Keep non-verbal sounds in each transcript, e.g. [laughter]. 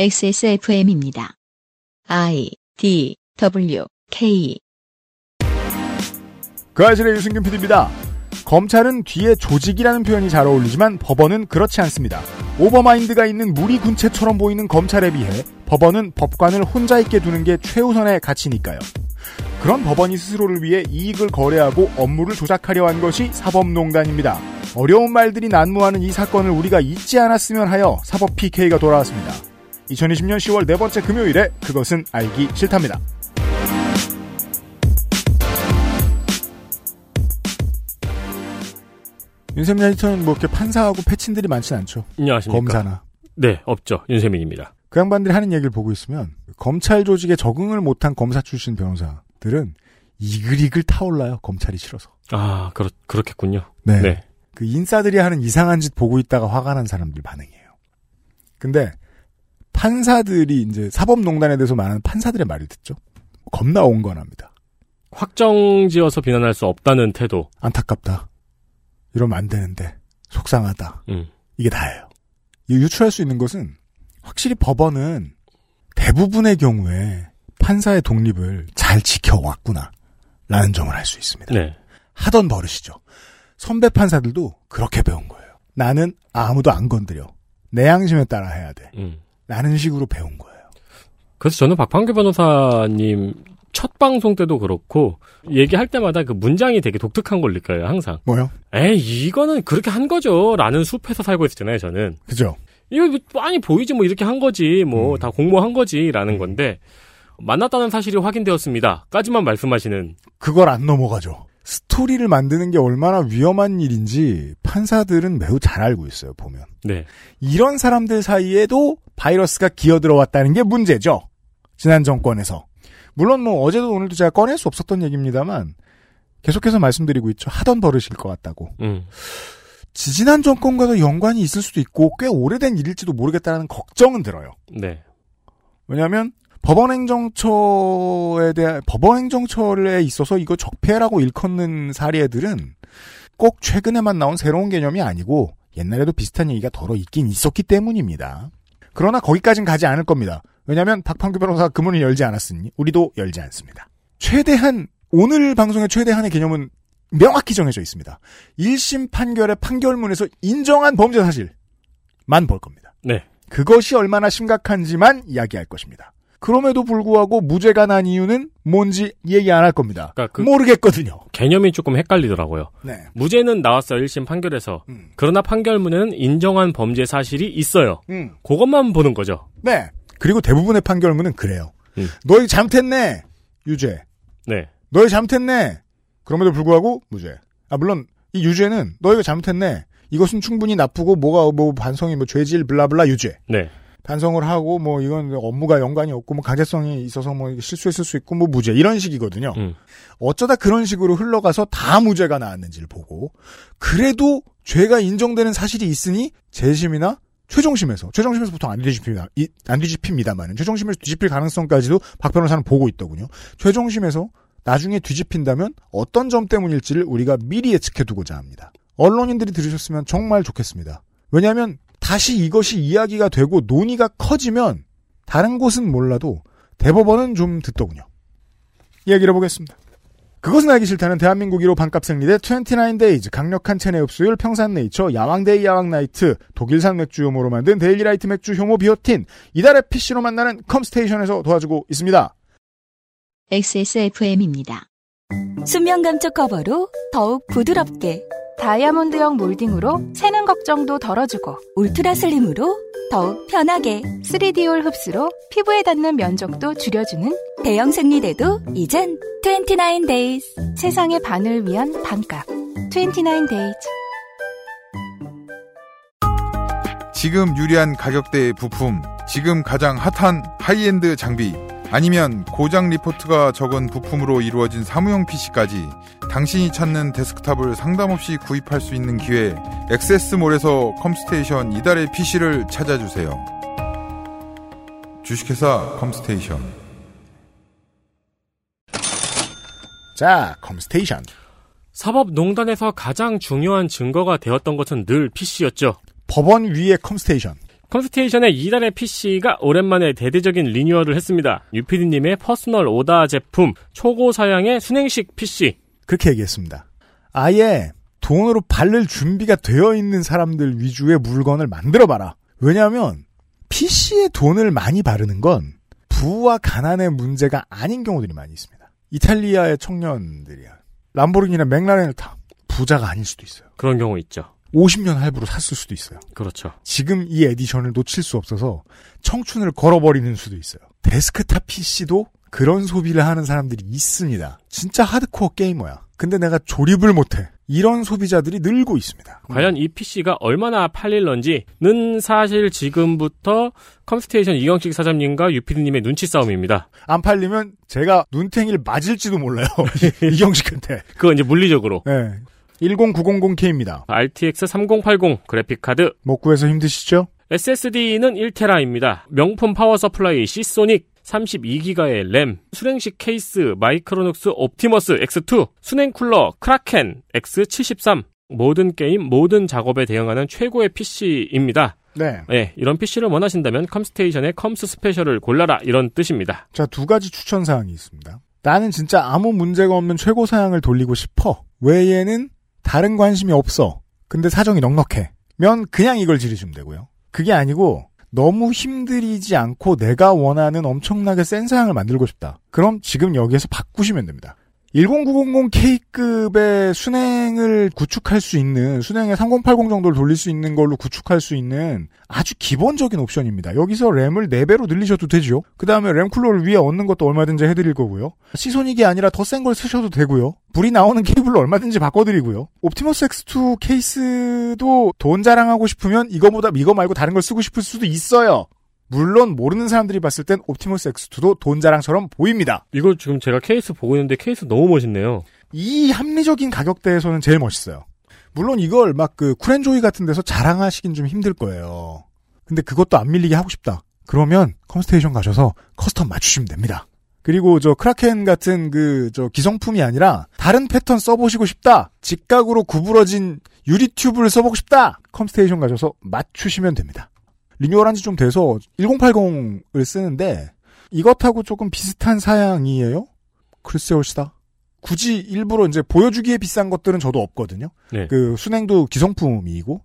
XSFM입니다. I D W K 그아실의 유승균 PD입니다. 검찰은 뒤에 조직이라는 표현이 잘 어울리지만 법원은 그렇지 않습니다. 오버마인드가 있는 무리 군체처럼 보이는 검찰에 비해 법원은 법관을 혼자 있게 두는 게 최우선의 가치니까요. 그런 법원이 스스로를 위해 이익을 거래하고 업무를 조작하려 한 것이 사법농단입니다. 어려운 말들이 난무하는 이 사건을 우리가 잊지 않았으면 하여 사법 PK가 돌아왔습니다. 2020년 10월 네 번째 금요일에 그것은 알기 싫답니다. 윤세민 에디터는 뭐 이렇게 판사하고 패친들이 많진 않죠. 안녕하십니까. 검사나. 네, 없죠. 윤세민입니다. 그 양반들이 하는 얘기를 보고 있으면 검찰 조직에 적응을 못한 검사 출신 변호사들은 이글이글 타올라요. 검찰이 싫어서. 아, 그렇, 그렇겠군요. 네. 네. 그 인싸들이 하는 이상한 짓 보고 있다가 화가 난 사람들 반응이에요. 근데 판사들이 이제 사법농단에 대해서 말하는 판사들의 말을 듣죠. 겁나 온건합니다. 확정 지어서 비난할 수 없다는 태도. 안타깝다. 이러면 안 되는데 속상하다. 음. 이게 다예요. 이 유추할 수 있는 것은 확실히 법원은 대부분의 경우에 판사의 독립을 잘 지켜왔구나 라는 점을 알 수 있습니다. 네. 하던 버릇이죠. 선배 판사들도 그렇게 배운 거예요. 나는 아무도 안 건드려. 내 양심에 따라 해야 돼. 음. 라는 식으로 배운 거예요. 그래서 저는 박판규 변호사님 첫 방송 때도 그렇고, 얘기할 때마다 그 문장이 되게 독특한 걸 느껴요, 항상. 뭐요? 에이, 이거는 그렇게 한 거죠. 라는 숲에서 살고 있었잖아요, 저는. 그죠? 이거 뭐 많이 보이지 뭐 이렇게 한 거지 뭐 음. 다 공모한 거지라는 건데 만났다는 사실이 확인되었습니다.까지만 말씀하시는 그걸 안 넘어가죠. 스토리를 만드는 게 얼마나 위험한 일인지 판사들은 매우 잘 알고 있어요, 보면. 네 이런 사람들 사이에도 바이러스가 기어들어왔다는 게 문제죠. 지난 정권에서. 물론 뭐 어제도 오늘도 제가 꺼낼 수 없었던 얘기입니다만 계속해서 말씀드리고 있죠. 하던 버릇일 것 같다고. 음. 지지난 정권과도 연관이 있을 수도 있고 꽤 오래된 일일지도 모르겠다는 걱정은 들어요. 네. 왜냐하면 법원행정처에 대한 법원행정처에 있어서 이거 적폐라고 일컫는 사례들은 꼭 최근에만 나온 새로운 개념이 아니고 옛날에도 비슷한 얘기가 더러 있긴 있었기 때문입니다. 그러나 거기까진 가지 않을 겁니다. 왜냐하면 박판규 변호사가 그 문을 열지 않았으니 우리도 열지 않습니다. 최대한 오늘 방송의 최대한의 개념은 명확히 정해져 있습니다. 1심 판결의 판결문에서 인정한 범죄 사실만 볼 겁니다. 네. 그것이 얼마나 심각한지만 이야기할 것입니다. 그럼에도 불구하고 무죄가 난 이유는 뭔지 얘기 안 할 겁니다. 그러니까 그- 모르겠거든요. 개념이 조금 헷갈리더라고요. 네. 무죄는 나왔어요 1심 판결에서. 음. 그러나 판결문에는 인정한 범죄 사실이 있어요. 음. 그것만 보는 거죠. 네. 그리고 대부분의 판결문은 그래요. 음. 너희 잘못했네. 유죄. 네. 너희 잘못했네. 그럼에도 불구하고 무죄. 아 물론 이 유죄는 너희가 잘못했네. 이것은 충분히 나쁘고 뭐가 뭐 반성이 뭐 죄질 블라블라 유죄. 네. 반성을 하고 뭐 이건 업무가 연관이 없고 뭐 강제성이 있어서 뭐 이게 실수했을 수 있고 뭐 무죄 이런 식이거든요. 음. 어쩌다 그런 식으로 흘러가서 다 무죄가 나왔는지를 보고 그래도 죄가 인정되는 사실이 있으니 재심이나 최종심에서 최종심에서 보통 안 뒤집힙니다. 이- 안 뒤집힙니다만은 최종심에서 뒤집힐 가능성까지도 박 변호사는 보고 있더군요. 최종심에서 나중에 뒤집힌다면 어떤 점 때문일지를 우리가 미리 예측해두고자 합니다. 언론인들이 들으셨으면 정말 좋겠습니다. 왜냐하면 다시 이것이 이야기가 되고 논의가 커지면 다른 곳은 몰라도 대법원은 좀 듣더군요. 이야기를 해보겠습니다. 그것은 알기 싫다는 대한민국 1호 반값 생리대 29데이즈 강력한 체내 흡수율 평산네이처 야왕데이 야왕나이트 독일산 맥주 효모로 만든 데일리라이트 맥주 효모 비오틴 이달의 PC로 만나는 컴스테이션에서 도와주고 있습니다. XSFM입니다. 수면 감촉 커버로 더욱 부드럽게 다이아몬드형 몰딩으로 새는 걱정도 덜어주고 울트라 슬림으로 더욱 편하게 3D올 흡수로 피부에 닿는 면적도 줄여주는 대형 생리대도 이젠 29 days 세상의 반을 위한 반값 29데이즈 지금 유리한 가격대의 부품, 지금 가장 핫한 하이엔드 장비, 아니면 고장 리포트가 적은 부품으로 이루어진 사무용 PC까지 당신이 찾는 데스크탑을 상담 없이 구입할 수 있는 기회, 액세스몰에서 컴스테이션 이달의 PC를 찾아주세요. 주식회사 컴스테이션. 자 컴스테이션 사법농단에서 가장 중요한 증거가 되었던 것은 늘 PC였죠. 법원 위의 컴스테이션 컴스테이션의 이달의 PC가 오랜만에 대대적인 리뉴얼을 했습니다. 유피디님의 퍼스널 오다 제품, 초고 사양의 순행식 PC. 그렇게 얘기했습니다. 아예 돈으로 바를 준비가 되어 있는 사람들 위주의 물건을 만들어봐라. 왜냐하면 PC에 돈을 많이 바르는 건 부와 가난의 문제가 아닌 경우들이 많이 있습니다. 이탈리아의 청년들이야. 람보르기니나 맥라렌을 타. 부자가 아닐 수도 있어요. 그런 경우 있죠. 50년 할부로 샀을 수도 있어요. 그렇죠. 지금 이 에디션을 놓칠 수 없어서 청춘을 걸어버리는 수도 있어요. 데스크탑 PC도 그런 소비를 하는 사람들이 있습니다. 진짜 하드코어 게이머야. 근데 내가 조립을 못해. 이런 소비자들이 늘고 있습니다. 과연 이 PC가 얼마나 팔릴런지는 사실 지금부터 컴스테이션 이경식 사장님과 유피디님의 눈치 싸움입니다. 안 팔리면 제가 눈탱이를 맞을지도 몰라요. [laughs] 이경식한테. 그건 이제 물리적으로. 네. 10900K입니다. RTX 3080 그래픽카드, 못 구해서 힘드시죠? SSD는 1테라입니다. 명품 파워 서플라이 시소닉 32기가의 램, 수냉식 케이스 마이크로닉스 옵티머스 X2, 수냉 쿨러 크라켄 X73. 모든 게임, 모든 작업에 대응하는 최고의 PC입니다. 네. 예, 이런 PC를 원하신다면 컴스테이션의 컴스 스페셜을 골라라 이런 뜻입니다. 자, 두 가지 추천 사항이 있습니다. 나는 진짜 아무 문제가 없는 최고 사양을 돌리고 싶어. 외에는 다른 관심이 없어. 근데 사정이 넉넉해. 면 그냥 이걸 지르시면 되고요. 그게 아니고 너무 힘들이지 않고 내가 원하는 엄청나게 센 사양을 만들고 싶다. 그럼 지금 여기에서 바꾸시면 됩니다. 10900K급의 순행을 구축할 수 있는, 순행의 3080 정도를 돌릴 수 있는 걸로 구축할 수 있는 아주 기본적인 옵션입니다. 여기서 램을 4배로 늘리셔도 되죠. 그 다음에 램 쿨러를 위에 얹는 것도 얼마든지 해드릴 거고요. 시소닉이 아니라 더 센 걸 쓰셔도 되고요. 불이 나오는 케이블로 얼마든지 바꿔드리고요. 옵티머스 X2 케이스도 돈 자랑하고 싶으면 이거보다, 이거 말고 다른 걸 쓰고 싶을 수도 있어요. 물론 모르는 사람들이 봤을 땐 옵티머스 X2도 돈 자랑처럼 보입니다. 이거 지금 제가 케이스 보고 있는데 케이스 너무 멋있네요. 이 합리적인 가격대에서는 제일 멋있어요. 물론 이걸 막 그 쿨앤조이 같은 데서 자랑하시긴 좀 힘들 거예요. 근데 그것도 안 밀리게 하고 싶다. 그러면 컴스테이션 가셔서 커스텀 맞추시면 됩니다. 그리고 저 크라켄 같은 그 저 기성품이 아니라 다른 패턴 써보시고 싶다. 직각으로 구부러진 유리 튜브를 써보고 싶다. 컴스테이션 가셔서 맞추시면 됩니다. 리뉴얼한 지 좀 돼서 1080을 쓰는데 이것하고 조금 비슷한 사양이에요. 글쎄요, 시다. 굳이 일부러 이제 보여주기에 비싼 것들은 저도 없거든요. 네. 그 순행도 기성품이고,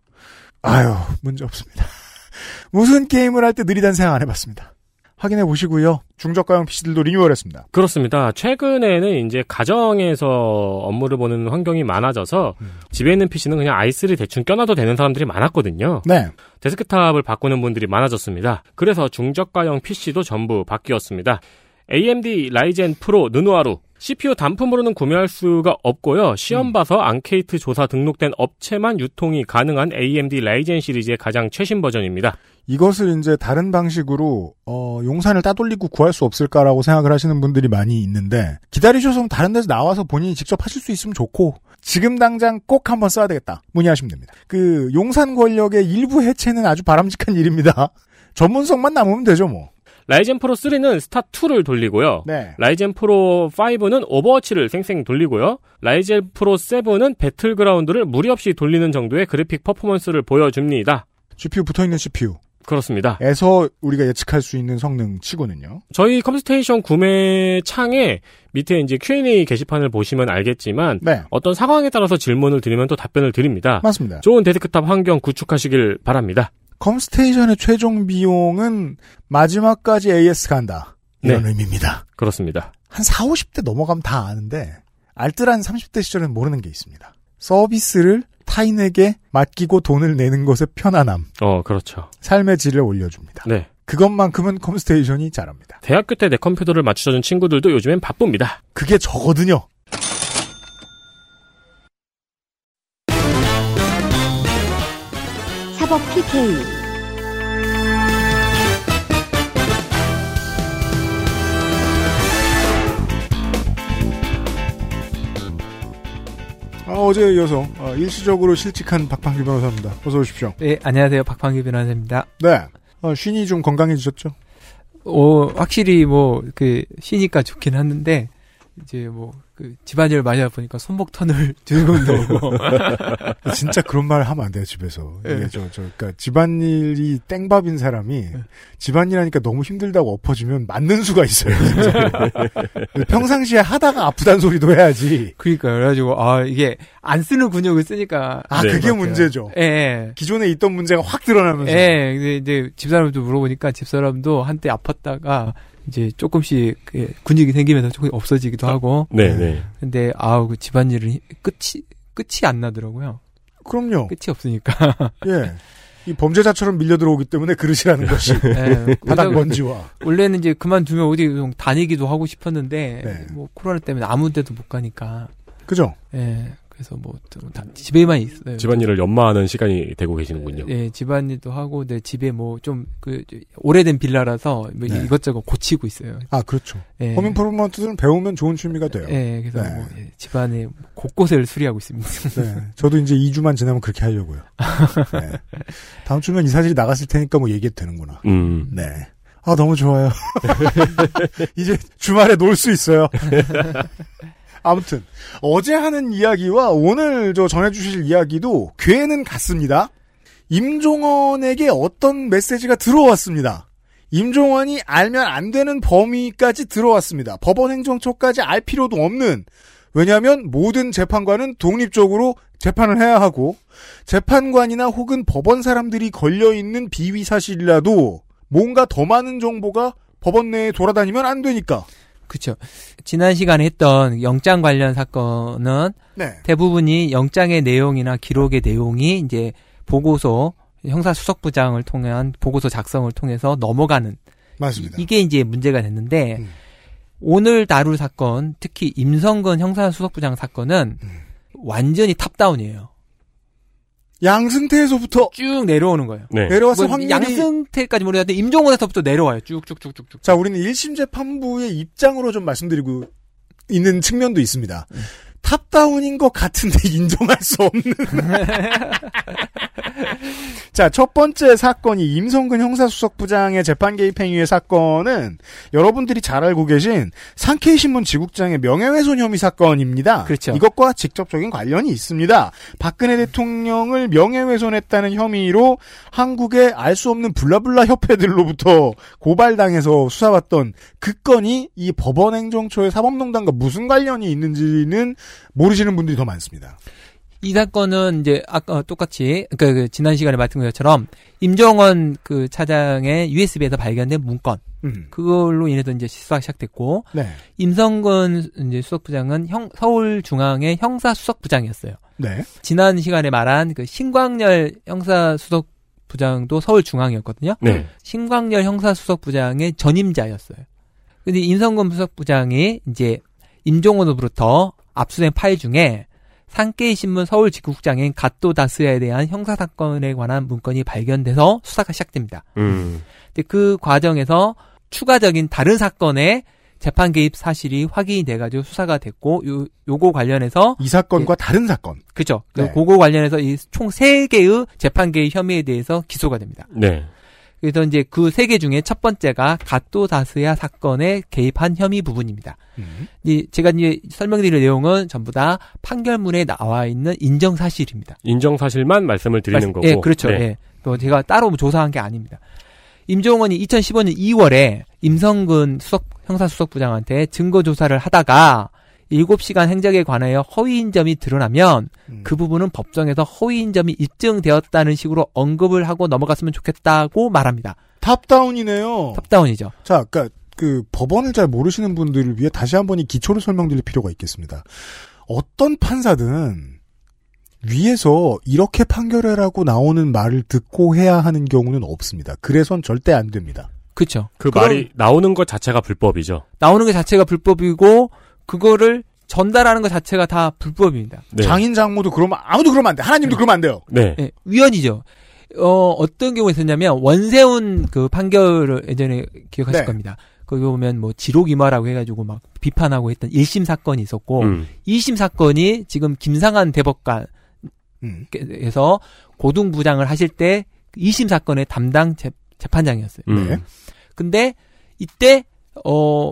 아유 문제 없습니다. [laughs] 무슨 게임을 할 때 느리다는 생각 안 해봤습니다. 확인해 보시고요. 중저가형 PC들도 리뉴얼했습니다. 그렇습니다. 최근에는 이제 가정에서 업무를 보는 환경이 많아져서 집에 있는 PC는 그냥 아이스를 대충 껴놔도 되는 사람들이 많았거든요. 네, 데스크탑을 바꾸는 분들이 많아졌습니다. 그래서 중저가형 PC도 전부 바뀌었습니다. AMD 라이젠 프로 느누아루 CPU 단품으로는 구매할 수가 없고요. 시험 봐서 앙케이트 조사 등록된 업체만 유통이 가능한 AMD 라이젠 시리즈의 가장 최신 버전입니다. 이것을 이제 다른 방식으로 어, 용산을 따돌리고 구할 수 없을까라고 생각을 하시는 분들이 많이 있는데 기다리셔서 다른 데서 나와서 본인이 직접 하실 수 있으면 좋고 지금 당장 꼭 한번 써야 되겠다 문의하시면 됩니다. 그 용산 권력의 일부 해체는 아주 바람직한 일입니다. [laughs] 전문성만 남으면 되죠 뭐. 라이젠 프로 3는 스타 2를 돌리고요. 네. 라이젠 프로 5는 오버워치를 쌩쌩 돌리고요. 라이젠 프로 7은 배틀그라운드를 무리 없이 돌리는 정도의 그래픽 퍼포먼스를 보여줍니다. GPU 붙어 있는 CPU에서 그렇습니다. 우리가 예측할 수 있는 성능 치고는요. 저희 컴스테이션 구매 창에 밑에 이제 Q&A 게시판을 보시면 알겠지만 네. 어떤 상황에 따라서 질문을 드리면 또 답변을 드립니다. 맞습니다. 좋은 데스크탑 환경 구축하시길 바랍니다. 컴스테이션의 최종 비용은 마지막까지 AS 간다. 이런 네. 의미입니다. 그렇습니다. 한 4, 50대 넘어가면 다 아는데 알뜰한 30대 시절엔 모르는 게 있습니다. 서비스를 타인에게 맡기고 돈을 내는 것의 편안함, 어, 그렇죠. 삶의 질을 올려줍니다. 네. 그것만큼은 컴스테이션이 잘합니다. 대학교 때 내 컴퓨터를 맞춰준 친구들도 요즘엔 바쁩니다. 그게 저거든요. 사법 PK 아, 어제에 이어서 어, 일시적으로 실직한 박판규 변호사입니다. 어서 오십시오. 예, 안녕하세요. 박방규 변호사입니다. 네. 어, 쉰이 좀 건강해지셨죠? 오, 확실히 뭐, 그, 쉬니까 좋긴 하는데, 이제 뭐 그 집안일 많이 하다 보니까 손목 터널 [laughs] 들고 나오고 진짜 그런 말 하면 안 돼요 집에서. 예. 예. 이게 저, 저, 그러니까 집안일이 땡밥인 사람이 집안일 하니까 너무 힘들다고 엎어지면 맞는 수가 있어요. [laughs] 진짜로. 평상시에 하다가 아프단 소리도 해야지. 그러니까 그래가지고 아 이게 안 쓰는 근육을 쓰니까 아 네, 그게 맞아요. 문제죠. 예, 예. 근데 기존에 있던 문제가 확 드러나면서. 이제, 집사람도 물어보니까 집사람도 한때 아팠다가 이제 조금씩 그 근육이 생기면서 조금 없어지기도 하고 네, 네. 근데 아우 그 집안일은 히- 끝이 끝이 안 나더라고요. 그럼요. 끝이 없으니까 [laughs] 예. 이 범죄자처럼 밀려 들어오기 때문에 그릇이라는 [laughs] 것이 예, 바닥 원래- 먼지와 원래는 이제 그만두면 어디 좀 다니기도 하고 싶었는데 네. 뭐 코로나 때문에 아무 데도 못 가니까 그죠? 예 그래서 뭐 다 집에만 있어요. 네. 집안일을 연마하는 시간이 되고 계시는군요. 예 집안일도 하고 내 집에 뭐 좀 그 오래된 빌라라서 뭐 네. 이것저것 고치고 있어요. 아 그렇죠. 예. 허민 프로먼트들은 배우면 좋은 취미가 돼요. 예, 그래서 네. 뭐 예, 집안에 곳곳을 수리하고 있습니다. [laughs] 네. 저도 이제 2주만 지나면 그렇게 하려고요. 네. 다음 주면 이 사실이 나갔을 테니까 뭐 얘기해도 되는구나. 음. 네. 아, 너무 좋아요. [laughs] 이제 주말에 놀 수 있어요. 아무튼, 어제 하는 이야기와 오늘 저 전해주실 이야기도 괴는 같습니다. 임종원에게 어떤 메시지가 들어왔습니다. 임종원이 알면 안 되는 범위까지 들어왔습니다. 법원행정처까지 알 필요도 없는, 왜냐하면 모든 재판관은 독립적으로 재판을 해야 하고, 재판관이나 혹은 법원 사람들이 걸려있는 비위 사실이라도 뭔가 더 많은 정보가 법원 내에 돌아다니면 안 되니까. 그렇죠. 지난 시간에 했던 영장 관련 사건은 네. 대부분이 영장의 내용이나 기록의 내용이 이제 보고서 형사 수석부장을 통한 보고서 작성을 통해서 넘어가는 맞습니다. 이게 이제 문제가 됐는데 음. 오늘 다룰 사건 특히 임성근 형사 수석부장 사건은 음. 완전히 탑다운이에요. 양승태에서부터 쭉 내려오는 거예요. 네. 내려왔을 뭐 확률이 양승태까지 모르겠는데 임종원에서부터 내려와요. 쭉쭉쭉쭉쭉. 자, 우리는 1심 재판부의 입장으로 좀 말씀드리고 있는 측면도 있습니다. 탑다운인 것 같은데 [laughs] 인정할 수 [laughs] 없는. 자, 첫 번째 사건이 임성근 형사수석부장의 재판 개입 행위의 사건은 여러분들이 잘 알고 계신 상케이신문 지국장의 명예훼손 혐의 사건입니다. 그렇죠. 이것과 직접적인 관련이 있습니다. 박근혜 대통령을 명예훼손했다는 혐의로 한국의 알 수 없는 블라블라 협회들로부터 고발당해서 수사받던 그 건이 이 법원행정처의 사법농단과 무슨 관련이 있는지는 모르시는 분들이 더 많습니다. 이 사건은 이제 아까 똑같이 그그 지난 시간에 말씀드린 것처럼 임종원 그 차장의 USB에서 발견된 문건 음. 그걸로 인해서 이제 수사가 시작됐고 네. 임성근 이제 수석부장은 형 서울중앙의 형사 수석부장이었어요. 네. 지난 시간에 말한 그 신광열 형사 수석부장도 서울중앙이었거든요. 네. 신광열 형사 수석부장의 전임자였어요. 근데 임성근 수석부장이 이제 임종원으로부터 압수된 파일 중에 상케이 신문 서울 지국장인 갓도다스에 대한 형사 사건에 관한 문건이 발견돼서 수사가 시작됩니다. 음. 근데 그 과정에서 추가적인 다른 사건의 재판 개입 사실이 확인이 돼가지고 수사가 됐고 요 요거 관련해서 이 사건과 다른 사건. 그죠? 네. 그거 관련해서 이 총 세 개의 재판 개입 혐의에 대해서 기소가 됩니다. 네. 그래서 이제 그 세 개 중에 첫 번째가 갓도다스야 사건에 개입한 혐의 부분입니다. 이 제가 이제 설명드릴 내용은 전부 다 판결문에 나와 있는 인정 사실입니다. 인정 사실만 말씀을 드리는 거고. 예, 그렇죠. 네. 예. 또 제가 따로 뭐 조사한 게 아닙니다. 임종원이 2015년 2월에 임성근 수석 형사수석부장한테 증거 조사를 하다가 7시간 행적에 관하여 허위인 점이 드러나면 음. 그 부분은 법정에서 허위인 점이 입증되었다는 식으로 언급을 하고 넘어갔으면 좋겠다고 말합니다. 탑다운이네요. 탑다운이죠. 자, 그러니까 그 법원을 잘 모르시는 분들을 위해 다시 한번 이 기초를 설명드릴 필요가 있겠습니다. 어떤 판사든 위에서 이렇게 판결해라고 나오는 말을 듣고 해야 하는 경우는 없습니다. 그래선 절대 안 됩니다. 그렇죠. 그 그럼- 말이 나오는 것 자체가 불법이죠. 나오는 것 자체가 불법이고 그거를 전달하는 것 자체가 다 불법입니다. 네. 장인 장모도 그러면 아무도 그러면 안 돼. 하나님도 그러면 안 돼요. 네. 예, 위헌이죠. 어, 어떤 경우에 있었냐면, 원세훈 그 판결을 예전에 기억하실 네. 겁니다. 거기 보면 뭐 지록이마라고 해가지고 막 비판하고 했던 1심 사건이 있었고, 음. 이 2심 사건이 지금 김상한 대법관께서 음. 고등부장을 하실 때 2심 사건의 담당 재, 재판장이었어요. 음. 네. 근데 이때, 어,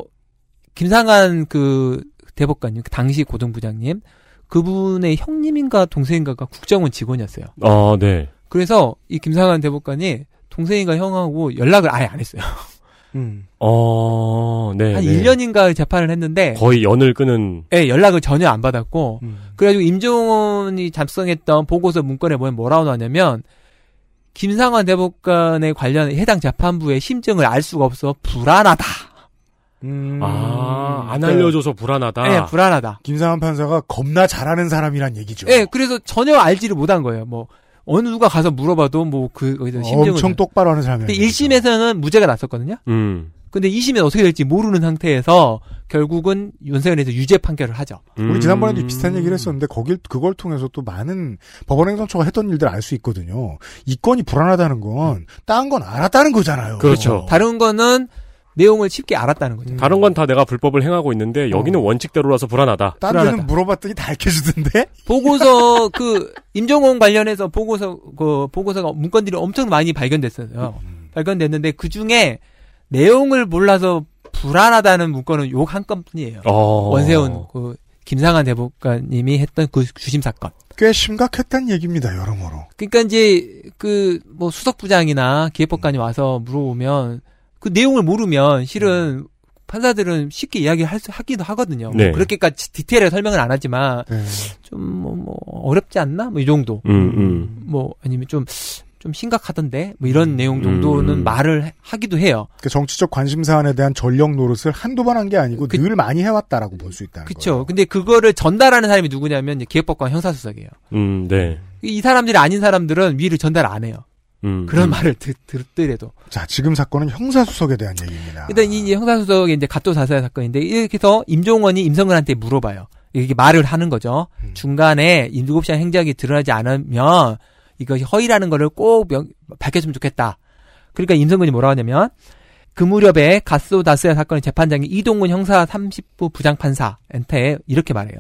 김상한 그 대법관님, 그 당시 고등부장님, 그분의 형님인가 동생인가가 국정원 직원이었어요. 아, 네. 그래서 이 김상환 대법관이 동생이가 형하고 연락을 아예 안 했어요. 음. 어, 네. 한 네. 1년인가 재판을 했는데, 거의 연을 끄는 예, 연락을 전혀 안 받았고, 음. 그래가지고 임종원이 작성했던 보고서 문건에 보면 뭐라고 나왔냐면 김상환 대법관에 관련 해당 재판부의 심증을 알 수가 없어 불안하다. 음. 아, 안 알려줘서 불안하다. 네. 예, 아. 불안하다. 김상한 판사가 겁나 잘하는 사람이란 얘기죠. 예, 그래서 전혀 알지를 못한 거예요. 뭐 어느 누가 가서 물어봐도 뭐그 거기서 심증을 엄청 똑바로 하는 사람이란 근데 얘기죠. 1심에서는 무죄가 났었거든요. 음. 근데 2심에 어떻게 될지 모르는 상태에서 결국은 윤석열에서 유죄 판결을 하죠. 음. 우리 지난번에도 비슷한 얘기를 했었는데 거길 그걸 통해서 또 많은 법원행정처가 했던 일들 알 수 있거든요. 이 건이 불안하다는 음. 건 딴 건 알았다는 거잖아요. 그렇죠. 다른 거는 내용을 쉽게 알았다는 음. 거죠. 다른 건 다 내가 불법을 행하고 있는데 어. 여기는 원칙대로라서 불안하다. 딴 불안하다. 데는 물어봤더니 다 밝혀주던데. 보고서 [laughs] 그 임종원 관련해서 보고서 그 보고서가 문건들이 엄청 많이 발견됐어요. 발견됐는데 그 중에 내용을 몰라서 불안하다는 문건은 욕 한 건뿐이에요. 어. 원세훈 그 김상한 대법관님이 했던 그 주심 사건. 꽤 심각했단 얘기입니다. 여러모로. 그러니까 이제 그 뭐 수석 부장이나 기획법관이 와서 물어보면 그 내용을 모르면 실은 판사들은 쉽게 이야기할 수 하기도 하거든요. 뭐 네. 그렇게까지 디테일하게 설명은 안 하지만 네. 좀 뭐 어렵지 않나 뭐 이 정도. 음, 음. 뭐 아니면 좀 좀 심각하던데 뭐 이런 내용 정도는 음. 말을 해- 하기도 해요. 그 정치적 관심 사안에 대한 전력 노릇을 한두 번 한 게 아니고 그- 늘 많이 해왔다라고 볼 수 있다는 그렇죠. 근데 그거를 전달하는 사람이 누구냐면 이제 기획법관 형사수석이에요. 음, 네. 이 사람들이 아닌 사람들은 위를 전달 안 해요. 음. 그런 음. 말을 듣, 듣더라도. 거예요. 자, 지금 사건은 형사수석에 대한 얘기입니다. 일단 이 형사수석의 이제 갑도 자살 사건인데 이렇게 해서 임종원이 임성근한테 물어봐요. 이렇게 말을 하는 거죠. 음. 중간에 일곱 시간 행적이 드러나지 않으면 이것이 허위라는 거를 꼭 명- 밝혔으면 좋겠다. 그러니까 임성근이 뭐라고 하냐면 그 무렵에 가스오 다스야 사건의 재판장이 이동근 형사 30부 부장판사한테 이렇게 말해요.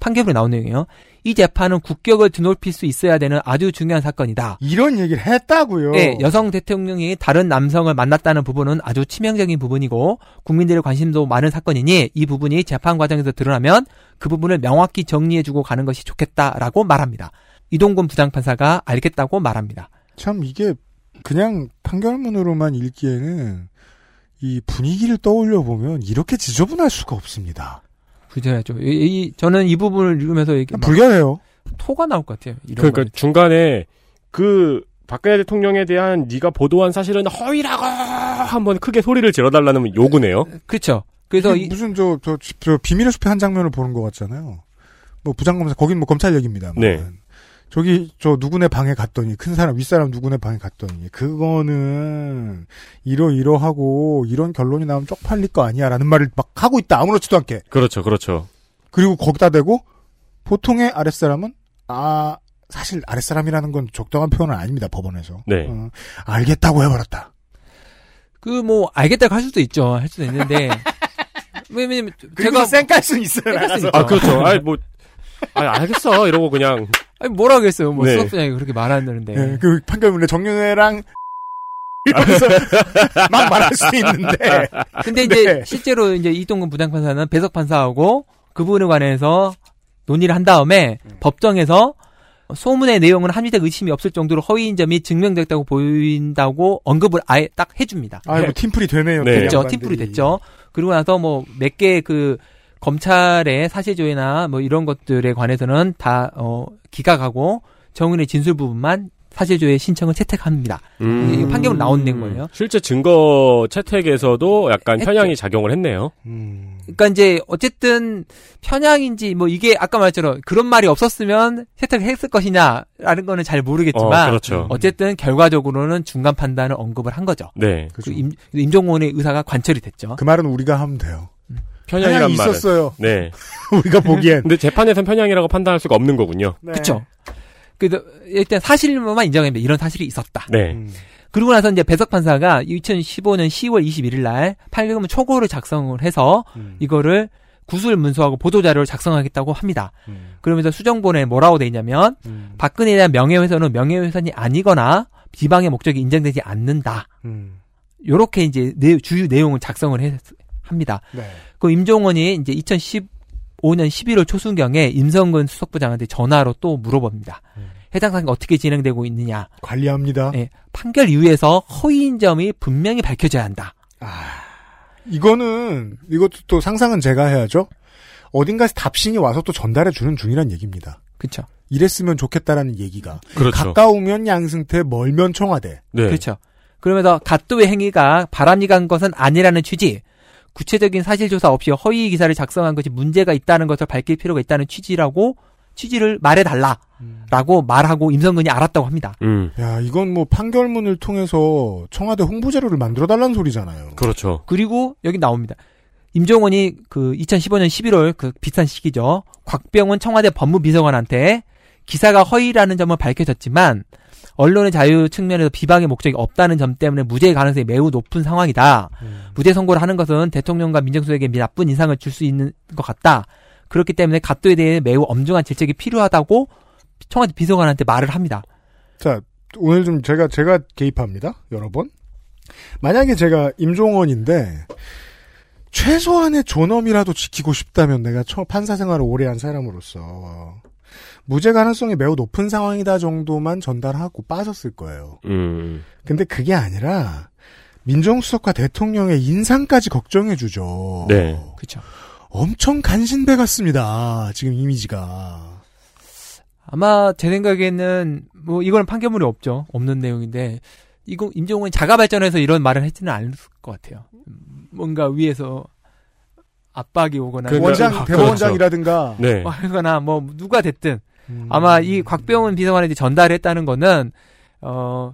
판결문에 나온 내용이에요. 이 재판은 국격을 드높일 수 있어야 되는 아주 중요한 사건이다. 이런 얘기를 했다고요. 네, 여성 대통령이 다른 남성을 만났다는 부분은 아주 치명적인 부분이고 국민들의 관심도 많은 사건이니 이 부분이 재판 과정에서 드러나면 그 부분을 명확히 정리해주고 가는 것이 좋겠다라고 말합니다. 이동근 부장판사가 알겠다고 말합니다. 참 이게 그냥 판결문으로만 읽기에는 이 분위기를 떠올려 보면 이렇게 지저분할 수가 없습니다. 그죠?죠. 이, 저는 이 부분을 읽으면서 이게 막 불가해요. 토가 나올 것 같아요. 이런 아, 그러니까 거는. 중간에 그 박근혜 대통령에 대한 네가 보도한 사실은 허위라고 한번 크게 소리를 질러달라는 요구네요. 그렇죠. 그래서 이게 이- 무슨 저, 저, 저 비밀의 숲의 한 장면을 보는 것 같잖아요. 뭐 부장검사 거긴 뭐 검찰 얘기입니다. 네. 저기 저 누구네 방에 갔더니 큰 사람 윗사람 누구네 방에 갔더니 그거는 이러이러하고 이런 결론이 나오면 쪽팔릴 거 아니야라는 말을 막 하고 있다 아무렇지도 않게 그렇죠, 그렇죠. 그리고 거기다 대고 보통의 아랫사람은 아 사실 아랫사람이라는 건 적당한 표현은 아닙니다 법원에서 네. 어, 알겠다고 해버렸다 그 뭐 알겠다고 할 수도 있죠. 할 수도 있는데 왜냐면 제가 쌩깔 수 있어요 생각했으니까. 아, 그렇죠. 아이, 뭐, 아이, 알겠어. 이러고 그냥. 아니 뭐라 그랬어요. 뭐 네. 수석부장이 그렇게 말하는데. 예, 그 판결문에 정윤회랑 [laughs] 이러면서 막 말할 수 [laughs] 있는데 근데 이제 네. 실제로 이제 이동근 부장판사는 배석 판사하고 그 부분에 관해서 논의를 한 다음에 법정에서 소문의 내용은 한위적 의심이 없을 정도로 허위인 점이 증명됐다고 보인다고 언급을 아예 딱 해줍니다. 아이고 팀플이 되네요. 네. 그 됐죠. 양반들이. 팀플이 됐죠. 그리고 나서 뭐 몇 개 그 검찰의 사실조회나 뭐 이런 것들에 관해서는 다 어, 기각하고 정은의 진술 부분만 사실조회 신청을 채택합니다. 음. 이 판결은 나온 낸 거예요. 실제 증거 채택에서도 약간 했죠. 편향이 작용을 했네요. 음. 그러니까 이제 어쨌든 편향인지 뭐 이게 아까 말처럼 그런 말이 없었으면 세탁을 했을 것이냐라는 거는 잘 어, 모르겠지만 어, 그렇죠. 쨌든 결과적으로는 중간 판단을 언급을 한 거죠. 네. 그죠. 그 임, 임종원의 의사가 관철이 됐죠. 그 말은 우리가 하면 돼요. 편향이란 말은. 있었어요. 네. [laughs] 우리가 보기엔 근데 재판에선 편향이라고 판단할 수가 없는 거군요. 네. 그렇죠. 그래도 일단 사실만 인정합니다. 이런 사실이 있었다. 네. 음. 그리고 나서 이제 배석 판사가 2015년 10월 21일 날 판결문 초고를 작성을 해서 음. 이거를 구술 문서하고 보도 자료를 작성하겠다고 합니다. 음. 그러면서 수정본에 뭐라고 돼 있냐면 음. 박근혜에 대한 명예훼손은 명예훼손이 아니거나 비방의 목적이 인정되지 않는다. 음. 요렇게 이제 내- 주요 내용을 작성을 해- 합니다. 네. 그 임종원이 이제 2015 2015년 11월 초순경에 임성근 수석부장한테 전화로 또 물어봅니다. 해당 사건이 어떻게 진행되고 있느냐. 관리합니다. 예, 판결 이후에서 허위인 점이 분명히 밝혀져야 한다. 이거는 이것도 또 상상은 제가 해야죠. 어딘가에서 답신이 와서 또 전달해 주는 중이란 얘기입니다. 그렇죠. 이랬으면 좋겠다라는 얘기가 그렇죠. 가까우면 양승태, 멀면 청와대. 네. 그렇죠. 그러면서 갓도의 행위가 바람이 간 것은 아니라는 취지, 구체적인 사실조사 없이 허위 기사를 작성한 것이 문제가 있다는 것을 밝힐 필요가 있다는 취지라고 취지를 말해달라라고 말하고 임성근이 알았다고 합니다. 음. 야, 이건 뭐 판결문을 통해서 청와대 홍보 자료를 만들어 달라는 소리잖아요. 그렇죠. 그리고 여기 나옵니다. 임종원이 그 2015년 11월 그 비슷한 시기죠. 곽병원 청와대 법무비서관한테 기사가 허위라는 점은 밝혀졌지만 언론의 자유 측면에서 비방의 목적이 없다는 점 때문에 무죄의 가능성이 매우 높은 상황이다. 무죄 선고를 하는 것은 대통령과 민정수석에게 나쁜 인상을 줄 수 있는 것 같다. 그렇기 때문에 갓도에 대해 매우 엄중한 질책이 필요하다고 청와대 비서관한테 말을 합니다. 자, 오늘 좀 제가 제가 개입합니다. 여러 번. 만약에 제가 임종원인데 최소한의 존엄이라도 지키고 싶다면 내가 처- 판사 생활을 오래 한 사람으로서 무죄 가능성이 매우 높은 상황이다 정도만 전달하고 빠졌을 거예요. 음. 근데 그게 아니라 민정수석과 대통령의 인상까지 걱정해 주죠. 네. 그렇죠. 엄청 간신배 같습니다. 지금 이미지가. 아마 제 생각에는 뭐 이건 판결문이 없죠. 없는 내용인데 이거 임종원이 자가 발전해서 이런 말을 했지는 않을 것 같아요. 음, 뭔가 위에서 압박이 오거나 그렇죠. 그러니까- 그렇죠. 원장 대법원장이라든가 네. 뭐 하거나 뭐 누가 됐든 음. 아마 이 곽병훈 비서관에게 전달했다는 거는 어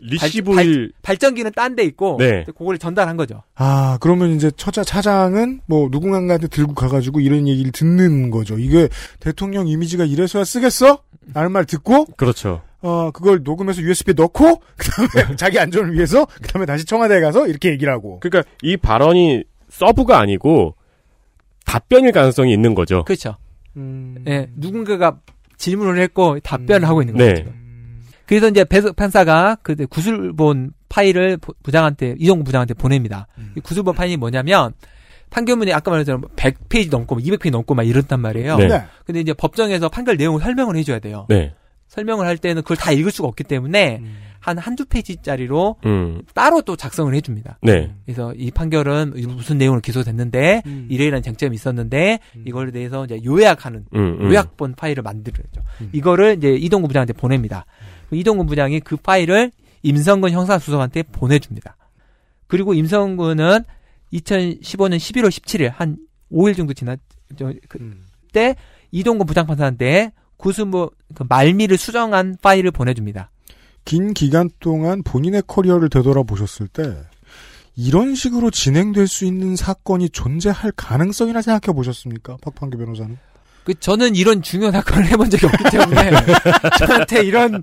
리시브일 발전기는 딴 데 있고 네. 그걸 전달한 거죠. 아, 그러면 이제 처자 차장은 뭐 누군가한테 들고 가가지고 이런 얘기를 듣는 거죠. 이게 대통령 이미지가 이래서야 쓰겠어? 라는 말 듣고, 그렇죠. 어, 그걸 녹음해서 USB에 넣고, [laughs] 그 네. 다음에 자기 안전을 위해서, 그 다음에 다시 청와대에 가서 이렇게 얘기를 하고. 그러니까 이 발언이 서브가 아니고 답변일 가능성이 있는 거죠. 그렇죠. 예, 누군가가 질문을 했고 음. 답변을 하고 있는 거죠. 네. 지금. 그래서 이제 배 판사가 그 구술본 파일을 부- 부장한테 이종구 부장한테 보냅니다. 음. 이 구술본 파일이 뭐냐면 판결문이 아까 말했처럼 100페이지 넘고 200페이지 넘고 막 이런단 말이에요. 네. 네. 근데 이제 법정에서 판결 내용을 설명을 해줘야 돼요. 네. 설명을 할 때는 그걸 다 읽을 수가 없기 때문에 한 한두 페이지짜리로 음. 따로 또 작성을 해줍니다. 네. 그래서 이 판결은 무슨 내용으로 기소됐는데 음. 이래이란 쟁점이 있었는데 이거에 대해서 이제 요약하는 음. 음. 요약본 파일을 만들죠. 음. 이거를 이제 이동근 부장한테 보냅니다. 이동근 부장이 그 파일을 임성근 형사수석한테 보내줍니다. 그리고 임성근은 2015년 11월 17일 한 5일 정도 지났 저- 음. 그때 이동근 부장판사한테 구수모 그 말미를 수정한 파일을 보내줍니다. 긴 기간 동안 본인의 커리어를 되돌아보셨을 때, 이런 식으로 진행될 수 있는 사건이 존재할 가능성이나 생각해 보셨습니까? 박판규 변호사는? 그 저는 이런 중요한 사건을 해본 적이 없기 [laughs] 때문에 네. 저한테 이런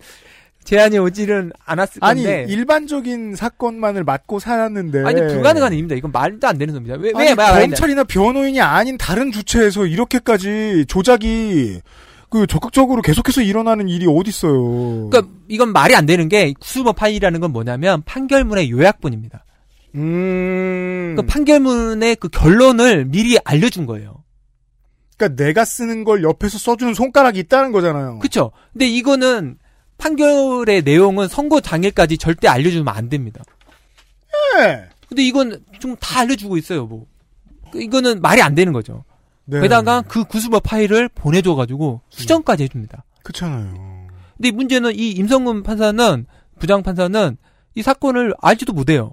제안이 오지는 않았을 아니, 건데 일반적인 사건만을 맡고 살았는데. 아니 불가능한 일입니다. 이건 말도 안 되는 겁니다. 왜왜 아니, 말 검찰이나 변호인이 아닌 다른 주체에서 이렇게까지 조작이 그 적극적으로 계속해서 일어나는 일이 어디 있어요? 그러니까 이건 말이 안 되는 게 구수법 파일이라는 건 뭐냐면 판결문의 요약본입니다. 음, 그 판결문의 그 결론을 미리 알려준 거예요. 그러니까 내가 쓰는 걸 옆에서 써주는 손가락이 있다는 거잖아요. 그렇죠. 근데 이거는 판결의 내용은 선고 당일까지 절대 알려주면 안 됩니다. 네. 근데 이건 좀 다 알려주고 있어요. 뭐 그 이거는 말이 안 되는 거죠. 네. 게다가 그 구수법 파일을 보내줘가지고 수정까지 해줍니다. 그렇잖아요. 근데 문제는 이 임성근 판사는 부장 판사는 이 사건을 알지도 못해요.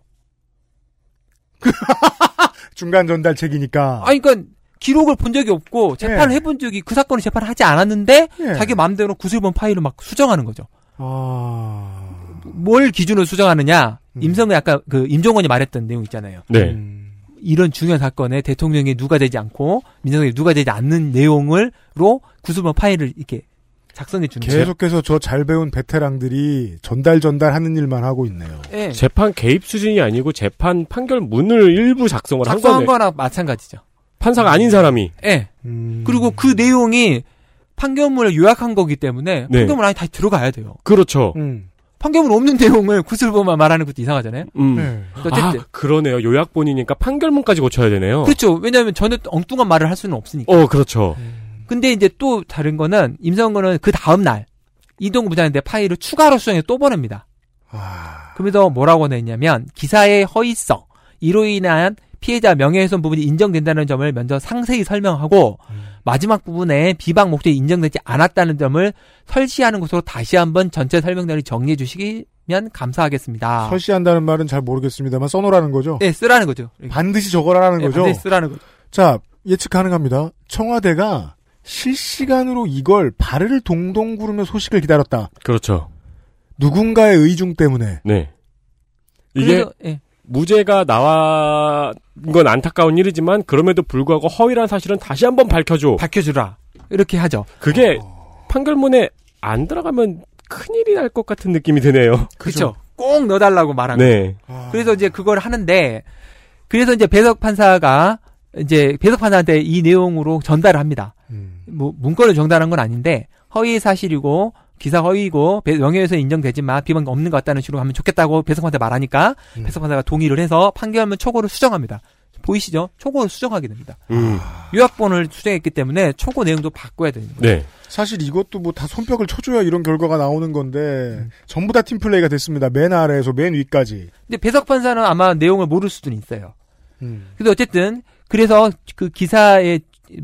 중간 전달책이니까. 아니, 그러니까 기록을 본 적이 없고 재판을 예. 해본 적이 그 사건을 재판을 하지 않았는데 예. 자기 마음대로 구술본 파일을 막 수정하는 거죠. 아. 뭘 기준으로 수정하느냐? 음. 임성근 아까 그 임종원이 말했던 내용 있잖아요. 네. 음. 이런 중요한 사건에 대통령이 누가 되지 않고 민정이 누가 되지 않는 내용을로 구술본 파일을 이렇게 작성해 주는 거예요. 계속해서 저 잘 배운 베테랑들이 전달 전달 하는 일만 하고 있네요. 예. 재판 개입 수준이 아니고 재판 판결문을 일부 작성을 한 작성한 거네. 거나 마찬가지죠. 판사가 아닌 사람이. 예. 음. 그리고 그 내용이 판결문을 요약한 거기 때문에 네. 판결문 안에 다시 들어가야 돼요. 그렇죠. 음. 판결문 없는 [laughs] 내용을 구슬보만 말하는 것도 이상하잖아요. 음. 네. 어쨌든 아, 그러네요. 요약본이니까 판결문까지 고쳐야 어. 되네요. 그렇죠. 네. 왜냐하면 저는 엉뚱한 말을 할 수는 없으니까. 어, 그렇죠. 근데 이제 또 다른 거는 임성근은 그 다음 날 이동국 부장한테 파일을 추가로 수정해 또 보냅니다. 아. 그러면서 뭐라고 냈냐면 기사의 허위성 이로 인한 피해자 명예훼손 부분이 인정된다는 점을 먼저 상세히 설명하고 음. 마지막 부분에 비방 목적이 인정되지 않았다는 점을 설시하는 것으로 다시 한번 전체 설명서를 정리해 주시면 감사하겠습니다. 설시한다는 말은 잘 모르겠습니다만 써놓으라는 거죠. 네, 쓰라는 거죠. 반드시 저걸 하라는 네, 아, 거죠. 반드시 쓰라는 거죠. 자 예측 가능합니다. 청와대가 실시간으로 이걸 발을 동동 구르며 소식을 기다렸다. 그렇죠. 누군가의 의중 때문에 네. 이게 그래서, 예. 무죄가 나온 건 안타까운 일이지만 그럼에도 불구하고 허위란 사실은 다시 한번 밝혀줘. 뭐. 밝혀주라 이렇게 하죠. 그게 어. 판결문에 안 들어가면 큰일이 날 것 같은 느낌이 드네요. 그렇죠. 꼭 넣어달라고 말한 거예요. 네. 그래서 이제 그걸 하는데 그래서 이제 배석 판사가 이제 배석 판사한테 이 내용으로 전달을 합니다. 음. 뭐 문건을 전달한 건 아닌데 허위 사실이고 기사 허위고 배- 명예훼손 인정되지만 비방 없는 것 같다는 식으로 하면 좋겠다고 배석 판사 말하니까 음. 배석 판사가 동의를 해서 판결문 초고를 수정합니다. 보이시죠? 초고를 수정하게 됩니다. 아, 음. 요약본을 수정했기 때문에 초고 내용도 바꿔야 되는 거예요. 네. 사실 이것도 뭐 다 손뼉을 쳐줘야 이런 결과가 나오는 건데 전부 다 팀플레이가 됐습니다. 맨 아래에서 맨 위까지. 근데 배석 판사는 아마 내용을 모를 수도 있어요. 음. 근데 어쨌든 그래서 그 기사의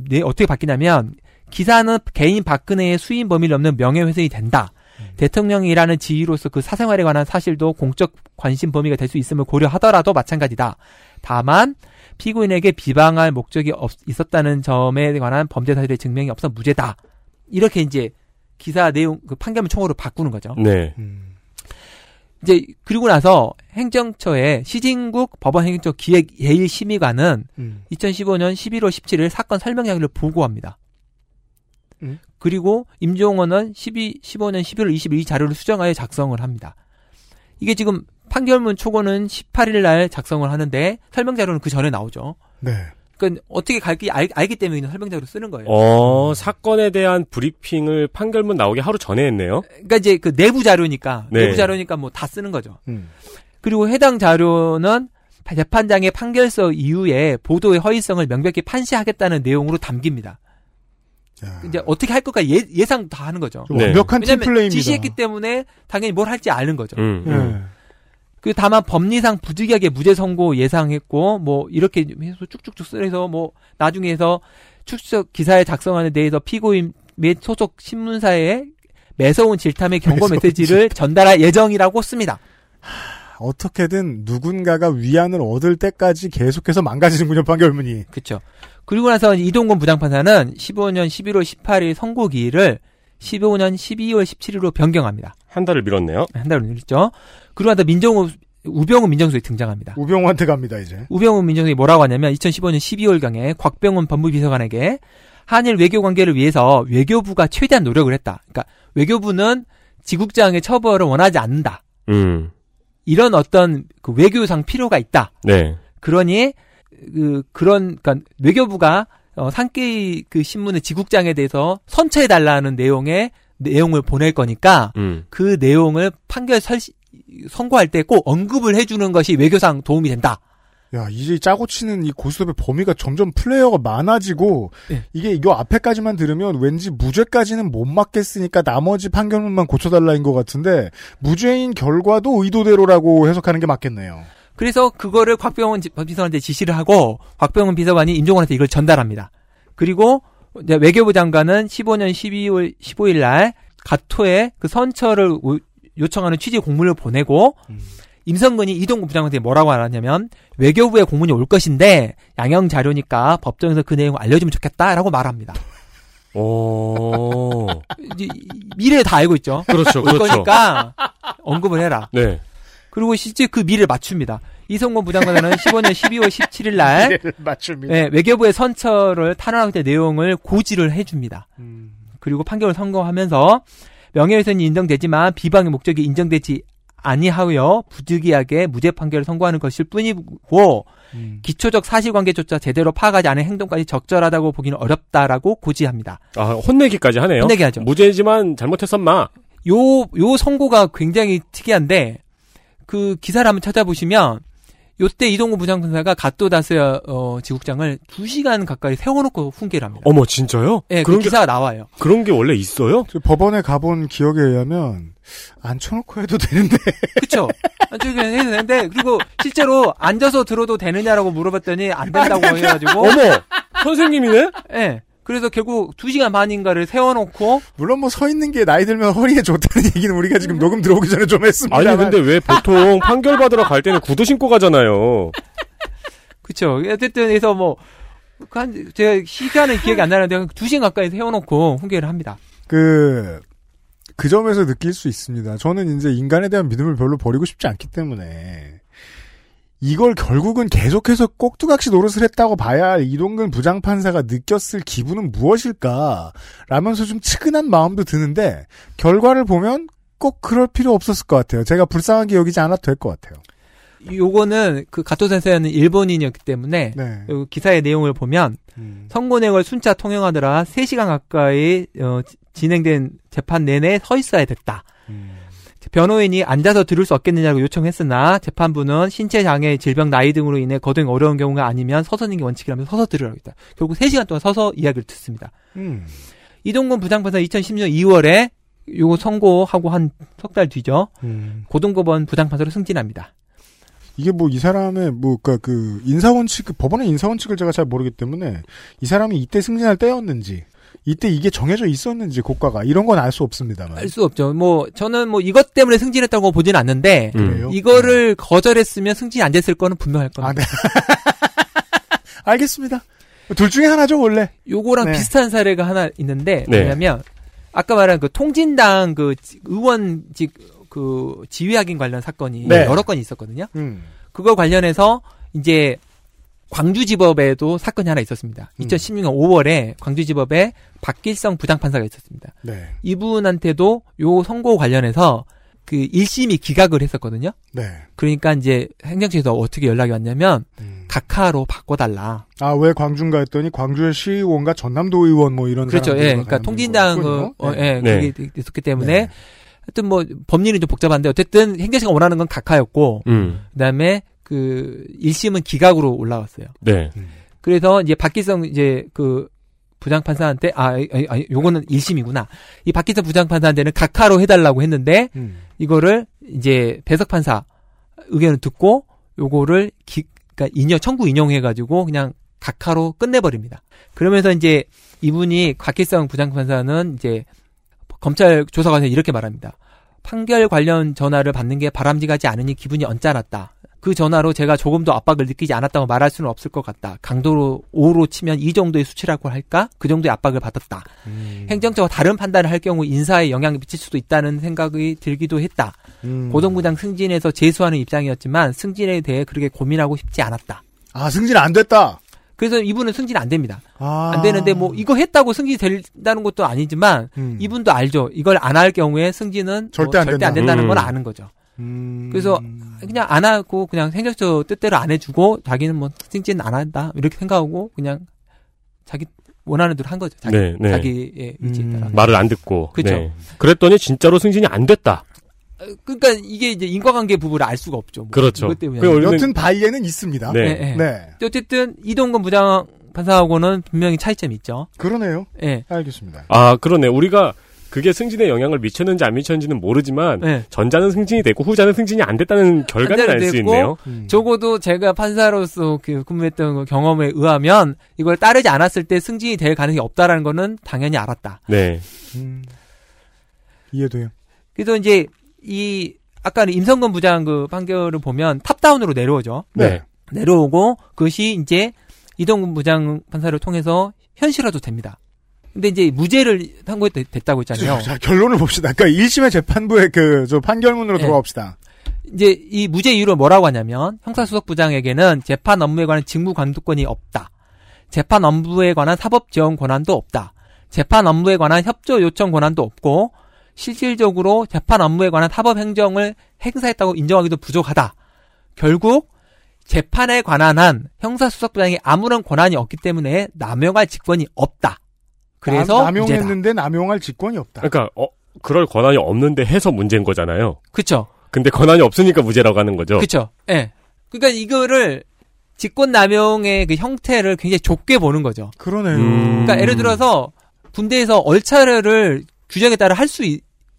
내- 어떻게 바뀌냐면 기사는 개인 박근혜의 수임 범위를 넘는 명예훼손이 된다. 대통령이라는 지위로서 그 사생활에 관한 사실도 공적 관심 범위가 될 수 있음을 고려하더라도 마찬가지다. 다만 피고인에게 비방할 목적이 없, 있었다는 점에 관한 범죄 사실의 증명이 없어 무죄다. 이렇게 이제 기사 내용 그 판결문 총으로 바꾸는 거죠. 네. 음. 이제 그리고 나서 행정처의 시진국 법원 행정처 기획 예일 심의관은 2015년 11월 17일 사건 설명 양의를 보고합니다. 음. 그리고 임종원은 12, 15년 11월 22일 자료를 수정하여 작성을 합니다. 이게 지금 판결문 초고는 18일 날 작성을 하는데 설명 자료는 그 전에 나오죠. 네. 그러니까 어떻게 갈지 알, 기 때문에 그냥 설명 자료 쓰는 네. 거예요. 어, 사건에 대한 브리핑을 판결문 나오기 하루 전에 했네요. 그러니까 이제 그 내부 자료니까 네. 내부 자료니까 뭐 다 쓰는 거죠. 음. 그리고 해당 자료는 재판장의 판결서 이후에 보도의 허위성을 명백히 판시하겠다는 내용으로 담깁니다. 야, 이제 어떻게 할 것까 예, 예상 다 하는 거죠. 좀 네. 완벽한 왜냐하면 팀플레이입니다. 지시했기 때문에 당연히 뭘 할지 아는 거죠. 음. 네. 음. 그 다만 법리상 부득이하게 무죄 선고 예상했고 뭐 이렇게 해서 쭉쭉쭉 쓰면서 뭐 나중에서 축적 기사에 작성하는 데에서 피고인 및 소속 신문사에 매서운 질타의 경고 매서운 메시지를 전달할 예정이라고 씁니다. 어떻게든 누군가가 위안을 얻을 때까지 계속해서 망가지는군요 판결문이. 그렇죠. 그리고 나서 이동건 부장판사는 15년 11월 18일 선고 기일을 15년 12월 17일로 변경합니다. 한 달을 미뤘네요. 한 달을 늘렸죠. 그리고 나서 민정우 우병우 민정수석이 등장합니다. 우병우한테 갑니다 이제. 우병우 민정수석이 뭐라고 하냐면 2015년 12월경에 곽병훈 법무비서관에게 한일 외교 관계를 위해서 외교부가 최대한 노력을 했다. 그러니까 외교부는 지국장의 처벌을 원하지 않는다. 음. 이런 어떤 그 외교상 필요가 있다. 네. 그러니 그 그런 그러니까 외교부가 어, 상케이 그 신문의 지국장에 대해서 선처해 달라는 내용의 내용을 보낼 거니까 음. 그 내용을 판결 설시, 선고할 때 꼭 언급을 해주는 것이 외교상 도움이 된다. 야 이제 짜고 치는 이 고스톱의 범위가 점점 플레이어가 많아지고 예. 이게 이 앞에까지만 들으면 왠지 무죄까지는 못 막겠으니까 나머지 판결문만 고쳐달라인 것 같은데 무죄인 결과도 의도대로라고 해석하는 게 맞겠네요. 그래서 그거를 곽병훈 지- 비서관한테 지시를 하고 곽병훈 비서관이 임종원한테 이걸 전달합니다. 그리고 이제 외교부 장관은 15년 12월 15일 날 가토에 그 선처를 오- 요청하는 취지 공문을 보내고 음. 임성근이 이동국 부장한테 뭐라고 말하냐면 외교부의 공문이 올 것인데 양형 자료니까 법정에서 그 내용 알려주면 좋겠다라고 말합니다. 오. 이제 이- 미래 다 알고 있죠. 그렇죠. 올 그렇죠. 거니까 언급을 해라. 네. 그리고 실제 그 미를 맞춥니다. 이성곤 부장관은 15년 12월 17일 날 [laughs] 맞춥니다. 예, 외교부의 선처를 탄원할 때 내용을 고지를 해줍니다. 음. 그리고 판결을 선고하면서 명예훼손이 인정되지만 비방의 목적이 인정되지 아니하여 부득이하게 무죄 판결을 선고하는 것일 뿐이고 음. 기초적 사실관계조차 제대로 파악하지 않은 행동까지 적절하다고 보기는 어렵다라고 고지합니다. 아, 혼내기까지 하네요. 혼내기 하죠. 무죄지만 잘못했었마. 요, 요 선고가 굉장히 특이한데, 그 기사를 한번 찾아보시면, 요때 이동구 부장판사가 갓도 다스야, 어, 지국장을 2시간 가까이 세워놓고 훈계를 합니다. 어머 진짜요? 예, 그 그런 게 기사가 나와요. 그런 게 원래 있어요? 저 법원에 가본 기억에 의하면 앉혀놓고 해도 되는데 [laughs] 그쵸? 안쪽에 해도 되는데, 그리고 실제로 앉아서 들어도 되느냐라고 물어봤더니 안 된다고 해가지고, 어머 선생님이네? 예. 그래서 결국 2시간 반인가를 세워놓고, 물론 뭐 서 있는 게 나이 들면 허리에 좋다는 얘기는 우리가 지금 녹음 들어오기 전에 좀 했습니다. 아니 근데 왜 보통 판결 받으러 갈 때는 구두 신고 가잖아요. 그쵸. 어쨌든, 그래서 뭐, 그 한, 제가 시간은 기억이 안 나는데, 2시간 가까이 세워놓고 훈계를 합니다. 그, 그 점에서 느낄 수 있습니다. 저는 이제 인간에 대한 믿음을 별로 버리고 싶지 않기 때문에 이걸 결국은 계속해서 꼭두각시 노릇을 했다고 봐야 이동근 부장판사가 느꼈을 기분은 무엇일까 라면서 좀 측은한 마음도 드는데 결과를 보면 꼭 그럴 필요 없었을 것 같아요. 제가 불쌍하게 여기지 않아도 될 것 같아요. 요거는 그 가토 센세는 일본인이었기 때문에 네. 요 기사의 내용을 보면 음. 선고내용을 순차 통영하느라 3시간 가까이 어, 지- 진행된 재판 내내 서 있어야 됐다. 변호인이 앉아서 들을 수 없겠느냐고 요청했으나 재판부는 신체 장애, 질병, 나이 등으로 인해 거동이 어려운 경우가 아니면 서서 있는 게 원칙이라면서 서서 들으라고 했다. 결국 3시간 동안 서서 이야기를 듣습니다. 음. 이동근 부장판사 2010년 2월에 요거 선고하고 한 석 달 뒤죠. 음. 고등법원 부장판사로 승진합니다. 이게 뭐 이 사람의 뭐그 그 인사 원칙 그 법원의 인사 원칙을 제가 잘 모르기 때문에 이 사람이 이때 승진할 때였는지 이때 이게 정해져 있었는지 고가가 이런 건 알 수 없습니다만 알 수 없죠. 뭐 저는 뭐 이것 때문에 승진했다고 보진 않는데 그래요? 이거를 거절했으면 승진 안 됐을 거는 분명할 아, 겁니다. 네. 알겠습니다. 둘 중에 하나죠 원래. 요거랑 네. 비슷한 사례가 하나 있는데 네. 뭐냐면 아까 말한 그 통진당 그 지- 의원직 그 지휘학인 관련 사건이 네. 여러 건이 있었거든요. 음. 그거 관련해서 이제 광주지법에도 사건이 하나 있었습니다. 음. 2016년 5월에 광주지법에 박길성 부장판사가 있었습니다. 네. 이분한테도 요 선고 관련해서 그 1심이 기각을 했었거든요. 네. 그러니까 이제 행정처에서 어떻게 연락이 왔냐면 음. 각하로 바꿔달라. 아왜 광주인가 했더니 광주의 시의원과 전남도 의원 뭐 이런 그렇죠. 사람들이 예. 그러니까 가는 통진당 그, 거였군요. 어, 네. 예, 네. 그게 있었기 때문에 하여튼 뭐 법리는 좀 복잡한데 어쨌든 행정처가 원하는 건 각하였고 음. 그다음에 그 1심은 기각으로 올라왔어요. 네. 그래서 이제 박기성 이제 그 부장판사한테 아, 아니, 아니, 요거는 1심이구나. 이 박기성 부장판사한테는 각하로 해달라고 했는데 음. 이거를 이제 배석 판사 의견을 듣고 요거를 기, 그러니까 인용 청구 인용해 가지고 그냥 각하로 끝내버립니다. 그러면서 이제 이분이 곽길성 부장판사는 이제 검찰 조사관에 이렇게 말합니다. 판결 관련 전화를 받는 게 바람직하지 않으니 기분이 언짢았다. 그 전화로 제가 조금도 압박을 느끼지 않았다고 말할 수는 없을 것 같다. 강도로 5로 치면 이 정도의 수치라고 할까? 그 정도의 압박을 받았다. 음. 행정처가 다른 판단을 할 경우 인사에 영향을 미칠 수도 있다는 생각이 들기도 했다. 음. 고등부장 승진에서 재수하는 입장이었지만 승진에 대해 그렇게 고민하고 싶지 않았다. 아 승진 안 됐다. 그래서 이분은 승진 안 됩니다. 아. 안 되는데 뭐 이거 했다고 승진 된다는 것도 아니지만 음. 이분도 알죠. 이걸 안 할 경우에 승진은 절대 뭐 안 된다. 된다는 음. 걸 아는 거죠. 음. 그래서 그냥 안 하고 그냥 생각처 뜻대로 안 해주고 자기는 뭐 승진 안 한다 이렇게 생각하고 그냥 자기 원하는 대로 한 거죠. 자기, 네, 네. 자기의 의지에 따라. 음. 말을 안 듣고. 그쵸. 네. 그랬더니 진짜로 승진이 안 됐다. 그러니까 이게 이제 인과관계 부분을 알 수가 없죠. 뭐. 그렇죠. 이것 때문에. 그게 원래는- 여튼 바이에는 있습니다. 네. 예, 예. 네. 어쨌든 이동건 부장 판사하고는 분명히 차이점이 있죠. 그러네요. 예. 알겠습니다. 아 그러네. 우리가 그게 승진에 영향을 미쳤는지 안 미쳤는지는 모르지만 예. 전자는 승진이 됐고 후자는 승진이 안 됐다는 결과는 전자는 알 수 됐고, 있네요. 음. 적어도 제가 판사로서 그 근무했던 그 경험에 의하면 이걸 따르지 않았을 때 승진이 될 가능성이 없다라는 거는 당연히 알았다. 네. 음. 이해돼요. 그래서 이제 이 아까 임성근 부장 그 판결을 보면 탑다운으로 내려오죠. 네. 내려오고 그것이 이제 이동근 부장 판사를 통해서 현실화도 됩니다. 근데 이제 무죄를 선고했다고 했잖아요. 자, 결론을 봅시다. 그러니까 1심의 재판부의 그 저 판결문으로 네. 돌아옵시다. 이제 이 무죄 이유를 뭐라고 하냐면 형사수석부장에게는 재판 업무에 관한 직무 감독권이 없다. 재판 업무에 관한 사법 지원 권한도 없다. 재판 업무에 관한 협조 요청 권한도 없고 실질적으로 재판 업무에 관한 사법 행정을 행사했다고 인정하기도 부족하다. 결국 재판에 관한 한 형사수석부장이 아무런 권한이 없기 때문에 남용할 직권이 없다. 아, 그래서 남, 용했는데 남용할 직권이 없다. 그러니까 어, 그럴 권한이 없는데 해서 문제인 거잖아요. 그쵸? 근데 권한이 없으니까 무죄라고 하는 거죠. 그쵸? 예. 그러니까 이거를 직권남용의 그 형태를 굉장히 좁게 보는 거죠. 그러네요. 음. 그러니까 예를 들어서 군대에서 얼차려를 규정에 따라 할 수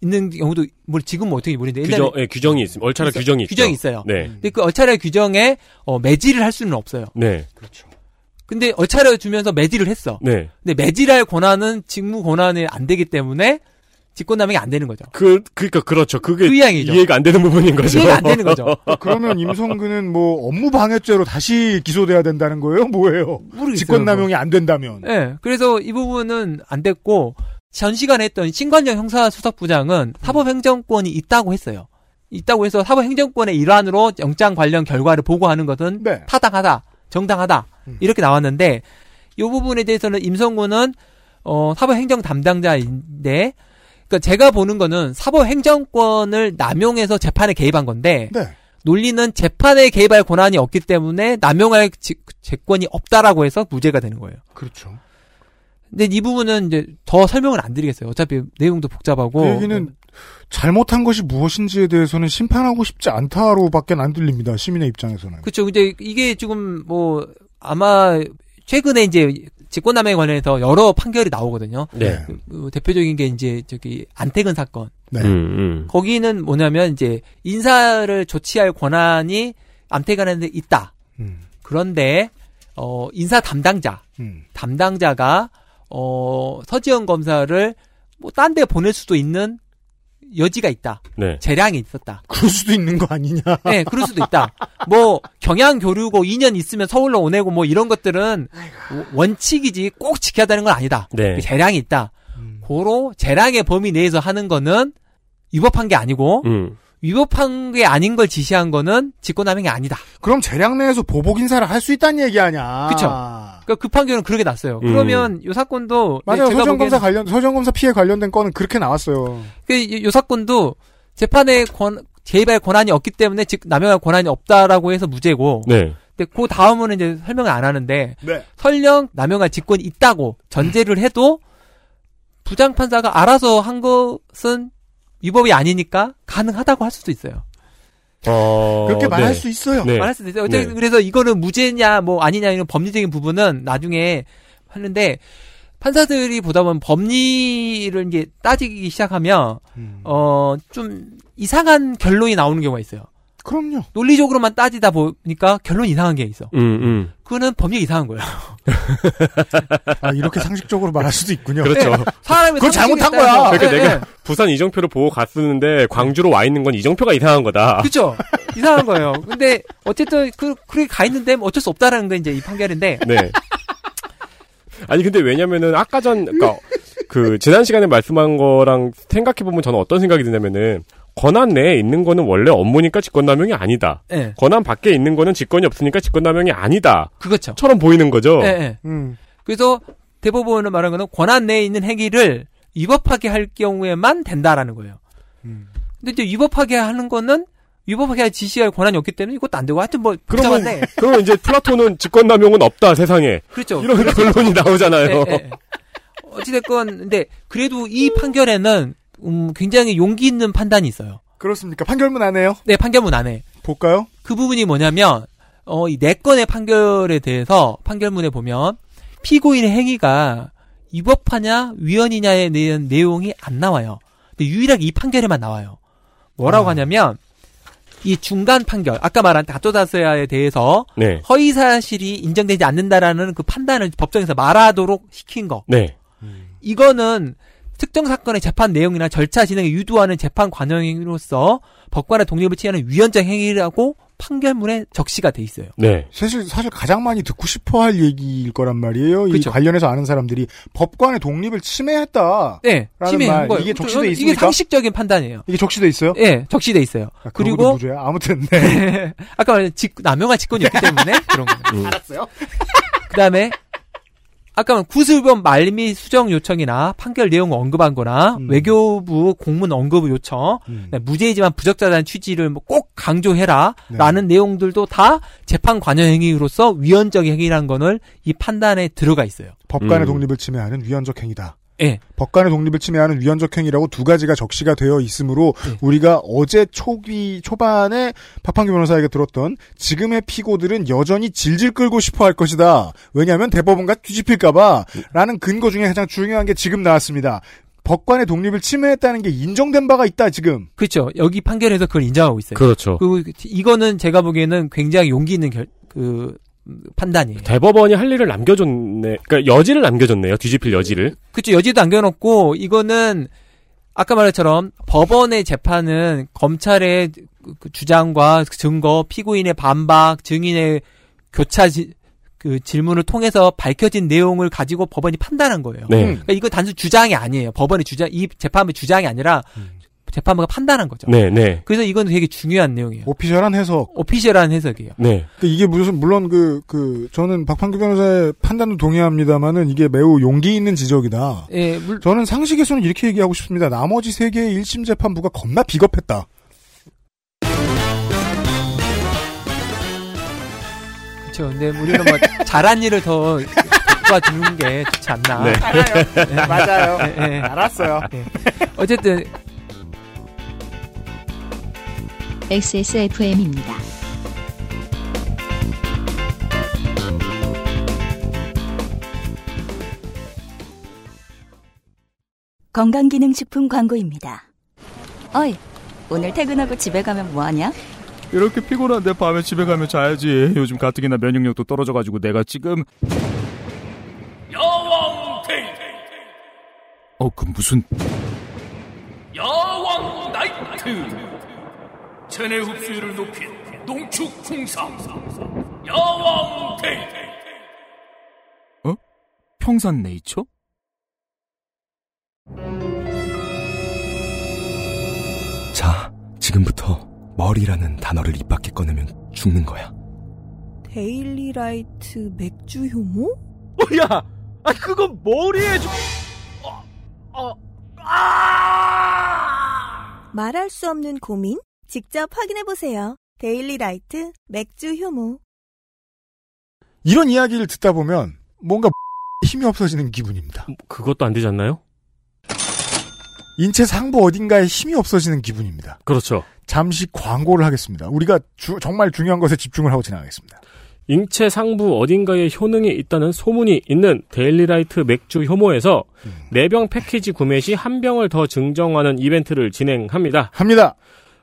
있는 경우도 뭐 지금 뭐 어떻게 모르는데 옛날에 규정, 예, 규정이 있습니다. 얼차려 있어- 규정이 있죠. 규정이 있어요. 네. 근데 그 얼차려 규정에 어, 매질을 할 수는 없어요. 네. 근데 얼차려 주면서 매질을 했어. 네. 근데 매질할 권한은 직무 권한에 안 되기 때문에 직권남용이 안 되는 거죠. 그, 그니까, 그렇죠. 그게 그 이양이죠. 이해가 안 되는 부분인 거죠. 이해가 안 되는 거죠. 아, 그러면 임성근은 뭐 업무 방해죄로 다시 기소돼야 된다는 거예요? 뭐예요? 모르겠어요. 직권남용이 안 된다면. 예. 그래서 이 부분은 안 됐고 전 시간에 했던 신관영 음. 형사수석부장은 사법행정권이 있다고 했어요. 있다고 해서 사법행정권의 일환으로 영장 관련 결과를 보고하는 것은 네. 타당하다, 정당하다 음. 이렇게 나왔는데 이 부분에 대해서는 임성군은 어, 사법행정 담당자인데 그러니까 제가 보는 거는 사법행정권을 남용해서 재판에 개입한 건데 네. 논리는 재판에 개입할 권한이 없기 때문에 남용할 지- 재권이 없다라고 해서 무죄가 되는 거예요. 그렇죠. 근데 이 부분은 이제 더 설명을 안 드리겠어요. 어차피 내용도 복잡하고. 그 얘기는 잘못한 것이 무엇인지에 대해서는 심판하고 싶지 않다로밖에 안 들립니다. 시민의 입장에서는. 그렇죠. 이제 이게 지금 뭐 아마 최근에 이제 직권남용에 관련해서 여러 판결이 나오거든요. [laughs] 네. 어, 대표적인 게 이제 저기 안태근 사건. 네. 음, 음. 거기는 뭐냐면 이제 인사를 조치할 권한이 안태근한테 있다. 음. 그런데 어 인사 담당자 음. 담당자가 어 서지영 검사를 뭐 딴 데 보낼 수도 있는 여지가 있다. 네. 재량이 있었다. 그럴 수도 있는 거 아니냐. 네, 그럴 수도 있다. 뭐 경향 교류고 2년 있으면 서울로 오내고 뭐 이런 것들은 원칙이지 꼭 지켜야 되는 건 아니다. 그 네. 재량이 있다. 음. 고로 재량의 범위 내에서 하는 거는 위법한 게 아니고 음. 위법한 게 아닌 걸 지시한 거는 직권남용이 아니다. 그럼 재량 내에서 보복 인사를 할 수 있다는 얘기 아냐. 그쵸. 그러니까 그 판결은 그렇게 났어요. 음. 그러면 이 사건도 네, 맞아요. 제가 서정 보기에는 검사 관련 서정 검사 피해 관련된 건은 그렇게 나왔어요. 그, 이, 이 사건도 재판에 권, 개입할 권한이 없기 때문에 즉 남용할 권한이 없다라고 해서 무죄고 네. 근데 그 다음은 이제 설명을 안 하는데 네. 설령 남용할 직권이 있다고 전제를 해도 부장판사가 알아서 한 것은 위법이 아니니까 가능하다고 할 수도 있어요. 어, 그렇게 말할 네. 수 있어요. 네. 말할 수도 있어요. 어쨌든 네. 그래서 이거는 무죄냐 뭐 아니냐 이런 법리적인 부분은 나중에 하는데 판사들이 보다 보면 법리를 이제 따지기 시작하면 음. 어 좀 이상한 결론이 나오는 경우가 있어요. 그럼요. 논리적으로만 따지다 보니까 결론 이상한 게 있어. 음, 음. 그거는 법리 이상한 거예요. 아, 이렇게 상식적으로 말할 수도 있군요. 네. 그렇죠. 사람이 그건 상식에 잘못한 따라서- 거야. 그러니까 예, 내가 예. 부산 이정표를 보고 갔었는데 광주로 와 있는 건 이정표가 이상한 거다. 그쵸? 이상한 거예요. 근데, 어쨌든, 그, 그렇게 가 있는데, 뭐 어쩔 수 없다라는 게 이제 이 판결인데, 네. 아니 근데 왜냐면은 아까 전 그러니까 그 지난 시간에 말씀한 거랑 생각해 보면 저는 어떤 생각이 드냐면은 권한 내에 있는 거는 원래 업무니까 직권남용이 아니다. 예, 권한 밖에 있는 거는 직권이 없으니까 직권남용이 아니다처럼 그거죠. 보이는 거죠. 예, 예. 음. 그래서, 대법원은 말한 거는 권한 내에 있는 행위를 위법하게 할 경우에만 된다라는 거예요. 음. 근데 이제 위법하게 하는 거는, 위법하게 지시할 권한이 없기 때문에 이것도 안 되고, 하여튼 뭐, 그러면- 복잡한데, 그럼 이제 플라톤은 직권남용은 없다 세상에 그렇죠. 이런 결론이 나오잖아요. 예, 예. 어찌됐건, 근데, 그래도 이 판결에는, 음, 굉장히 용기 있는 판단이 있어요. 그렇습니까? 판결문 안 해요? 네, 판결문 안에. 볼까요? 그 부분이 뭐냐면 어, 이 네 건의 판결에 대해서 판결문에 보면 피고인의 행위가 위법하냐 위헌이냐에 대한 내용이 안 나와요. 근데 유일하게 이 판결에만 나와요. 뭐라고 아. 하냐면 이 중간 판결 아까 말한 다토다스야에 대해서 네. 허위 사실이 인정되지 않는다라는 그 판단을 법정에서 말하도록 시킨 거. 네. 이거는 특정 사건의 재판 내용이나 절차 진행에 유도하는 재판 관행으로서 법관의 독립을 침해하는 위헌적 행위라고 판결문에 적시가 돼 있어요. 네. 사실 사실 가장 많이 듣고 싶어 할 얘기일 거란 말이에요. 이 그쵸. 관련해서 아는 사람들이 법관의 독립을 침해했다. 네, 라는 말, 침해한 거예요. 이게 적시돼 저는 이게 있습니까? 상식적인 판단이에요. 이게 적시돼 있어요? 예, 적시돼 있어요. 아, 그런 것도 그리고 무죄야? 아무튼 네. 아까 말한 직, 남용한 직권이 [laughs] 없기 때문에 그런 거예요. 알았어요. 그다음에 아까 말한 구술범 말미 수정 요청이나 판결 내용 언급한 거나 음. 외교부 공문 언급 요청 네, 무죄이지만 부적절한 취지를 뭐꼭 네. 강조해라라는 내용들도 다 재판 관여 행위로서 위헌적 행위라는 거를 이 판단에 들어가 있어요. 법관의 음. 독립을 침해하는 위헌적 행위다. 예. 법관의 독립을 침해하는 위헌적 행위라고 두 가지가 적시가 되어 있으므로 네. 우리가 어제 초기 초반에 박판규 변호사에게 들었던 지금의 피고들은 여전히 질질 끌고 싶어 할 것이다. 왜냐하면 대법원과 뒤집힐까봐 라는 근거 중에 가장 중요한 게 지금 나왔습니다. 법관의 독립을 침해했다는 게 인정된 바가 있다 지금. 그렇죠. 여기 판결에서 그걸 인정하고 있어요. 그렇죠. 그리고 이거는 제가 보기에는 굉장히 용기 있는 결, 그 음, 판단이에요. 대법원이 할 일을 남겨줬네. 그러니까 여지를 남겨줬네요. 뒤집힐 여지를. 그렇죠. 여지도 남겨놓고 이거는 아까 말처럼 법원의 재판은 검찰의 그- 그 주장과 증거, 피고인의 반박, 증인의 교차 지- 그 질문을 통해서 밝혀진 내용을 가지고 법원이 판단한 거예요. 네. 음. 그러니까 이거 단순 주장이 아니에요. 법원의 주장, 이 재판부의 주장이 아니라 재판부가 판단한 거죠. 음. 네, 네. 그래서 이건 되게 중요한 내용이에요. 오피셜한 해석. 오피셜한 해석이에요. 네. 그 이게 무슨 물론 그 그 저는 박판규 변호사의 판단도 동의합니다만은 이게 매우 용기 있는 지적이다. 예, 물- 저는 상식에서는 이렇게 얘기하고 싶습니다. 나머지 세 개의 1심 재판부가 겁나 비겁했다. 그렇죠. 근데 우리는 뭐 [laughs] 잘한 일을 더 도와주는 게 좋지 않나. 네. 맞아요. 알았어요. 네. 어쨌든 XSFM입니다. 건강기능식품 광고입니다. 어이, 오늘 퇴근하고 집에 가면 뭐하냐? 이렇게 피곤한데 밤에 집에 가면 자야지. 요즘 가뜩이나 면역력도 떨어져가지고 내가 지금 어 그 무슨 야왕 나이트 체내 흡수율을 높인 농축 풍상 야왕 데이 어? 평산 네이처? 자, 지금부터 머리라는 단어를 입 밖에 꺼내면 죽는 거야. 데일리라이트 맥주 효모? 야 아, 그건 머리에 좀 어, 아! 말할 수 없는 고민? 직접 확인해보세요. 데일리라이트 맥주 효모. 이런 이야기를 듣다 보면 뭔가 [laughs] 힘이 없어지는 기분입니다. 그것도 안 되지 않나요? 인체 상부 어딘가에 힘이 없어지는 기분입니다. 그렇죠. 잠시 광고를 하겠습니다. 우리가 주- 정말 중요한 것에 집중을 하고 지나가겠습니다. 인체 상부 어딘가에 효능이 있다는 소문이 있는 데일리라이트 맥주 효모에서 네 병 패키지 구매 시 한 병을 더 증정하는 이벤트를 진행합니다. 합니다.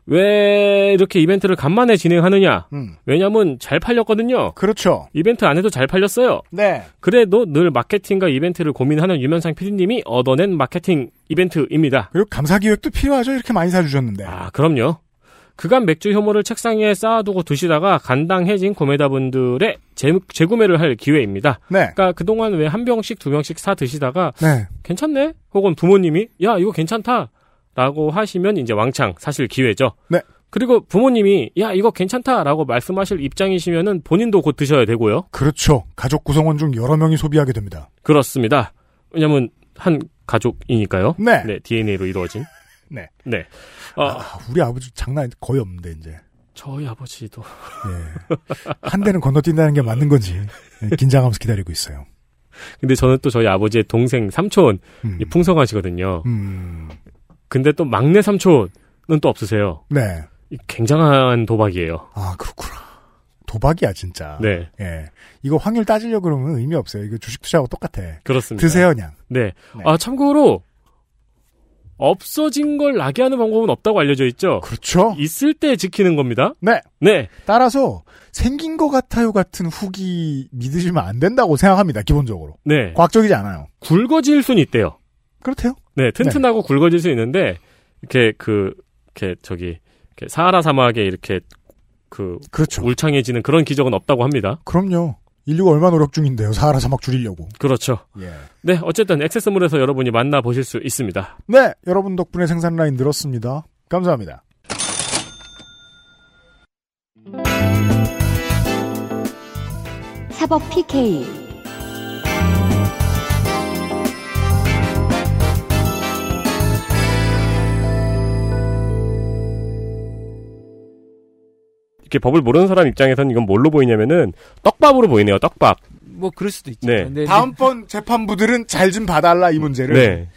왜 이렇게 이벤트를 간만에 진행하느냐? 음, 왜냐면 잘 팔렸거든요. 그렇죠. 이벤트 안 해도 잘 팔렸어요. 네. 그래도 늘 마케팅과 이벤트를 고민하는 유면상 PD님이 얻어낸 마케팅 이벤트입니다. 그리고 감사 기획도 필요하죠. 이렇게 많이 사주셨는데. 아, 그럼요. 그간 맥주 효모를 책상 위에 쌓아두고 드시다가 간당해진 구매자분들의 재, 재구매를 할 기회입니다. 네. 그러니까 그동안 왜 한 병씩 두 병씩 사 드시다가 네. 괜찮네? 혹은 부모님이 야, 이거 괜찮다. 라고 하시면 이제 왕창 사실 기회죠. 네. 그리고 부모님이 야, 이거 괜찮다라고 말씀하실 입장이시면은 본인도 곧 드셔야 되고요. 그렇죠. 가족 구성원 중 여러 명이 소비하게 됩니다. 그렇습니다. 왜냐면 한 가족이니까요. 네. DNA로 이루어진. 네. 네. 어, 아, 우리 아버지 장난 거의 없는데 이제. 저희 아버지도 예. 한 대는 건너뛴다는 게 맞는 건지 예, 긴장하면서 기다리고 있어요. 근데 저는 또 저희 아버지의 동생 삼촌이 음. 풍성하시거든요. 음. 근데 또 막내 삼촌은 또 없으세요. 네. 이 굉장한 도박이에요. 아 그렇구나. 도박이야 진짜. 네, 예. 이거 확률 따지려 그러면 의미 없어요. 이거 주식 투자하고 네. 똑같아. 그렇습니다. 드세요 그냥. 네. 네. 아 참고로 없어진 걸 나게 하는 방법은 없다고 알려져 있죠. 그렇죠. 있을 때 지키는 겁니다. 네. 네, 따라서 생긴 것 같아요 같은 후기 믿으시면 안 된다고 생각합니다. 기본적으로. 네. 과학적이지 않아요. 굵어질 순 있대요. 그렇대요. 네, 튼튼하고 굵어질 수 있는데 이렇게 그 이렇게 저기 이렇게 사하라 사막에 이렇게 그 그렇죠. 울창해지는 그런 기적은 없다고 합니다. 그럼요. 인류가 얼마 나 노력 중인데요. 사하라 사막 줄이려고. 그렇죠. 예. 네, 어쨌든 액세스몰에서 여러분이 만나 보실 수 있습니다. 네. 여러분 덕분에 생산 라인 늘었습니다. 감사합니다. 사법 PK 이렇게 법을 모르는 사람 입장에서는 이건 뭘로 보이냐면은 떡밥으로 보이네요. 떡밥. 뭐 그럴 수도 있죠. 네. 근데 다음번 재판부들은 잘 좀 봐달라 이 문제를. 네.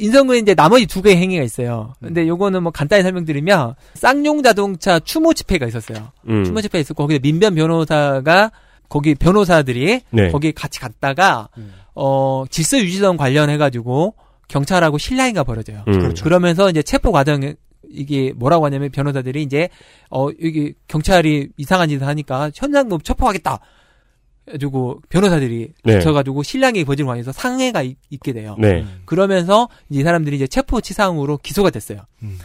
인성군에 이제 나머지 두 개의 행위가 있어요. 음. 근데 요거는 뭐 간단히 설명드리면 쌍용 자동차 추모 집회가 있었어요. 음. 추모 집회 있었고 거기서 민변 변호사가 거기 변호사들이 네. 거기 같이 갔다가 어 질서 유지선 관련해 가지고 경찰하고 신라이가 벌어져요. 음. 그렇죠. 그러면서 이제 체포 과정에 이게 뭐라고 하냐면 변호사들이 이제 어 여기 경찰이 이상한 짓을 하니까 현장금 체포하겠다. 가지고 변호사들이 네. 붙여가지고 신랑이 거짓을 많이 해서 상해가 있, 게 돼요. 네. 그러면서 이제 이 사람들이 이제 체포치상으로 기소가 됐어요. 음.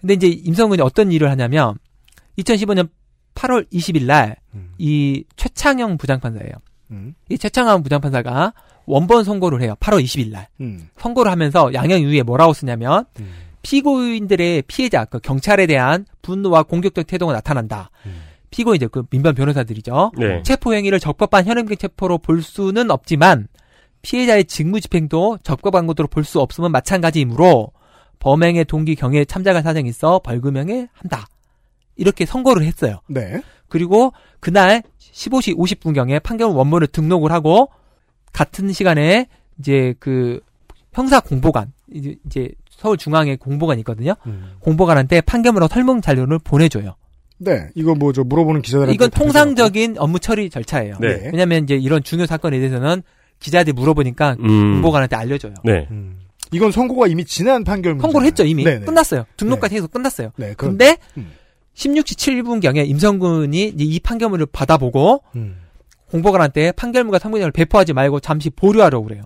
근데 이제 임성근이 어떤 일을 하냐면 2015년 8월 20일 날 음. 이 최창영 부장판사예요. 음. 이 최창영 부장판사가 원본 선고를 해요. 8월 20일 날 음. 선고를 하면서 양형유예 뭐라고 쓰냐면 피고인들의 피해자 그 경찰에 대한 분노와 공격적 태도가 나타난다. 피고인 이제 그 민변 변호사들이죠. 네. 체포 행위를 적법한 현행범 체포로 볼 수는 없지만 피해자의 직무 집행도 적법한 것으로 볼 수 없음은 마찬가지이므로 범행의 동기 경위에 참작한 사정이 있어 벌금형에 한다. 이렇게 선고를 했어요. 네. 그리고 그날 15시 50분경에 판결 원문을 등록을 하고 같은 시간에 이제 그 형사 공보관 이제, 이제 서울 중앙에 공보관이 있거든요. 공보관한테 판결문과 설문 자료를 보내줘요. 네. 이거 뭐 저 물어보는 기자들한테. 이건 다 통상적인 업무 처리 절차예요. 네. 왜냐하면 이제 이런 중요 사건에 대해서는 기자들이 물어보니까 음. 공보관한테 알려줘요. 네. 음. 이건 선고가 이미 지난 판결문. 음. 선고를 했죠 이미 네네. 끝났어요. 등록까지 해서 끝났어요. 네, 그건- 근데 16시 7분경에 임성근이 이제 이 판결문을 받아보고 음. 음. 공보관한테 판결문과 선고장을 배포하지 말고 잠시 보류하라고 그래요.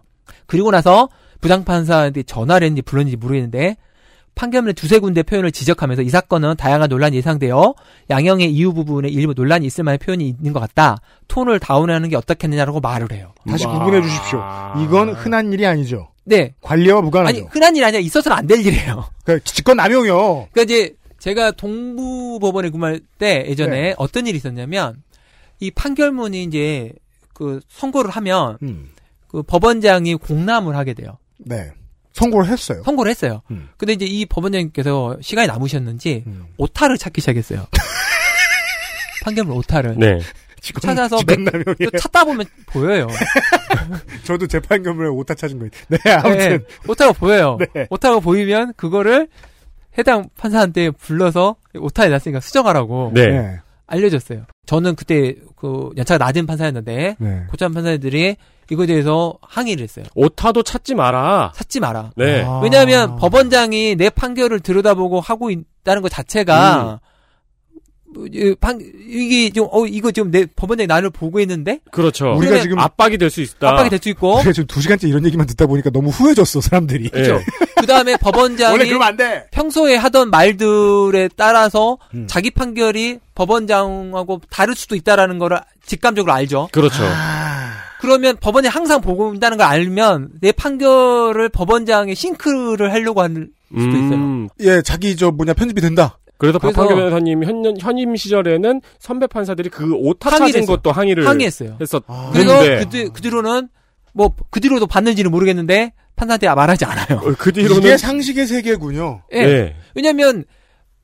그리고 나서 부장판사한테 전화를 했는지 불렀는지 모르겠는데 판결문에 두세 군데 표현을 지적하면서 이 사건은 다양한 논란이 예상되어 양형의 이유 부분에 일부 논란이 있을 만한 표현이 있는 것 같다. 톤을 다운하는 게 어떻겠느냐라고 말을 해요. 다시 구분해 주십시오. 아. 이건 흔한 일이 아니죠. 네. 관리와 무관하죠. 아니 흔한 일 아니야. 있어서는 안 될 일이에요. [laughs] 그러니까 직권 남용이요. 그러니까 이제 제가 동부법원에 근무할 때 예전에 네. 어떤 일이 있었냐면 이 판결문이 이제 그 선고를 하면 그 법원장이 공람을 하게 돼요. 음. 네. 선고를 했어요. 선고를 했어요. 음. 근데 이제 이 법원장님께서 시간이 남으셨는지 오타를 [laughs] 찾기 시작했어요. 판결문 오타를 네. 찾아서 직권 몇- 남용이에요. 또 찾다 보면 보여요. 저도 재판결문에 오타 찾은 거예요. 네, [laughs] 아무튼. 네, 오타가 보여요. 네. 오타가 보이면 그거를 해당 판사한테 불러서 오타에 났으니까 수정하라고 네. 네. 알려줬어요. 저는 그때 그 연차가 낮은 판사였는데 네. 고참 판사들이 이거에 대해서 항의를 했어요. 오타도 찾지 마라. 찾지 마라. 네. 아. 왜냐하면 법원장이 내 판결을 들여다보고 하고 있다는 것 자체가 음. 뭐, 이 판- 이게 좀 어 이거 지금 내 법원장이 나를 보고 있는데 그렇죠. 우리가 지금- 압박이 될 수 아. 있다. 압박이 될 수 [laughs] 있고 제가 지금 두 시간째 이런 얘기만 듣다 보니까 너무 후회졌어, 사람들이. 예. 그 다음에 원래 법원장이 그러면 안 돼! 평소에 하던 말들에 따라서 음. 자기 판결이 법원장하고 다를 수도 있다라는 거를 직감적으로 알죠. 그렇죠. 아, 그러면 법원이 항상 보고 있다는 걸 알면 내 판결을 법원장에 싱크를 하려고 하는 수도 있어요. 음. 예, 자기 저 뭐냐, 편집이 된다. 그래서 그래서- 박판교 변호사님 현, 현임 시절에는 선배 판사들이 그 오타 항의를 찾은 했어요. 것도 네. 항의를 항의했어요. 했었. 아. 그래서 근데- 그, 뒤, 그 뒤로는 뭐 그 뒤로도 봤는지는 모르겠는데 판사한테 말하지 않아요. 어, 그 이게 뒤로는 상식의 세계군요. 예. 왜냐하면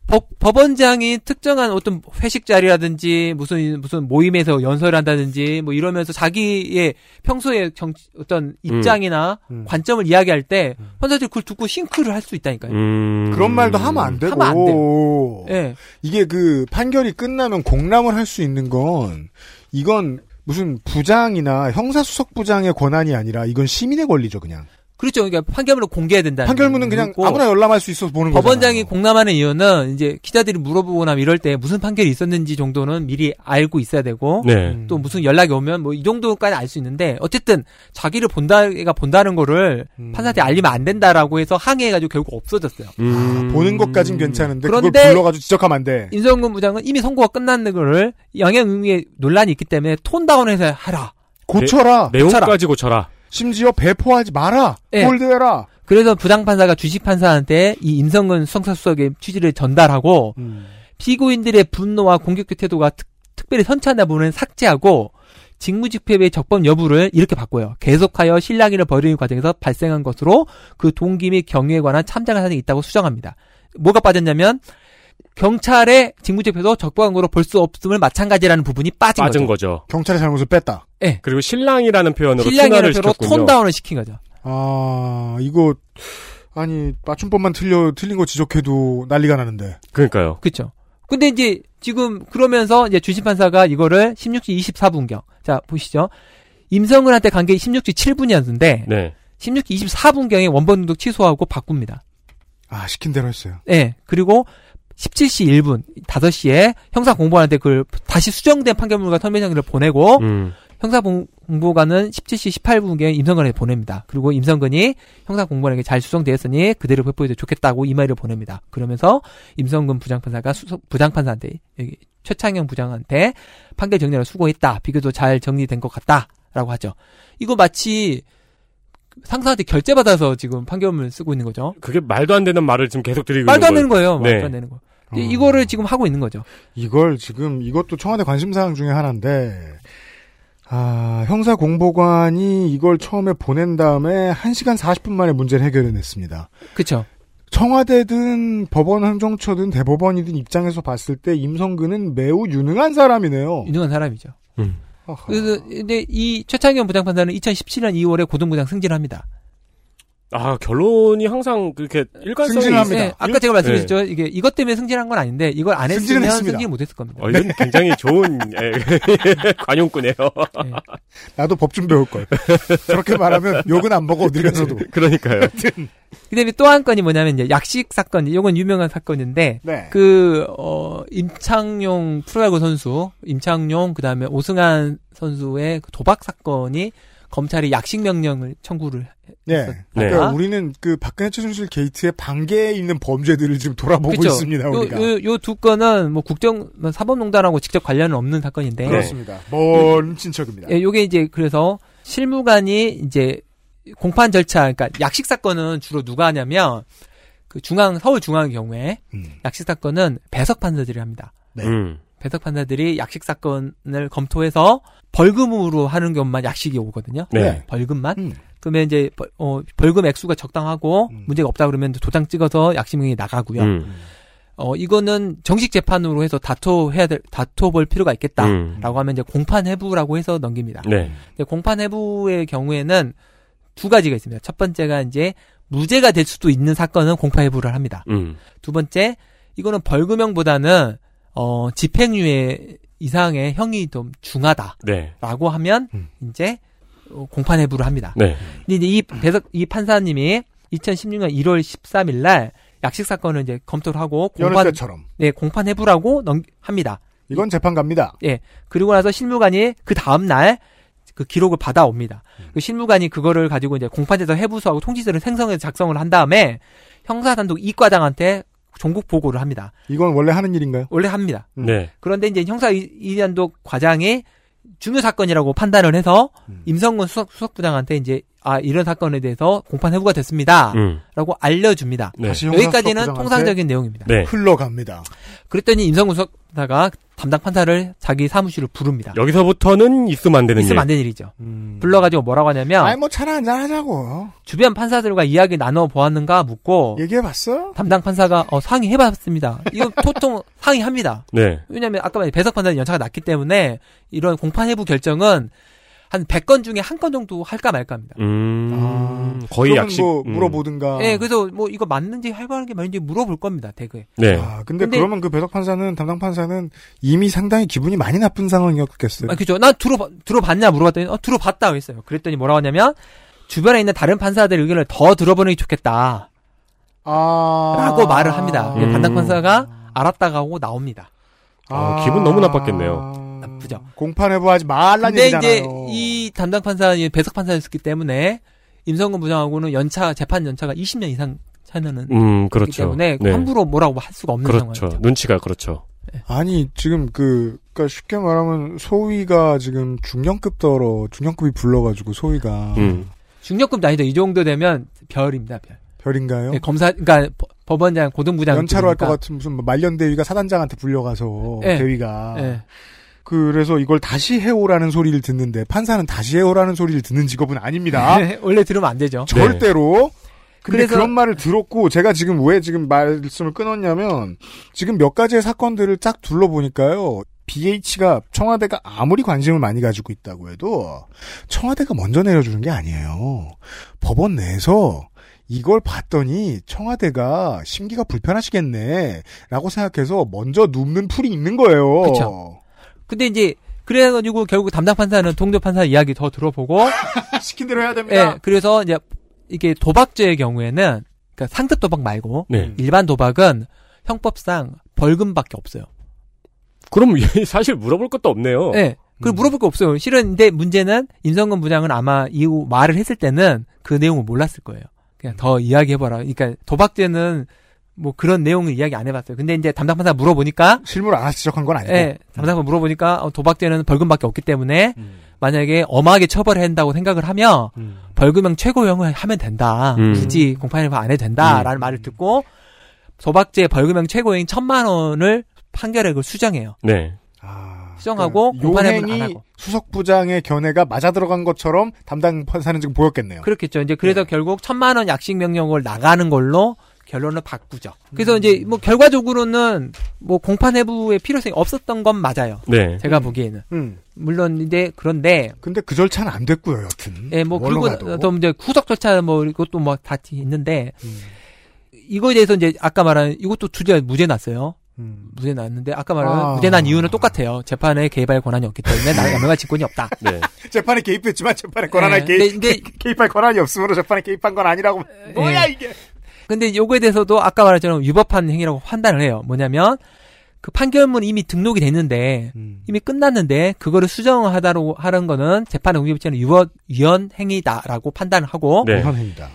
법, 법원장이 특정한 어떤 회식 자리라든지 무슨 무슨 모임에서 연설을 한다든지 뭐 이러면서 자기의 평소의 정, 어떤 입장이나 음. 관점을 이야기할 때 판사들이 그걸 듣고 싱크를 할 수 있다니까요. 음. 그런 말도 하면 안 되고. 하면 안 예. 이게 그 판결이 끝나면 공람을 할 수 있는 건 이건 무슨 부장이나 형사수석부장의 권한이 아니라 이건 시민의 권리죠, 그냥. 그렇죠. 그러니까 판결문을 공개해야 된다. 판결문은 그냥 아무나 열람할 수 있어서 보는 거죠. 법원장이 공람하는 이유는 이제 기자들이 물어보고 나면 이럴 때 무슨 판결이 있었는지 정도는 미리 알고 있어야 되고 네. 또 음. 무슨 연락이 오면 뭐 이 정도까지 알 수 있는데 어쨌든 자기를 본다가 본다는 거를 판사한테 알리면 안 된다라고 해서 항의해가지고 결국 없어졌어요. 음. 아, 보는 것까진 괜찮은데 그걸 그런데- 불러가지고 지적하면 안 돼. 임성근 부장은 이미 선고가 끝났는 거를 영향의미에 논란이 있기 때문에 톤 다운해서 하라. 고쳐라. 내용까지 고쳐라. 심지어 배포하지 마라. 예. 홀드해라. 그래서 부장판사가 주식판사한테 이 임성근 수석수석의 취지를 전달하고 피고인들의 분노와 공격적 태도가 특, 별히 선차나 부분은 삭제하고 직무집행의 적법 여부를 이렇게 바꿔요. 계속하여 실랑이를 벌이는 과정에서 발생한 것으로 그 동기 및 경위에 관한 참작을 사정이 있다고 수정합니다. 뭐가 빠졌냐면 경찰의 직무집행도 적부광고로 볼 수 없음을 마찬가지라는 부분이 빠진 빠진 거죠. 거죠. 경찰의 잘못을 뺐다. 네. 그리고 신랑이라는 표현으로 신랑이라는 신랑이라는 표로 톤다운을 시킨 거죠. 아, 이거, 아니, 맞춤법만 틀려, 틀린 거 지적해도 난리가 나는데. 그러니까요. 그렇죠. 근데 이제 지금 그러면서 이제 주심판사가 이거를 16시 24분경 자 보시죠. 임성근한테 간 게 16시 7분이었는데 네. 16시 24분경에 원본 등록 취소하고 바꿉니다. 아, 시킨 대로 했어요. 네. 그리고 17시 1분 5시에 형사 공부하는데 그걸 다시 수정된 판결문과 설명장을 보내고 음. 형사 공- 공보관은 17시 18분경에 임성근에게 보냅니다. 그리고 임성근이 형사 공보관에게 잘 수정되었으니 그대로 회포해도 좋겠다고 이메일을 보냅니다. 그러면서 임성근 부장판사가 수- 부장판사한테 여기 최창영 부장한테 판결 정리를 수고했다. 비교도 잘 정리된 것 같다라고 하죠. 이거 마치 상사한테 결제 받아서 지금 판결문을 쓰고 있는 거죠. 그게 말도 안 되는 말을 지금 계속 드리고 말도 안 있는 되는 거예요. 거예요. 말도 안 되는 거. 근데 이거를 지금 하고 있는 거죠. 어. 이걸 지금, 이것도 청와대 관심사항 중에 하나인데, 아, 형사 공보관이 이걸 처음에 보낸 다음에 1시간 40분 만에 문제를 해결해냈습니다. 그렇죠. 청와대든 법원 행정처든 대법원이든 입장에서 봤을 때 임성근은 매우 유능한 사람이네요. 유능한 사람이죠. 음. 그래서 근데 이 최창현 부장판사는 2017년 2월에 고등부장 승진합니다. 아 결론이 항상 그렇게 일관성이 네, 있- 아까 제가 말씀드렸죠. 이게 이것 때문에 승진한 건 아닌데 이걸 안 예. 승진은 했으면 했습니다. 승진 못했을 겁니다. 어, 이건 굉장히 [laughs] 좋은 예, [laughs] 관용꾼이에요. 예. 나도 법 좀 배울 걸. [laughs] 저렇게 말하면 욕은 안 먹어 어딜 가서도. [laughs] 네. 그러니까요. 그다음에 또 한 건이 뭐냐면 이제 약식 사건. 이건 유명한 사건인데 네. 그 어, 임창용 프로야구 선수, 임창용 그다음에 오승환 선수의 그 도박 사건이 검찰이 약식 명령을 청구를 네. 네. 그러니까 우리는 그 박근혜 최순실 게이트의 반개에 있는 범죄들을 지금 돌아보고 그쵸? 있습니다. 요- 우리가. 요- 요두 건은 뭐 국정 사법농단하고 직접 관련은 없는 사건인데 그렇습니다. 먼 친척입니다. 네. 예, 요게 이제 그래서 실무관이 이제 공판 절차, 그러니까 약식 사건은 주로 누가 하냐면 그 중앙 서울 중앙의 경우에 음. 약식 사건은 배석 판사들이 합니다. 네. 음. 배석 판사들이 약식 사건을 검토해서 벌금으로 하는 것만 약식이 오거든요. 네. 벌금만. 음. 그러면 이제 벌, 어, 벌금 액수가 적당하고 문제가 없다 그러면 도장 찍어서 약식명이 나가고요. 음. 어, 이거는 정식 재판으로 해서 다투해야 될, 다투볼 필요가 음. 있겠다라고 하면 이제 공판 해부라고 해서 넘깁니다. 음. 네. 근데 공판 해부의 경우에는 두 가지가 있습니다. 첫 번째가 이제 무죄가 될 수도 있는 사건은 공판 해부를 합니다. 음. 두 번째, 이거는 벌금형보다는 어, 집행유예 이상의 형이 좀 중하다. 네. 라고 하면 이제 어, 공판 해부를 합니다. 네. 근데 이제 이 배석 이 판사님이 2016년 1월 13일 날 약식 사건을 이제 검토를 하고 여느 공판 때처럼. 네, 공판 해부라고 넘 합니다. 이건 재판 갑니다. 예. 그리고 나서 실무관이 그 다음 날 그 기록을 받아옵니다. 음. 그 실무관이 그거를 가지고 이제 공판에서 해부수하고 통지서를 생성해서 작성을 한 다음에 형사단독 이과장한테 종국 보고를 합니다. 이건 원래 하는 일인가요? 원래 합니다. 네. 그런데 이제 형사 이- 이단독 과장이 중요 사건이라고 판단을 해서 음. 임성근 수석 수석부장한테 이제 아 이런 사건에 대해서 공판 해부가 됐습니다라고 음. 아. 알려줍니다. 네. 다시 형사 여기까지는 수석부장한테 통상적인 내용입니다. 네. 흘러갑니다. 그랬더니 임성근 수석사가 담당 판사를 자기 사무실로 부릅니다. 여기서부터는 있으면 안 되는 있으면 일. 예. 안 되는 일이죠. 음. 불러가지고 뭐라고 하냐면 아이 뭐 차나 한잔 하자고. 주변 판사들과 이야기 나눠 보았는가 묻고 예. 얘기해봤어? 담당 판사가 어, 상의해봤습니다. [laughs] 이건 보통 상의합니다. 네. 왜냐하면 아까 말한 배석 판사는 연차가 낮기 때문에 이런 공판 해부 결정은 한 100건 중에 한 건 정도 할까 말까 합니다. 음. 아, 거의 그러면 약식. 뭐 음. 물어보든가. 예, 그래서 뭐 이거 맞는지 할바하는 게 맞는지 물어볼 겁니다. 대개. 네. 아, 근데, 근데- 그러면 그 배석 판사는 담당 판사는 이미 상당히 기분이 많이 나쁜 상황이었겠어요. 아, 그죠. 나 들어 들어봤냐 물어봤더니 어 들어봤다 그랬어요. 그랬더니 뭐라고 하냐면 주변에 있는 다른 판사들 의견을 더 들어보는 게 좋겠다. 아. 라고 말을 합니다. 그 음. 담당 판사가 알았다가 하고 나옵니다. 아, 기분 너무 나빴겠네요. 나쁘죠. 공판 해부하지 말란 근데 얘기잖아요. 이제 이 담당 판사 배석 판사였기 때문에 임성근 부장하고는 연차 재판 연차가 20년 이상 차면은 음, 그렇기 그렇죠. 때문에 네. 함부로 뭐라고 할 수가 없는 그렇죠. 상황이죠. 눈치가 그렇죠. 아니 지금 그 그러니까 쉽게 말하면 소위가 지금 중령급 떨어 중령급이 불러가지고 소위가 음. 중력급 나이도 이 정도 되면 별입니다. 별. 별인가요? 네, 검사 그러니까 법- 법원장 고등부장 그러니까. 연차로 할 것 정도니까. 같은 무슨 뭐 말년 대위가 사단장한테 불려가서 네. 대위가 예. 그래서 이걸 다시 해오라는 소리를 [laughs] 듣는데 판사는 다시 해오라는 소리를 듣는 직업은 아닙니다. 원래 들으면 안 되죠. 절대로 근데 네. 그래서... 그런 말을 들었고 제가 지금 왜 지금 말씀을 끊었냐면 지금 몇 가지의 사건들을 쫙 둘러보니까요. BH가 청와대가 아무리 관심을 많이 가지고 있다고 해도 청와대가 먼저 내려주는 게 아니에요. 법원 내에서 이걸 봤더니 청와대가 심기가 불편하시겠네라고 생각해서 먼저 눕는 풀이 있는 거예요. 그렇죠. 근데 이제 그래가지고 결국 담당 판사는 동료 판사 이야기 더 들어보고 시킨 대로 해야 됩니다. 예, 그래서 이제 이게 도박죄의 경우에는 그러니까 상습 도박 말고 음. 네. 일반 도박은 형법상 벌금밖에 없어요. 그럼 [laughs] 사실 물어볼 것도 없네요. 네. 그 음. 물어볼 거 없어요. 실은 근데 문제는 임성근 부장은 아마 이후 말을 했을 때는 그 내용을 몰랐을 거예요. 그냥 더 이야기해봐라. 그러니까 도박죄는 뭐 그런 내용을 이야기 안 해봤어요. 근데 이제 담당 판사 물어보니까 실물 알아서 지적한 건 아니고. 네, 담당 판사 물어보니까 도박죄는 벌금밖에 없기 때문에 음. 만약에 엄하게 처벌한다고 생각을 하면 음. 벌금형 최고형을 하면 된다. 굳이 공판을 안 해도 된다라는 말을 듣고 도박죄 벌금형 최고형인 천만 원을 판결액을 수정해요. 네. 아, 수정하고 그러니까 공판을 안 하고. 수석 부장의 견해가 맞아 들어간 것처럼 담당 판사는 지금 보였겠네요. 그렇겠죠. 이제 그래서 네. 결국 천만 원 약식 명령을 나가는 걸로 결론을 바꾸죠. 그래서 음. 이제 뭐 결과적으로는 뭐 공판 해부의 필요성이 없었던 건 맞아요. 네. 제가 음. 보기에는. 음. 물론 이제 그런데 근데 그 절차는 안 됐고요, 여튼. 예, 네, 뭐 그리고 또 이제 구속 절차 뭐 이것도 뭐 다 있는데 음. 이거에 대해서 이제 아까 말한 이것도 주제 무죄 났어요. 음. 무죄 났는데 아까 말한 아. 무죄 난 이유는 똑같아요. 재판에 개입할 권한이 없기 때문에 나 남의 직권이 없다. 예. 네. 재판에 개입했지만 재판에 권한할 네. 개입, 근데, 근데, 개입할 권한이 없으므로 재판에 개입한 건 아니라고 예. 네. [laughs] 뭐야 이게. 근데 요거에 대해서도 아까 말한처럼 위법한 행위라고 판단을 해요. 뭐냐면 그 판결문 이미 등록이 됐는데 음. 이미 끝났는데 그거를 수정하다로 하는 거는 재판에 공개부채는 위법 위헌 행위다라고 판단을 하고 네. 위헌 행위다.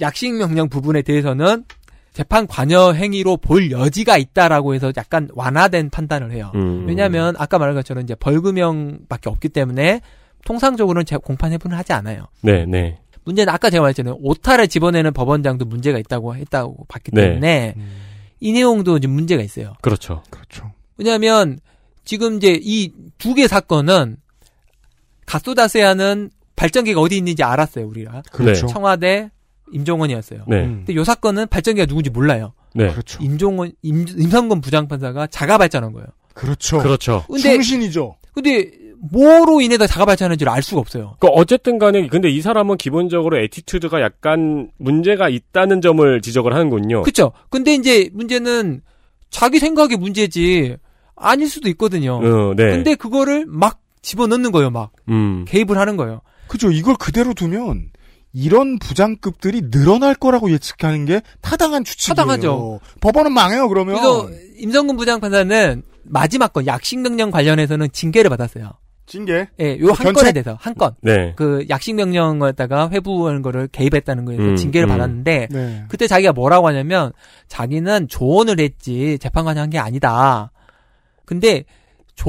약식 명령 부분에 대해서는 재판 관여 행위로 볼 여지가 있다라고 해서 약간 완화된 판단을 해요. 음. 왜냐하면 아까 말한 것처럼 이제 벌금형밖에 없기 때문에 통상적으로는 공판 해부는 하지 않아요. 네, 네. 문제는 아까 제가 말했잖아요. 오타를 집어내는 법원장도 문제가 있다고 했다고 봤기 네. 때문에 음. 이 내용도 지금 문제가 있어요. 그렇죠. 그렇죠. 왜냐하면 지금 이제 이 두 개 사건은 가소다세아는 발전기가 어디 있는지 알았어요, 우리가. 그렇죠. 청와대, 임종원이었어요. 네. 음. 근데 요 사건은 발전기가 누군지 몰라요. 네. 그렇죠. 임종원 임, 임성근 부장판사가 자가 발전한 거예요. 그렇죠. 그렇죠. 근데, 충신이죠. 근데 뭐로 인해서 자가 발전한지를 알 수가 없어요. 그러니까 어쨌든 간에 근데 이 사람은 기본적으로 에티튜드가 약간 문제가 있다는 점을 지적을 하는군요. 그렇죠. 근데 이제 문제는 자기 생각이 문제지 아닐 수도 있거든요. 어, 네. 근데 그거를 막 집어넣는 거예요, 막. 음. 개입을 하는 거예요. 그죠. 이걸 그대로 두면 이런 부장급들이 늘어날 거라고 예측하는 게 타당한 추측이에요. 타당하죠. 법원은 망해요 그러면. 그래서 임성근 부장판사는 마지막 건 약식명령 관련해서는 징계를 받았어요. 징계? 예, 요 한 건에 대해서 한 건. 네. 그 약식명령에다가 회부하는 거를 개입했다는 거에 대해서 음, 징계를 음. 받았는데 네. 그때 자기가 뭐라고 하냐면 자기는 조언을 했지 재판관이 한 게 아니다. 근데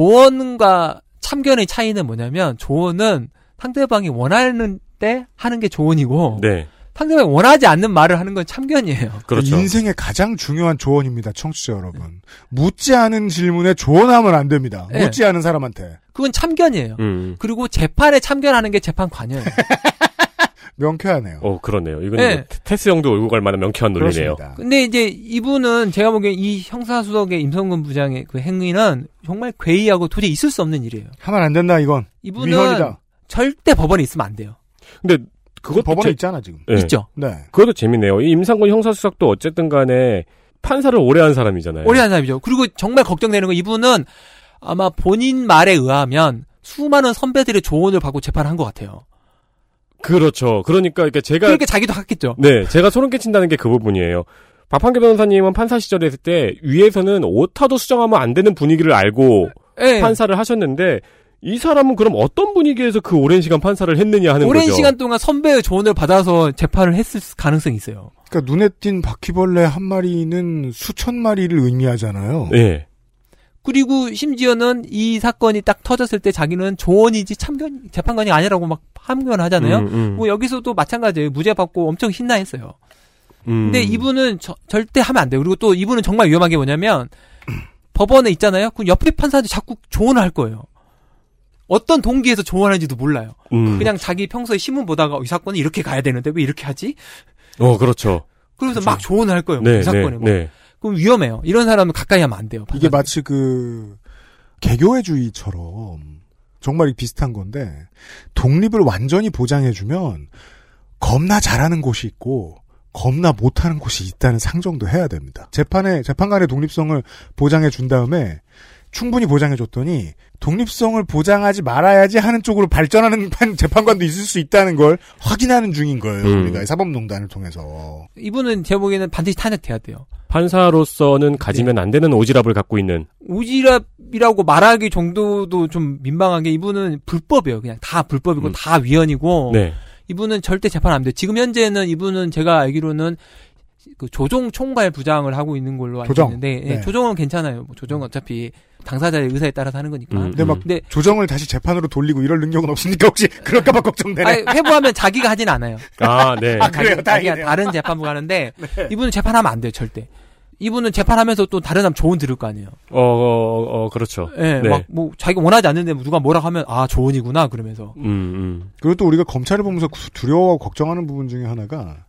조언과 참견의 차이는 뭐냐면 조언은 상대방이 원하는 때 하는 게 조언이고 네. 상대방이 원하지 않는 말을 하는 건 참견이에요. 그렇죠. 인생의 가장 중요한 조언입니다, 청취자 여러분. 묻지 않은 질문에 조언하면 안 됩니다. 네. 묻지 않은 사람한테. 그건 참견이에요. 음. 그리고 재판에 참견하는 게 재판 관여예요. 명쾌하네요. 어 그렇네요. 이건 네. 뭐 테스 형도 울고 갈 만한 명쾌한 논리네요. 그렇습니다. 근데 이제 이분은 제가 보기엔 이 형사수석의 임성근 부장의 그 행위는 정말 괴이하고 도저히 있을 수 없는 일이에요. 하면 안 된다 이건. 이분은 위헌이다. 절대 법원에 있으면 안 돼요. 근데 그것도 법원에 제- 있잖아 지금. 네. 있죠. 네. 그것도 재밌네요. 이 임상권 형사수석도 어쨌든 간에 판사를 오래 한 사람이잖아요. 오래한 사람이죠. 그리고 정말 걱정되는 건 이분은 아마 본인 말에 의하면 수많은 선배들의 조언을 받고 재판한 것 같아요. 그렇죠. 그러니까 그러니까 제가 그렇게 자기도 했겠죠. 네, 제가 소름 끼친다는 게 그 부분이에요. 박한규 변호사님은 판사 시절에 있을 때 위에서는 오타도 수정하면 안 되는 분위기를 알고 예. 판사를 하셨는데 이 사람은 그럼 어떤 분위기에서 그 오랜 시간 판사를 했느냐 하는 오랜 거죠. 시간 동안 선배의 조언을 받아서 재판을 했을 가능성이 있어요. 그러니까 눈에 띈 바퀴벌레 한 마리는 수천 마리를 의미하잖아요. 예. 그리고 심지어는 이 사건이 딱 터졌을 때 자기는 조언이지 참견 재판관이 아니라고 막 함견하잖아요. 음, 음. 뭐 여기서도 마찬가지예요. 무죄 받고 엄청 신나했어요. 음. 근데 이분은 저- 절대 하면 안 돼요. 그리고 또 이분은 정말 위험한 게 뭐냐면 법원에 있잖아요. 그럼 옆에 판사한테 자꾸 조언을 할 거예요. 어떤 동기에서 조언하는지도 몰라요. 음. 그냥 자기 평소에 신문 보다가 이 사건은 이렇게 가야 되는데 왜 이렇게 하지? 어, 그렇죠. 그러면서 막 조언을 할 거예요. 네, 이 사건에. 네, 뭐. 네. 그럼 위험해요. 이런 사람은 가까이 하면 안 돼요. 이게 마치 그 개교회주의처럼 정말 이 비슷한 건데 독립을 완전히 보장해주면 겁나 잘하는 곳이 있고 겁나 못하는 곳이 있다는 상정도 해야 됩니다. 재판에 재판관의 독립성을 보장해준 다음에 충분히 보장해줬더니 독립성을 보장하지 말아야지 하는 쪽으로 발전하는 판- 재판관도 있을 수 있다는 걸 확인하는 중인 거예요. 음. 우리가 이 사법농단을 통해서 이분은 제목에는 반드시 탄핵돼야 돼요. 판사로서는 네. 가지면 안 되는 오지랖을 갖고 있는. 오지랖이라고 말하기 정도도 좀 민망한 게 이분은 불법이에요. 그냥 다 불법이고 다 위헌이고 음. 네. 이분은 절대 재판 안 돼요. 지금 현재는 이분은 제가 알기로는 그 조정 총괄 부장을 하고 있는 걸로 알고 조정. 있는데 예, 네. 조정은 괜찮아요. 뭐 조정은 어차피 당사자의 의사에 따라서 하는 거니까. 근데 막 조정을 다시 재판으로 돌리고 이럴 능력은 없으니까 혹시 그럴까봐 걱정되네. 아니, 회부하면 자기가 하진 않아요. 아, 네. 아, 그래요? 자기- 자기가 다행이네요. 네. 다른 [laughs] 재판부 가는데 이분은 재판하면 안 돼요, 절대. 이분은 재판하면서 또 다른 사람 조언 들을 거 아니에요. 어, 어, 어, 그렇죠. 네. 예, 네. 막뭐 자기가 원하지 않는데 누가 뭐라 하면 아 조언이구나 그러면서. 음, 음. 그리고 또 우리가 검찰을 보면서 구- 두려워하고 걱정하는 부분 중에 하나가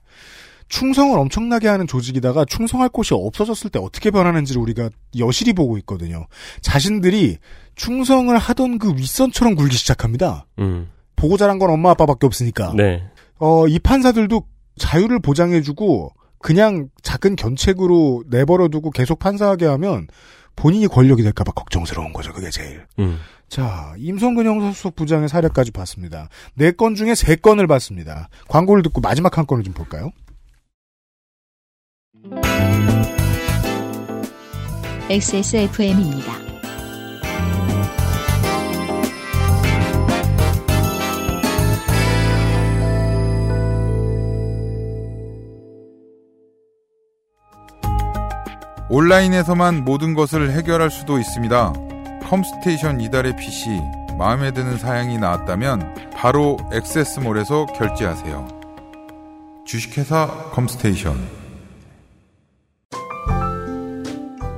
충성을 엄청나게 하는 조직이다가 충성할 곳이 없어졌을 때 어떻게 변하는지를 우리가 여실히 보고 있거든요. 자신들이 충성을 하던 그 윗선처럼 굴기 시작합니다. 음. 보고 자란 건 엄마 아빠밖에 없으니까. 네. 어, 이 판사들도 자유를 보장해주고 그냥 작은 견책으로 내버려두고 계속 판사하게 하면 본인이 권력이 될까봐 걱정스러운 거죠. 그게 제일. 음. 자, 임성근 형사수석 부장의 사례까지 봤습니다. 네 건 중에 세 건을 봤습니다. 광고를 듣고 마지막 한 건을 좀 볼까요? XSFM입니다. 온라인에서만 모든 것을 해결할 수도 있습니다. 컴스테이션 이달의 PC 마음에 드는 사양이 나왔다면 바로 액세스몰에서 결제하세요. 주식회사 컴스테이션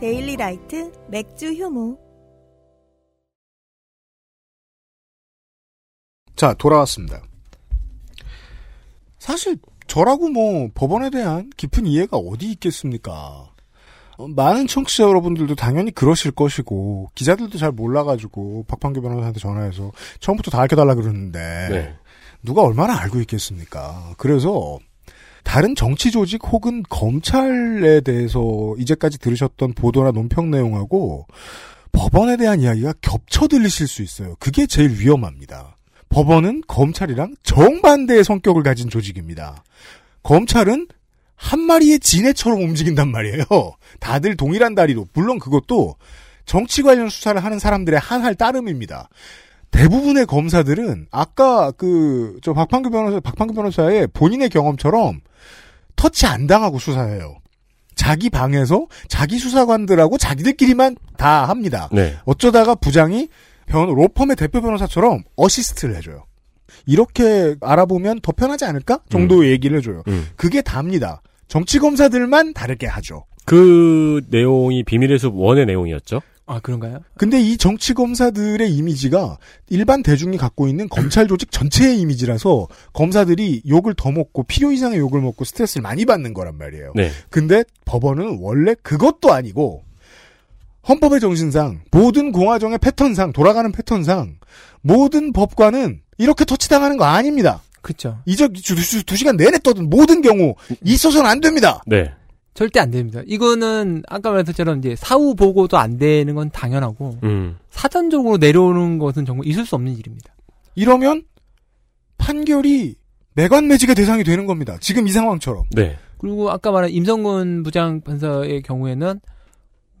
데일리 라이트 맥주 효모. 자, 돌아왔습니다. 사실 저라고 뭐 법원에 대한 깊은 이해가 어디 있겠습니까? 어, 많은 청취자 여러분들도 당연히 그러실 것이고 기자들도 잘 몰라가지고 박판규 변호사한테 전화해서 처음부터 다 알려달라 그러는데 네. 누가 얼마나 알고 있겠습니까? 그래서 다른 정치 조직 혹은 검찰에 대해서 이제까지 들으셨던 보도나 논평 내용하고 법원에 대한 이야기가 겹쳐 들리실 수 있어요. 그게 제일 위험합니다. 법원은 검찰이랑 정반대의 성격을 가진 조직입니다. 검찰은 한 마리의 지네처럼 움직인단 말이에요. 다들 동일한 다리로. 물론 그것도 정치 관련 수사를 하는 사람들의 한할 따름입니다. 대부분의 검사들은 아까 그 저 박판규 변호사 박판규 변호사의 본인의 경험처럼 터치 안 당하고 수사해요. 자기 방에서 자기 수사관들하고 자기들끼리만 다 합니다. 네. 어쩌다가 부장이 변 로펌의 대표 변호사처럼 어시스트를 해줘요. 이렇게 알아보면 더 편하지 않을까 정도 의 얘기를 해줘요. 음. 그게 답니다. 정치 검사들만 다르게 하죠. 그 내용이 비밀의 숲 원의 내용이었죠. 아 그런가요? 근데 이 정치 검사들의 이미지가 일반 대중이 갖고 있는 검찰 조직 전체의 이미지라서 검사들이 욕을 더 먹고 필요 이상의 욕을 먹고 스트레스를 많이 받는 거란 말이에요. 네. 근데 법원은 원래 그것도 아니고 헌법의 정신상 모든 공화정의 패턴상 돌아가는 패턴상 모든 법관은 이렇게 터치당하는 거 아닙니다. 그렇죠. 이제 두, 두, 두 시간 내내 떠든 모든 경우 있어서는 안 됩니다. 네. 절대 안 됩니다. 이거는 아까 말했처럼 이제 사후 보고도 안 되는 건 당연하고 음. 사전적으로 내려오는 것은 정말 있을 수 없는 일입니다. 이러면 판결이 매관매직의 대상이 되는 겁니다. 지금 이 상황처럼. 네. 그리고 아까 말한 임성근 부장 판사의 경우에는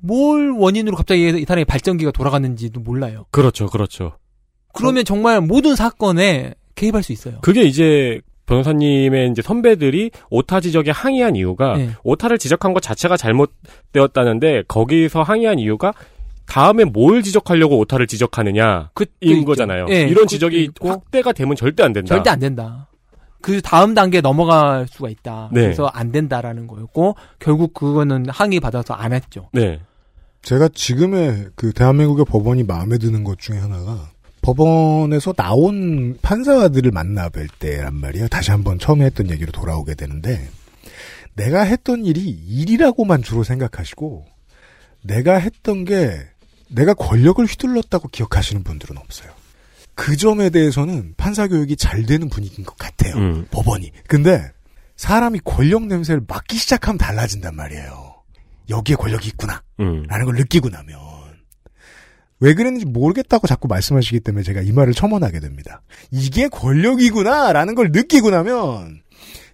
뭘 원인으로 갑자기 이 사람의 발전기가 돌아갔는지도 몰라요. 그렇죠. 그렇죠. 그러면 정말 모든 사건에 개입할 수 있어요. 그게 이제 변호사님의 이제 선배들이 오타 지적에 항의한 이유가 네. 오타를 지적한 것 자체가 잘못되었다는데 거기서 항의한 이유가 다음에 뭘 지적하려고 오타를 지적하느냐 인 있죠. 거잖아요. 예, 이런 그것도 지적이 확대가 되면 절대 안 된다. 절대 안 된다. 그 다음 단계 에 넘어갈 수가 있다. 네. 그래서 안 된다라는 거였고 결국 그거는 항의 받아서 안 했죠. 네. 제가 지금의 그 대한민국의 법원이 마음에 드는 것 중에 하나가 법원에서 나온 판사들을 만나 뵐 때란 말이에요. 다시 한번 처음에 했던 얘기로 돌아오게 되는데 내가 했던 일이 일이라고만 주로 생각하시고 내가 했던 게 내가 권력을 휘둘렀다고 기억하시는 분들은 없어요. 그 점에 대해서는 판사 교육이 잘 되는 분위기인 것 같아요. 법원이. 근데 사람이 권력 냄새를 맡기 시작하면 달라진단 말이에요. 여기에 권력이 있구나. 음, 라는 걸 느끼고 나면 왜 그랬는지 모르겠다고 자꾸 말씀하시기 때문에 제가 이 말을 첨언하게 됩니다. 이게 권력이구나라는 걸 느끼고 나면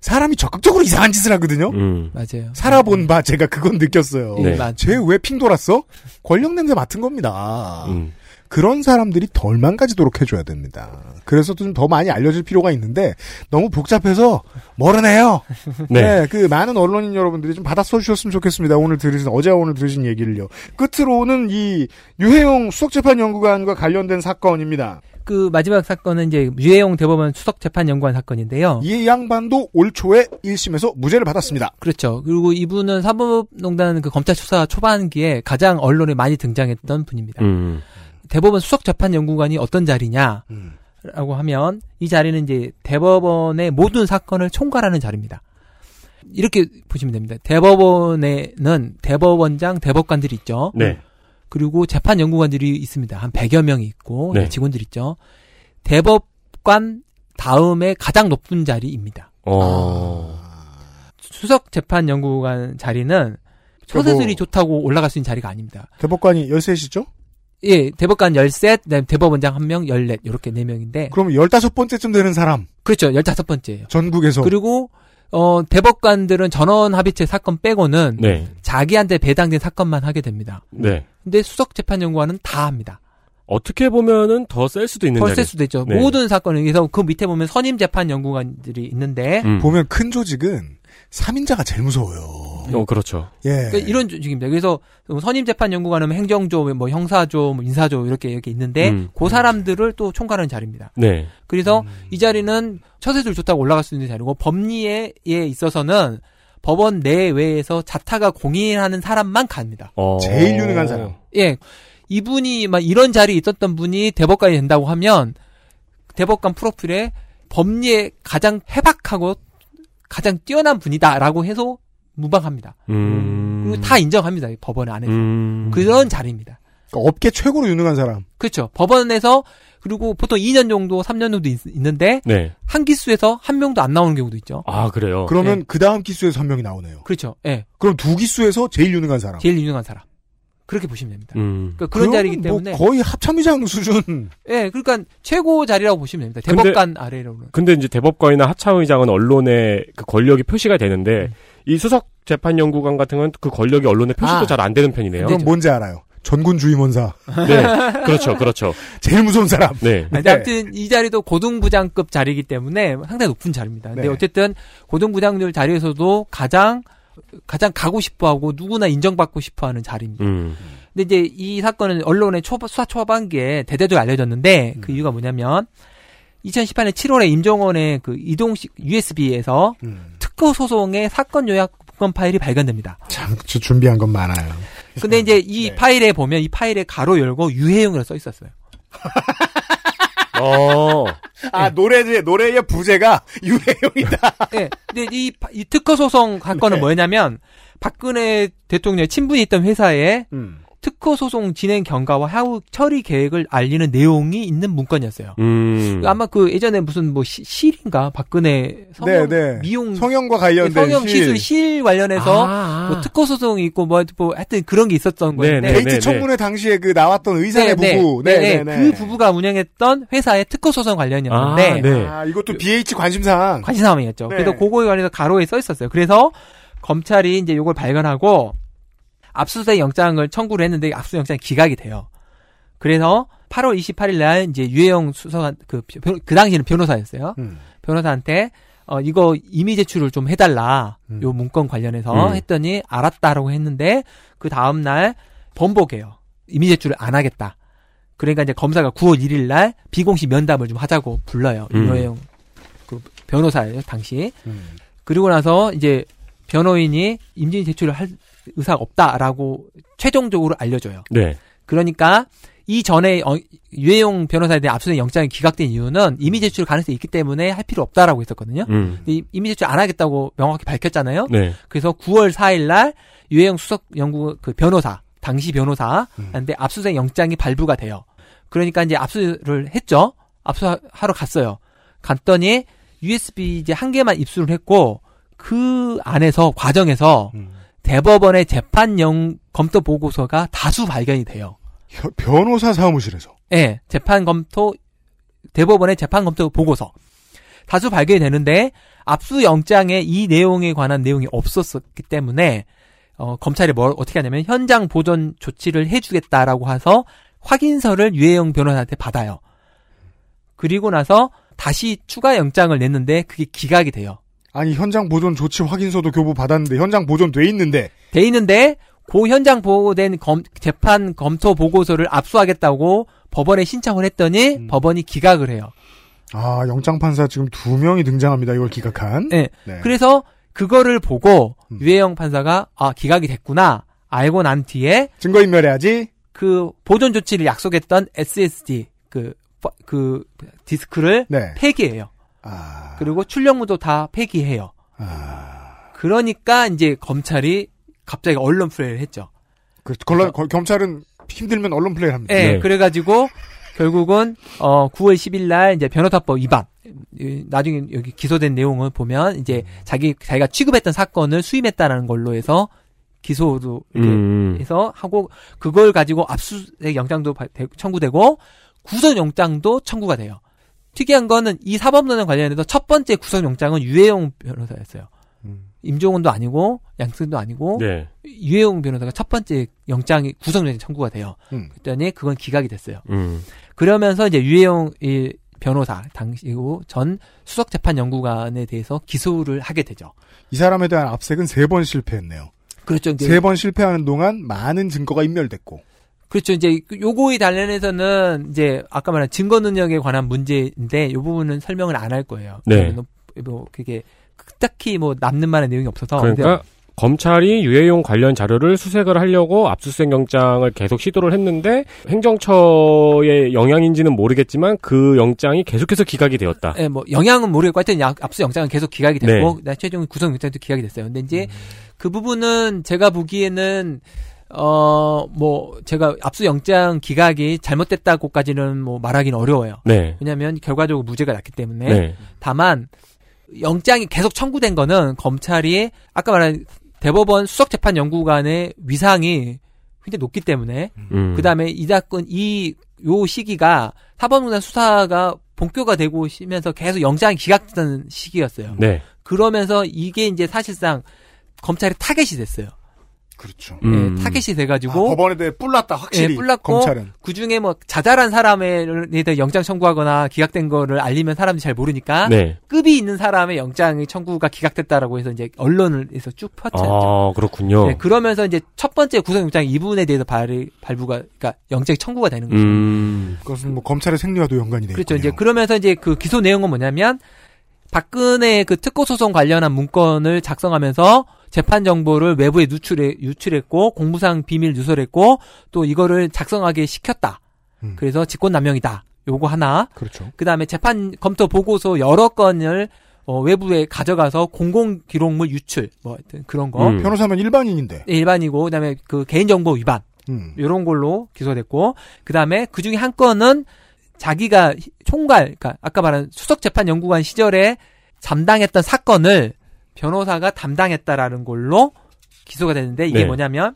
사람이 적극적으로 이상한 짓을 음. 하거든요. 맞아요. 살아본 바 제가 그건 느꼈어요. 네. 맞아요. 쟤왜 핑 돌았어? 권력 냄새 맡은 겁니다. 음. 그런 사람들이 덜 망가지도록 해줘야 됩니다. 그래서 좀 더 많이 알려질 필요가 있는데 너무 복잡해서 모르네요. 네. 네. 그 많은 언론인 여러분들이 좀 받아 써주셨으면 좋겠습니다. 오늘 들으신 어제와 오늘 들으신 얘기를요. 끝으로는 이 유해용 수석재판연구관과 관련된 사건입니다. 그 마지막 사건은 이제 유해용 대법원 수석 재판 연구원 사건인데요. 이 양반도 올 초에 1심에서 무죄를 받았습니다. 그렇죠. 그리고 이분은 사법농단 그 검찰 수사 초반기에 가장 언론에 많이 등장했던 네. 분입니다. 음. 대법원 수석 재판 연구관이 어떤 자리냐? 라고 하면 이 자리는 이제 대법원의 모든 사건을 총괄하는 자리입니다. 이렇게 보시면 됩니다. 대법원에는 대법원장, 대법관들이 있죠. 네. 그리고 재판 연구관들이 있습니다. 한 100여 명이 있고 네. 직원들 있죠. 대법관 다음에 가장 높은 자리입니다. 어. 아. 수석 재판 연구관 자리는 소세술이 좋다고 올라갈 수 있는 자리가 아닙니다. 대법관이 13시죠? 예, 대법관 13, 그다음에 대법원장 1명, 14, 이렇게 4명인데. 그럼 15번째쯤 되는 사람. 그렇죠. 15번째예요. 전국에서. 그리고 어, 대법관들은 전원 합의체 사건 빼고는 네. 자기한테 배당된 사건만 하게 됩니다. 네. 근데 수석 재판 연구관은 다 합니다. 어떻게 보면은 더 셀 수도 있는 덜 자리. 셀 수도 있죠. 네. 모든 사건을 그래서 그 밑에 보면 선임 재판 연구관들이 있는데 음. 보면 큰 조직은 3인자가 제일 무서워요. 어, 그렇죠. 예. 그러니까 이런 조직입니다. 그래서 뭐 선임 재판 연구관은 행정조, 뭐 형사조, 뭐 인사조 이렇게 이렇게 있는데 음. 그 사람들을 또 총괄하는 자리입니다. 네. 그래서 이 자리는 처세술 좋다고 올라갈 수 있는 자리고 법리에 에 있어서는 법원 내외에서 자타가 공인하는 사람만 갑니다. 어. 제일 유능한 사람. 예. 이분이 막 이런 자리에 있었던 분이 대법관이 된다고 하면 대법관 프로필에 법리에 가장 해박하고 가장 뛰어난 분이다라고 해서 무방합니다. 음. 음. 그리고 다 인정합니다. 이 법원 안에서. 그런 자리입니다. 그러니까 업계 최고로 유능한 사람. 그렇죠. 법원에서 그리고 보통 2년 정도, 3년 정도 있, 는데 네. 한 기수에서 한 명도 안 나오는 경우도 있죠. 아, 그래요. 그러면 예. 그 다음 기수에서 한 명이 나오네요. 그렇죠. 예. 그럼 두 기수에서 제일 유능한 사람. 제일 유능한 사람. 그렇게 보시면 됩니다. 음. 그러니까 그런 자리이기 아. 그러면 뭐 때문에 거의 합참의장 수준. 예, 그러니까 최고 자리라고 보시면 됩니다. 근데- 대법관 아래로는. 근데 이제 대법관이나 하차의장은 언론에 그 권력이 표시가 되는데 음. 이 수석 재판 연구관 같은 건 그 권력이 언론에 표시도 아. 잘 안 되는 편이네요. 그럼 뭔지 알아요. 전군 주임원사. 네. 그렇죠. 그렇죠. 제일 무서운 사람. 네. 아니, 아무튼 이 자리도 고등부장급 자리이기 때문에 상당히 높은 자리입니다. 근데 네. 어쨌든 고등부장들 자리에서도 가장 가장 가고 싶어하고 누구나 인정받고 싶어하는 자리입니다. 음. 근데 이제 이 사건은 언론의 초, 수사 초반기에 대대적으로 알려졌는데 그 이유가 뭐냐면 2018년 7월에 임종원의 그 이동식 USB에서 음. 특허 소송의 사건 요약 복권 파일이 발견됩니다. 참, 저 준비한 건 많아요. 네. 근데 이제 이 파일에 보면 이 파일에 가로 열고 유해용이라고 [laughs] 써 있었어요. 어. 아, 노래의, 노래의 부제가 유해용이다. 네. 근데 이, 파- 이 특허 소송 사건은 네. 뭐냐면 박근혜 대통령의 친분이 있던 회사에 음. 특허 소송 진행 경과와 향후 처리 계획을 알리는 내용이 있는 문건이었어요. 음. 아마 그 예전에 무슨 뭐 시, 실인가 박근혜 성형 미용 네, 네, 성형과 관련된 아. 성형 시술 실 관련해서 아, 뭐 특허 소송이 있고 뭐, 뭐 하여튼 그런 게 있었던 건데 데이트 청문회 당시에 그 나왔던 의사의 부부. 네, 네, 네, 네, 네. 그 부부가 운영했던 회사의 특허 소송 관련이었는데 아, 네. 아, 이것도 BH 관심사항. 관심사항이었죠. 네. 그래서 그거에 관해서 가로에 써 있었어요. 그래서 검찰이 이제 이걸 발견하고 압수수색 영장을 청구를 했는데 압수수색 영장이 기각이 돼요. 그래서 8월 음. 28일 날 이제 유해영 수석한 그, 변- 그 당시는 변호사였어요. 변호사한테 어, 이거 이미 제출을 좀 해달라. 요 문건 관련해서 음. 했더니 알았다라고 했는데 그 다음 날 번복해요. 이미 제출을 안 하겠다. 그러니까 이제 검사가 9월 1일 날 비공식 면담을 좀 하자고 불러요. 음. 이노영 그 변호사예요 당시. 음. 그리고 나서 이제 변호인이 임진 제출을 할 의사가 없다라고 최종적으로 알려줘요. 네. 그러니까 이 전에 어, 유해용 변호사에 대한 압수수색 영장이 기각된 이유는 이미 제출 가능성이 있기 때문에 할 필요 없다라고 했었거든요. 음. 근데 이- 이미 제출 안 하겠다고 명확히 밝혔잖아요. 네. 그래서 9월 4일 날 유해용 수석 연구 그 변호사 당시 변호사한테 압수수색 영장이 발부가 돼요. 그러니까 이제 압수를 했죠. 압수하러 갔어요. 갔더니 USB 이제 한 개만 입수를 했고 그 안에서 과정에서 대법원의 재판용 검토 보고서가 다수 발견이 돼요. 변호사 사무실에서. 예, 재판 검토 대법원의 재판 검토 보고서 다수 발견이 되는데 압수 영장에 이 내용에 관한 내용이 없었기 때문에 어, 검찰이 뭘 어떻게 하냐면 현장 보존 조치를 해주겠다라고 해서 확인서를 유해영 변호사한테 받아요. 그리고 나서 다시 추가 영장을 냈는데 그게 기각이 돼요. 아니 현장 보존 조치 확인서도 교부 받았는데 현장 보존돼 있는데 돼 있는데 그 현장 보고된 검- 재판 검토 보고서를 압수하겠다고 법원에 신청을 했더니 법원이 기각을 해요. 아 영장 판사 지금 두 명이 등장합니다. 이걸 기각한. 네. 네. 그래서 그거를 보고 유해영 판사가 아 기각이 됐구나 알고 난 뒤에 증거 인멸해야지. 그 보존 조치를 약속했던 SSD 그 파- 그 디스크를 네. 폐기해요. 아. 그리고 출력무도 다 폐기해요. 그러니까 이제 검찰이 갑자기 언론 플레이를 했죠. 그 걸러- 거- 검찰은 힘들면 언론 플레이 합니다. 예, 네. 그래가지고 결국은 어 9월 10일 날 이제 변호사법 위반. 이- 나중에 여기 기소된 내용을 보면 이제 자기 자기가 취급했던 사건을 수임했다라는 걸로 해서 기소도 이렇게 음. 해서 하고 그걸 가지고 압수수색 영장도 발- 대- 청구되고 구속영장도 청구가 돼요. 특이한 거는 이 사법론에 관련해서 첫 번째 구속영장은 유해용 변호사였어요. 임종원도 아니고 양승도 아니고 네. 유해용 변호사가 첫 번째 영장이 구속영장 청구가 돼요. 음. 그랬더니 그건 기각이 됐어요. 음. 그러면서 이제 유해용 이 변호사 당시고 전 수석재판연구관에 대해서 기소를 하게 되죠. 이 사람에 대한 압색은 세 번 실패했네요. 그렇죠. 이제- 세 번 실패하는 동안 많은 증거가 인멸됐고. 그렇죠. 이제 요거에 관련해서는 이제 아까 말한 증거 능력에 관한 문제인데 요 부분은 설명을 안 할 거예요. 네. 뭐 그게 딱히 뭐 남는 만한 내용이 없어서 그러니까 검찰이 유해용 관련 자료를 수색을 하려고 압수수색 영장을 계속 시도를 했는데 행정처의 영향인지는 모르겠지만 그 영장이 계속해서 기각이 되었다. 예, 뭐 영향은 모르겠고 하여튼 약- 압수 영장은 계속 기각이 네. 됐고 나 최종 구성 영장도 기각이 됐어요. 근데 이제 그 부분은 제가 보기에는 어 뭐 제가 압수 영장 기각이 잘못됐다고까지는 뭐 말하기는 어려워요. 네. 왜냐하면 결과적으로 무죄가 났기 때문에 네. 다만 영장이 계속 청구된 거는 검찰이 아까 말한 대법원 수석재판연구관의 위상이 굉장히 높기 때문에 음. 그다음에 이 사건 이 요 시기가 사법농단 수사가 본교가 되고 있으면서 계속 영장이 기각되는 시기였어요. 음. 네. 그러면서 이게 이제 사실상 검찰의 타겟이 됐어요. 그렇죠. 음. 예, 타겟이 돼가지고 아, 법원에 대해 뿔났다 확실히 예, 뿔났고 검찰은. 그 중에 뭐 자잘한 사람에 대해 영장 청구하거나 기각된 거를 알리면 사람들이 잘 모르니까 네. 급이 있는 사람의 영장 청구가 기각됐다라고 해서 이제 언론을 해서 쭉 퍼쳐요. 아 그렇군요. 네, 그러면서 이제 첫 번째 구속영장 이분에 대해서 발, 발부가, 그러니까 영장이 청구가 되는 거죠. 음. 그것은 뭐 검찰의 생리와도 연관이 돼. 그렇죠. 이제 그러면서 이제 그 기소 내용은 뭐냐면 박근혜 그 특고 소송 관련한 문건을 작성하면서 재판 정보를 외부에 누출해 유출했고 공무상 비밀 누설했고 또 이거를 작성하게 시켰다. 그래서 직권 남용이다. 요거 하나. 그렇죠. 그다음에 재판 검토 보고서 여러 건을 어, 외부에 가져가서 공공 기록물 유출 뭐 하여튼 그런 거. 음. 변호사면 일반인인데. 예, 일반이고 그다음에 그 개인정보 위반 음. 이런 걸로 기소됐고 그다음에 그 중에 한 건은 자기가 히- 총괄 그러니까 아까 말한 수석재판연구관 시절에 담당했던 사건을 변호사가 담당했다라는 걸로 기소가 되는데 이게 네. 뭐냐면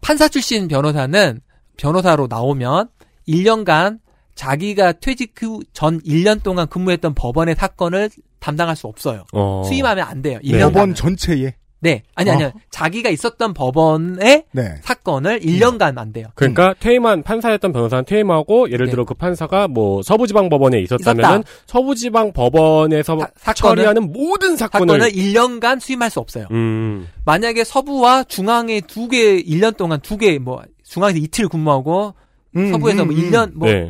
판사 출신 변호사는 변호사로 나오면 1년간 자기가 퇴직 후 전 1년 동안 근무했던 법원의 사건을 담당할 수 없어요. 어. 네. 수임하면 안 돼요. 법원 어. 1년간. 전체에. 네. 아니, 아니요. 자기가 있었던 법원의 네. 사건을 1년간 안 돼요. 그러니까 퇴임한 판사였던 변호사는 퇴임하고 예를 들어 그 판사가 뭐 서부지방 법원에 있었다면은 네. 있었다. 서부지방 법원에서 뭐, 처리하는 모든 사건을 사건을 1년간 수임할 수 없어요. 음. 만약에 서부와 중앙에 두 개, 1년 동안 두 개, 뭐, 중앙에서 이틀 근무하고, 서부에서 뭐 음, 1년, 뭐, 네.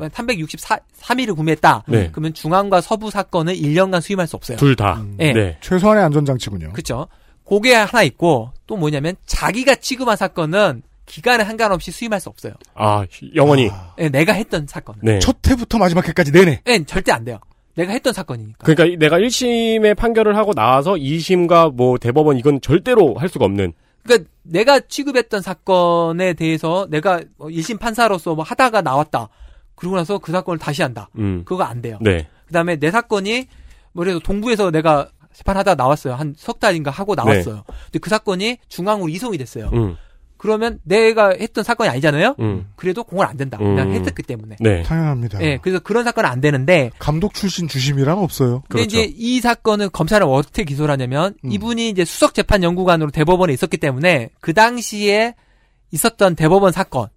363일을 근무했다. 네. 그러면 중앙과 서부 사건을 1년간 수임할 수 없어요. 둘 다. 네. 예. 최소한의 안전장치군요. 그렇죠. 그게 하나 있고, 또 뭐냐면, 자기가 취급한 사건은 기간에 한간없이 수임할 수 없어요. 아 영원히 예, 내가 했던 사건은. 네. 첫 해부터 마지막 해까지 내내. 예, 절대 안 돼요. 내가 했던 사건이니까. 그러니까 이- 내가 1심의 판결을 하고 나와서 2심과 뭐 대법원 이건 절대로 할 수가 없는 그러니까 내가 취급했던 사건에 대해서 내가 1심 판사로서 뭐 하다가 나왔다. 그러고 나서 그 사건을 다시 한다. 음. 그거 안 돼요. 네. 그다음에 내 사건이 뭐 그래서 동부에서 내가 재판하다 나왔어요. 한 석 달인가 하고 나왔어요. 근데 그 사건이 중앙으로 이송이 됐어요. 네. 음. 그러면 내가 했던 사건이 아니잖아요. 음. 그래도 공을 안 된다. 그냥 음. 했었기 때문에. 네. 당연합니다. 예, 그래서 그런 사건은 안 되는데 감독 출신 주심이란 없어요. 근데 이제 이 사건은 검찰은 어떻게 기소를 하냐면 이분이 이제 수석 재판 연구관으로 대법원에 있었기 때문에 그 당시에 있었던 대법원 사건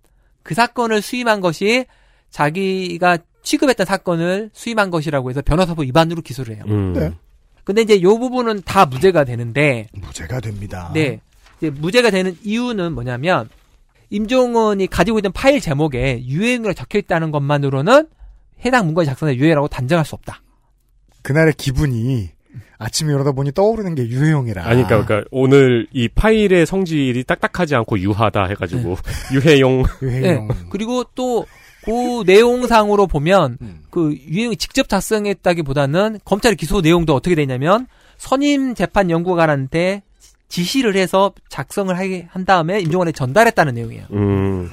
그 사건을 수임한 것이 자기가 취급했던 사건을 수임한 것이라고 해서 변호사법 위반으로 기소를 음. 해요. 네. 근데 이제 요 부분은 다 무죄가 되는데 무죄가 됩니다. 네. 이제 무죄가 되는 이유는 뭐냐면 임종원이 가지고 있던 파일 제목에 유해인으로 적혀 있다는 것만으로는 해당 문건 작성의 유해라고 단정할 수 없다. 그날의 기분이 아침에 이러다 보니 떠오르는 게 유해용이라. 아니 그러니까, 그러니까 오늘 이 파일의 성질이 딱딱하지 않고 유하다 해가지고 [laughs] 유해용 음. 네. 그리고 또 그 내용상으로 보면 음. 그 유해용이 직접 작성했다기보다는 검찰의 기소 내용도 어떻게 되냐면 선임 재판 연구관한테 지시를 해서 작성을 하게 한 다음에 임종원에 전달했다는 내용이에요. 음.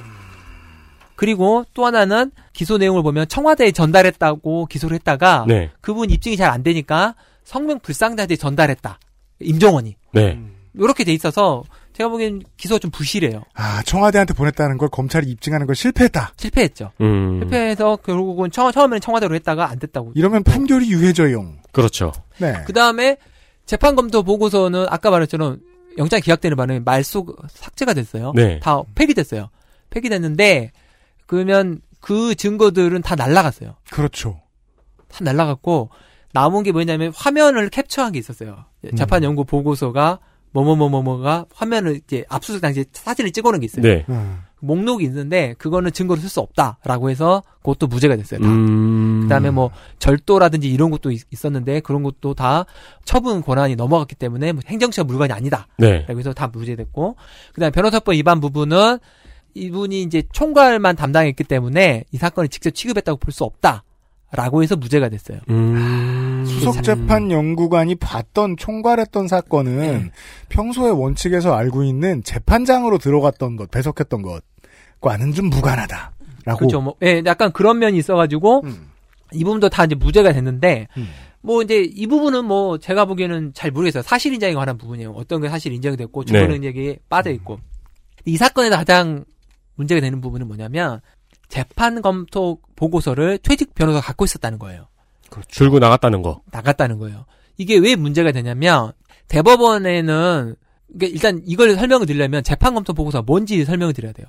그리고 또 하나는 기소 내용을 보면 청와대에 전달했다고 기소를 했다가 네. 그분 입증이 잘 안 되니까 성명 불상자한테 전달했다. 임종원이. 네. 음. 이렇게 돼 있어서 제가 보기엔 기소가 좀 부실해요. 아 청와대한테 보냈다는 걸 검찰이 입증하는 걸 실패했다. 실패했죠. 음. 협회에서 결국은 처, 음에는 청와대로 했다가 안 됐다고. 이러면 판결이 유해저용. 그렇죠. 네. 그 다음에 재판 검토 보고서는 아까 말했처럼 영장 이 기각되는 바람에 말속 삭제가 됐어요. 네. 다 폐기됐어요. 폐기됐는데 그러면 그 증거들은 다 날라갔어요. 그렇죠. 다 날라갔고 남은 게 뭐냐면 화면을 캡처한 게 있었어요. 음. 재판 연구 보고서가 뭐뭐뭐뭐뭐가 화면을 이제 압수수색 당시에 사진을 찍어놓은 게 있어요. 네. 음. 목록이 있는데 그거는 증거로 쓸 수 없다라고 해서 그것도 무죄가 됐어요. 네, 다. 음. 그다음에 뭐 절도라든지 이런 것도 있- 있었는데 그런 것도 다 처분 권한이 넘어갔기 때문에 뭐 행정처 물건이 아니다. 네. 예. 라고 해서 다 무죄됐고 그다음에 변호사법 위반 부분은 이분이 이제 총괄만 담당했기 때문에 이 사건을 직접 취급했다고 볼 수 없다라고 해서 무죄가 됐어요. 음. 음. 수석 재판 연구관이 봤던 총괄했던 사건은 음. 평소의 원칙에서 알고 있는 재판장으로 들어갔던 것, 배석했던 것과는 좀 무관하다라고. 그렇죠. 뭐, 예, 약간 그런 면이 있어가지고 음. 이 부분도 다 이제 무죄가 됐는데 뭐 이제 이 부분은 뭐 제가 보기에는 잘 모르겠어요. 사실 인정에 관한 부분이에요. 어떤 게 사실 인정이 됐고 네. 주변 인정이 빠져 있고 이 사건에서 가장 문제가 되는 부분은 뭐냐면 재판 검토 보고서를 퇴직 변호사가 갖고 있었다는 거예요. 줄고 나갔다는 거. 나갔다는 거예요. 이게 왜 문제가 되냐면 대법원에는 그러니까 일단 이걸 설명을 드리려면 재판 검토 보고서 뭔지 설명을 드려야 돼요.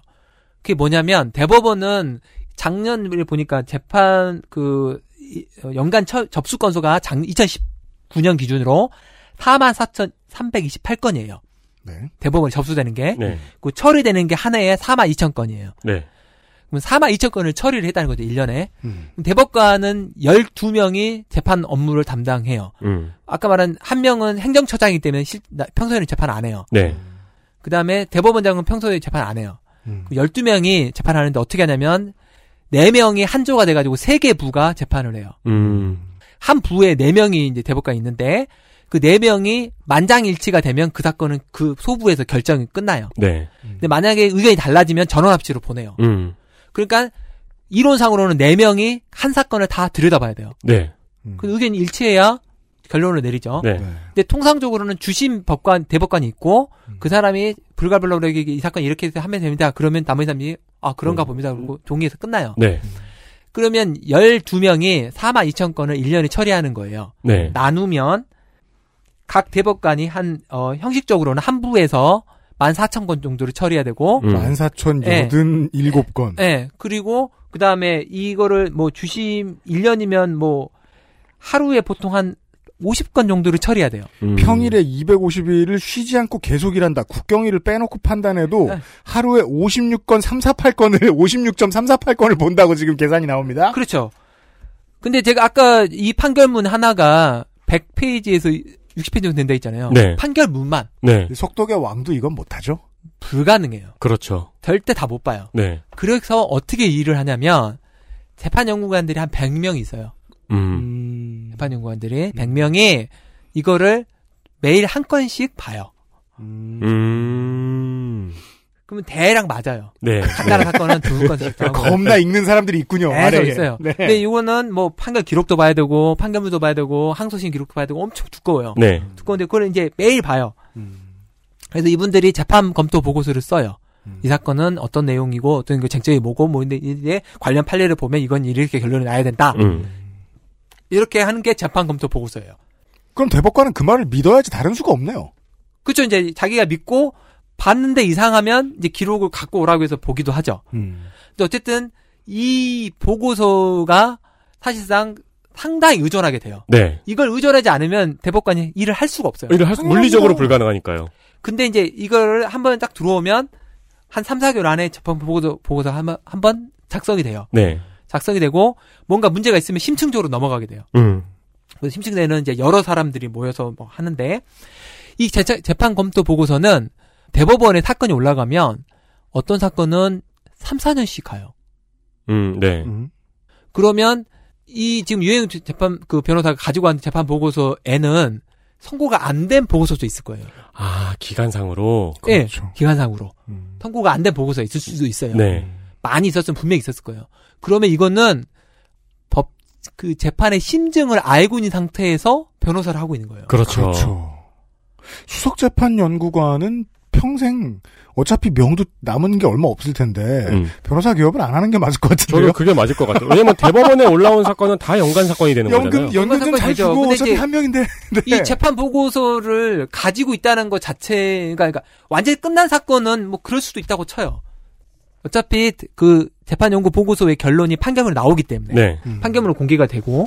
그게 뭐냐면 대법원은 작년에 보니까 재판 그 이- 어, 연간 처- 접수 건수가 작 2019년 기준으로 44,328건이에요. 네. 대법원 접수되는 게. 네. 그 처리되는 게 한 해에 42,000건이에요. 네. 그럼 42,000건을 처리를 했다는 거죠, 1년에. 음. 대법관은 12명이 재판 업무를 담당해요. 음. 아까 말한 한 명은 행정처장이기 때문에 실- 나- 평소에는 재판 안 해요. 네. 그 다음에 대법원장은 평소에 재판 안 해요. 음. 그 12명이 재판하는데 어떻게 하냐면, 4명이 한 조가 돼가지고 3개 부가 재판을 해요. 음. 한 부에 4명이 이제 대법관이 있는데, 그 4명이 만장일치가 되면 그 사건은 그 소부에서 결정이 끝나요. 네. 근데 만약에 의견이 달라지면 전원합치로 보내요. 음. 그러니까, 이론상으로는 4명이 한 사건을 다 들여다봐야 돼요. 네. 음. 그 의견이 일치해야 결론을 내리죠. 네. 네. 근데 통상적으로는 주심 법관, 대법관이 있고 그 사람이 불가불로에게 이 사건 이렇게 해서 하면 됩니다. 그러면 나머지 사람이 아 그런가 봅니다. 그리고 동의해서 끝나요. 네. 그러면 12명이 4만 2천 건을 1년에 처리하는 거예요. 네. 나누면 각 대법관이 한 어, 형식적으로는 한 부에서 14,000건 정도를 처리해야 되고 음. 네. 14,087건. 예. 그리고 그다음에 이거를 뭐 주심 1년이면 뭐 하루에 보통 한 50건 정도를 처리해야 돼요. 음. 평일에 250일을 쉬지 않고 계속 일한다. 국경일을 빼놓고 판단해도 네. 하루에 56건 348건을 56.348건을 본다고 지금 계산이 나옵니다. 그렇죠. 근데 제가 아까 이 판결문 하나가 100페이지에서 60페이지 정도 된다 했잖아요. 네. 판결문만 네. 속독의 왕도 이건 못하죠. 불가능해요. 그렇죠. 절대 다 못 봐요. 네. 그래서 어떻게 일을 하냐면 재판 연구관들이 한 100명 있어요. 음. 음. 재판 연구관들이 100명이 이거를 매일 한 건씩 봐요. 음. 그러면 대략 맞아요. 네. 한나라 사건은 두 [laughs] 건씩 다 하고. 겁나 읽는 사람들이 있군요. 계속 아래에. 있어요. 네. 근데 이거는 뭐 판결 기록도 봐야 되고 판결문도 봐야 되고 항소심 기록도 봐야 되고 엄청 두꺼워요. 네. 두꺼운데 그걸 이제 매일 봐요. 음. 그래서 이분들이 재판 검토 보고서를 써요. 이 사건은 어떤 내용이고 어떤 그 쟁점이 뭐고 뭐인데 이제 관련 판례를 보면 이건 이렇게 결론이 나야 된다. 음. 이렇게 하는 게 재판 검토 보고서예요. 그럼 대법관은 그 말을 믿어야지 다른 수가 없네요. 그렇죠. 이제 자기가 믿고 봤는데 이상하면 이제 기록을 갖고 오라고 해서 보기도 하죠. 음. 근데 어쨌든 이 보고서가 사실상 상당히 의존하게 돼요. 네. 이걸 의존하지 않으면 대법관이 일을 할 수가 없어요. 일을 할 수, 물리적으로 불가능하니까요. 근데 이제 이거를 한 번 딱 들어오면 한 3, 4개월 안에 재판 보고서, 보고서 한 번- 한번 작성이 돼요. 네. 작성이 되고 뭔가 문제가 있으면 심층적으로 넘어가게 돼요. 음. 그래서 심층내는 이제 여러 사람들이 모여서 뭐 하는데 이 재차- 재판 검토 보고서는 대법원에 사건이 올라가면 어떤 사건은 3, 4년씩 가요. 음, 네. 그러면 이 지금 유행 재판 그 변호사가 가지고 간 재판 보고서에는 선고가 안 된 보고서도 있을 거예요. 아, 기간상으로. 예, 기간상으로 선고가 안 된 보고서 있을 수도 있어요. 네. 많이 있었으면 분명히 있었을 거예요. 그러면 이거는 법 그 재판의 심증을 알고 있는 상태에서 변호사를 하고 있는 거예요. 그렇죠. 수석재판연구관은 평생 어차피 명도 남은 게 얼마 없을 텐데 변호사 기업을 안 하는 게 맞을 것 같은데요. 음. 저는 네. 그게 맞을 것 같아요. 왜냐면 대법원에 올라온 사건은 다 연간 사건이 되는 연금 거잖아요. 연금 연금 좀잘 되죠. 주고 근데 어차피 그 이제 한 명인데 네. 이 재판 보고서를 가지고 있다는 것 자체가 그러니까 완전히 끝난 사건은 뭐 그럴 수도 있다고 쳐요. 어차피 그 재판 연구 보고서의 결론이 판결문에 나오기 때문에 네. 음. 판결문으로 공개가 되고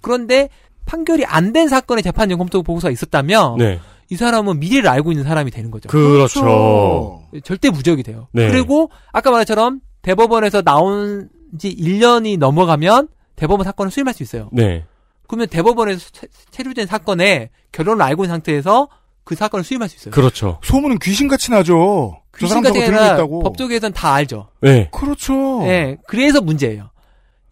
그런데 판결이 안 된 사건의 재판 연구 보고서가 있었다면 네. 이 사람은 미래를 알고 있는 사람이 되는 거죠. 그렇죠. 절대 무적이 돼요. 네. 그리고 아까 말처럼 대법원에서 나온 지 1년이 넘어가면 대법원 사건을 수임할 수 있어요. 네. 그러면 대법원에서 체- 체류된 사건에 결론을 알고 있는 상태에서 그 사건을 수임할 수 있어요. 그렇죠. 소문은 귀신같이 나죠. 저 사람 저거 들고 아니라 있다고. 법조계에선 다 알죠. 네. 그렇죠. 예, 그래서 문제예요.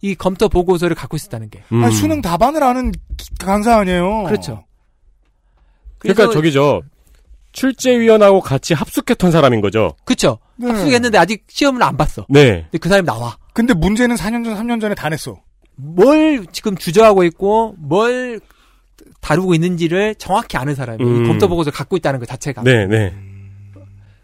이 검토 보고서를 갖고 있었다는 게. 음. 아니, 수능 답안을 아는 기- 강사 아니에요. 그렇죠. 어. 그러니까 그래서- 저기죠. 출제위원하고 같이 합숙했던 사람인 거죠. 그렇죠. 음. 네. 합숙했는데 아직 시험을 안 봤어. 네. 근데 그 사람이 나와. 근데 문제는 4년 전, 3년 전에 다 냈어. 뭘 지금 주저하고 있고 뭘 다루고 있는지를 정확히 아는 사람이에요. 이 음. 검토 보고서를 갖고 있다는 것 자체가. 네, 네.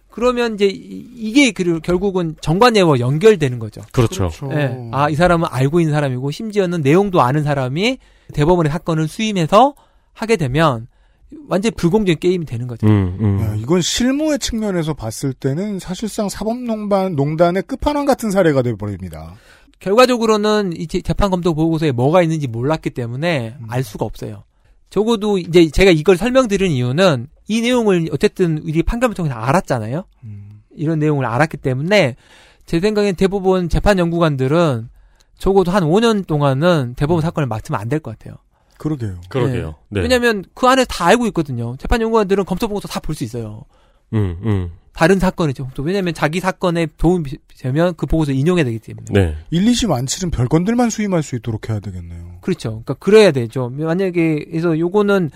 그러면 이제 이- 이게 그- 결국은 정관예와 연결되는 거죠. 그렇죠. 그렇죠. 예. 아, 이 사람은 알고 있는 사람이고, 심지어는 내용도 아는 사람이 대법원의 사건을 수임해서 하게 되면, 완전히 불공정의 게임이 되는 거죠. 음. 음, 야, 아, 이건 실무의 측면에서 봤을 때는 사실상 사법농단 농단의 끝판왕 같은 사례가 되어버립니다. 결과적으로는 이 재- 재판 검토 보고서에 뭐가 있는지 몰랐기 때문에 알 수가 없어요. 적어도 이제 제가 이걸 설명드린 이유는 이 내용을 어쨌든 우리 판결문 통해서 알았잖아요. 음. 이런 내용을 알았기 때문에 제 생각엔 대부분 재판 연구관들은 적어도 한 5년 동안은 대법원 사건을 맡으면 안 될 것 같아요. 그러게요. 그러게요. 네. 왜냐하면 그 안에 다 알고 있거든요. 재판 연구관들은 검토 보고서 다 볼 수 있어요. 음, 음. 다른 사건이죠. 또 왜냐하면 자기 사건에 도움이 되면 그 보고서 인용해야 되기 때문에. 네. 1, 2심 안치는 별건들만 수임할 수 있도록 해야 되겠네요. 음. 그렇죠. 그러니까 그래야 되죠. 만약에 그래서 요거는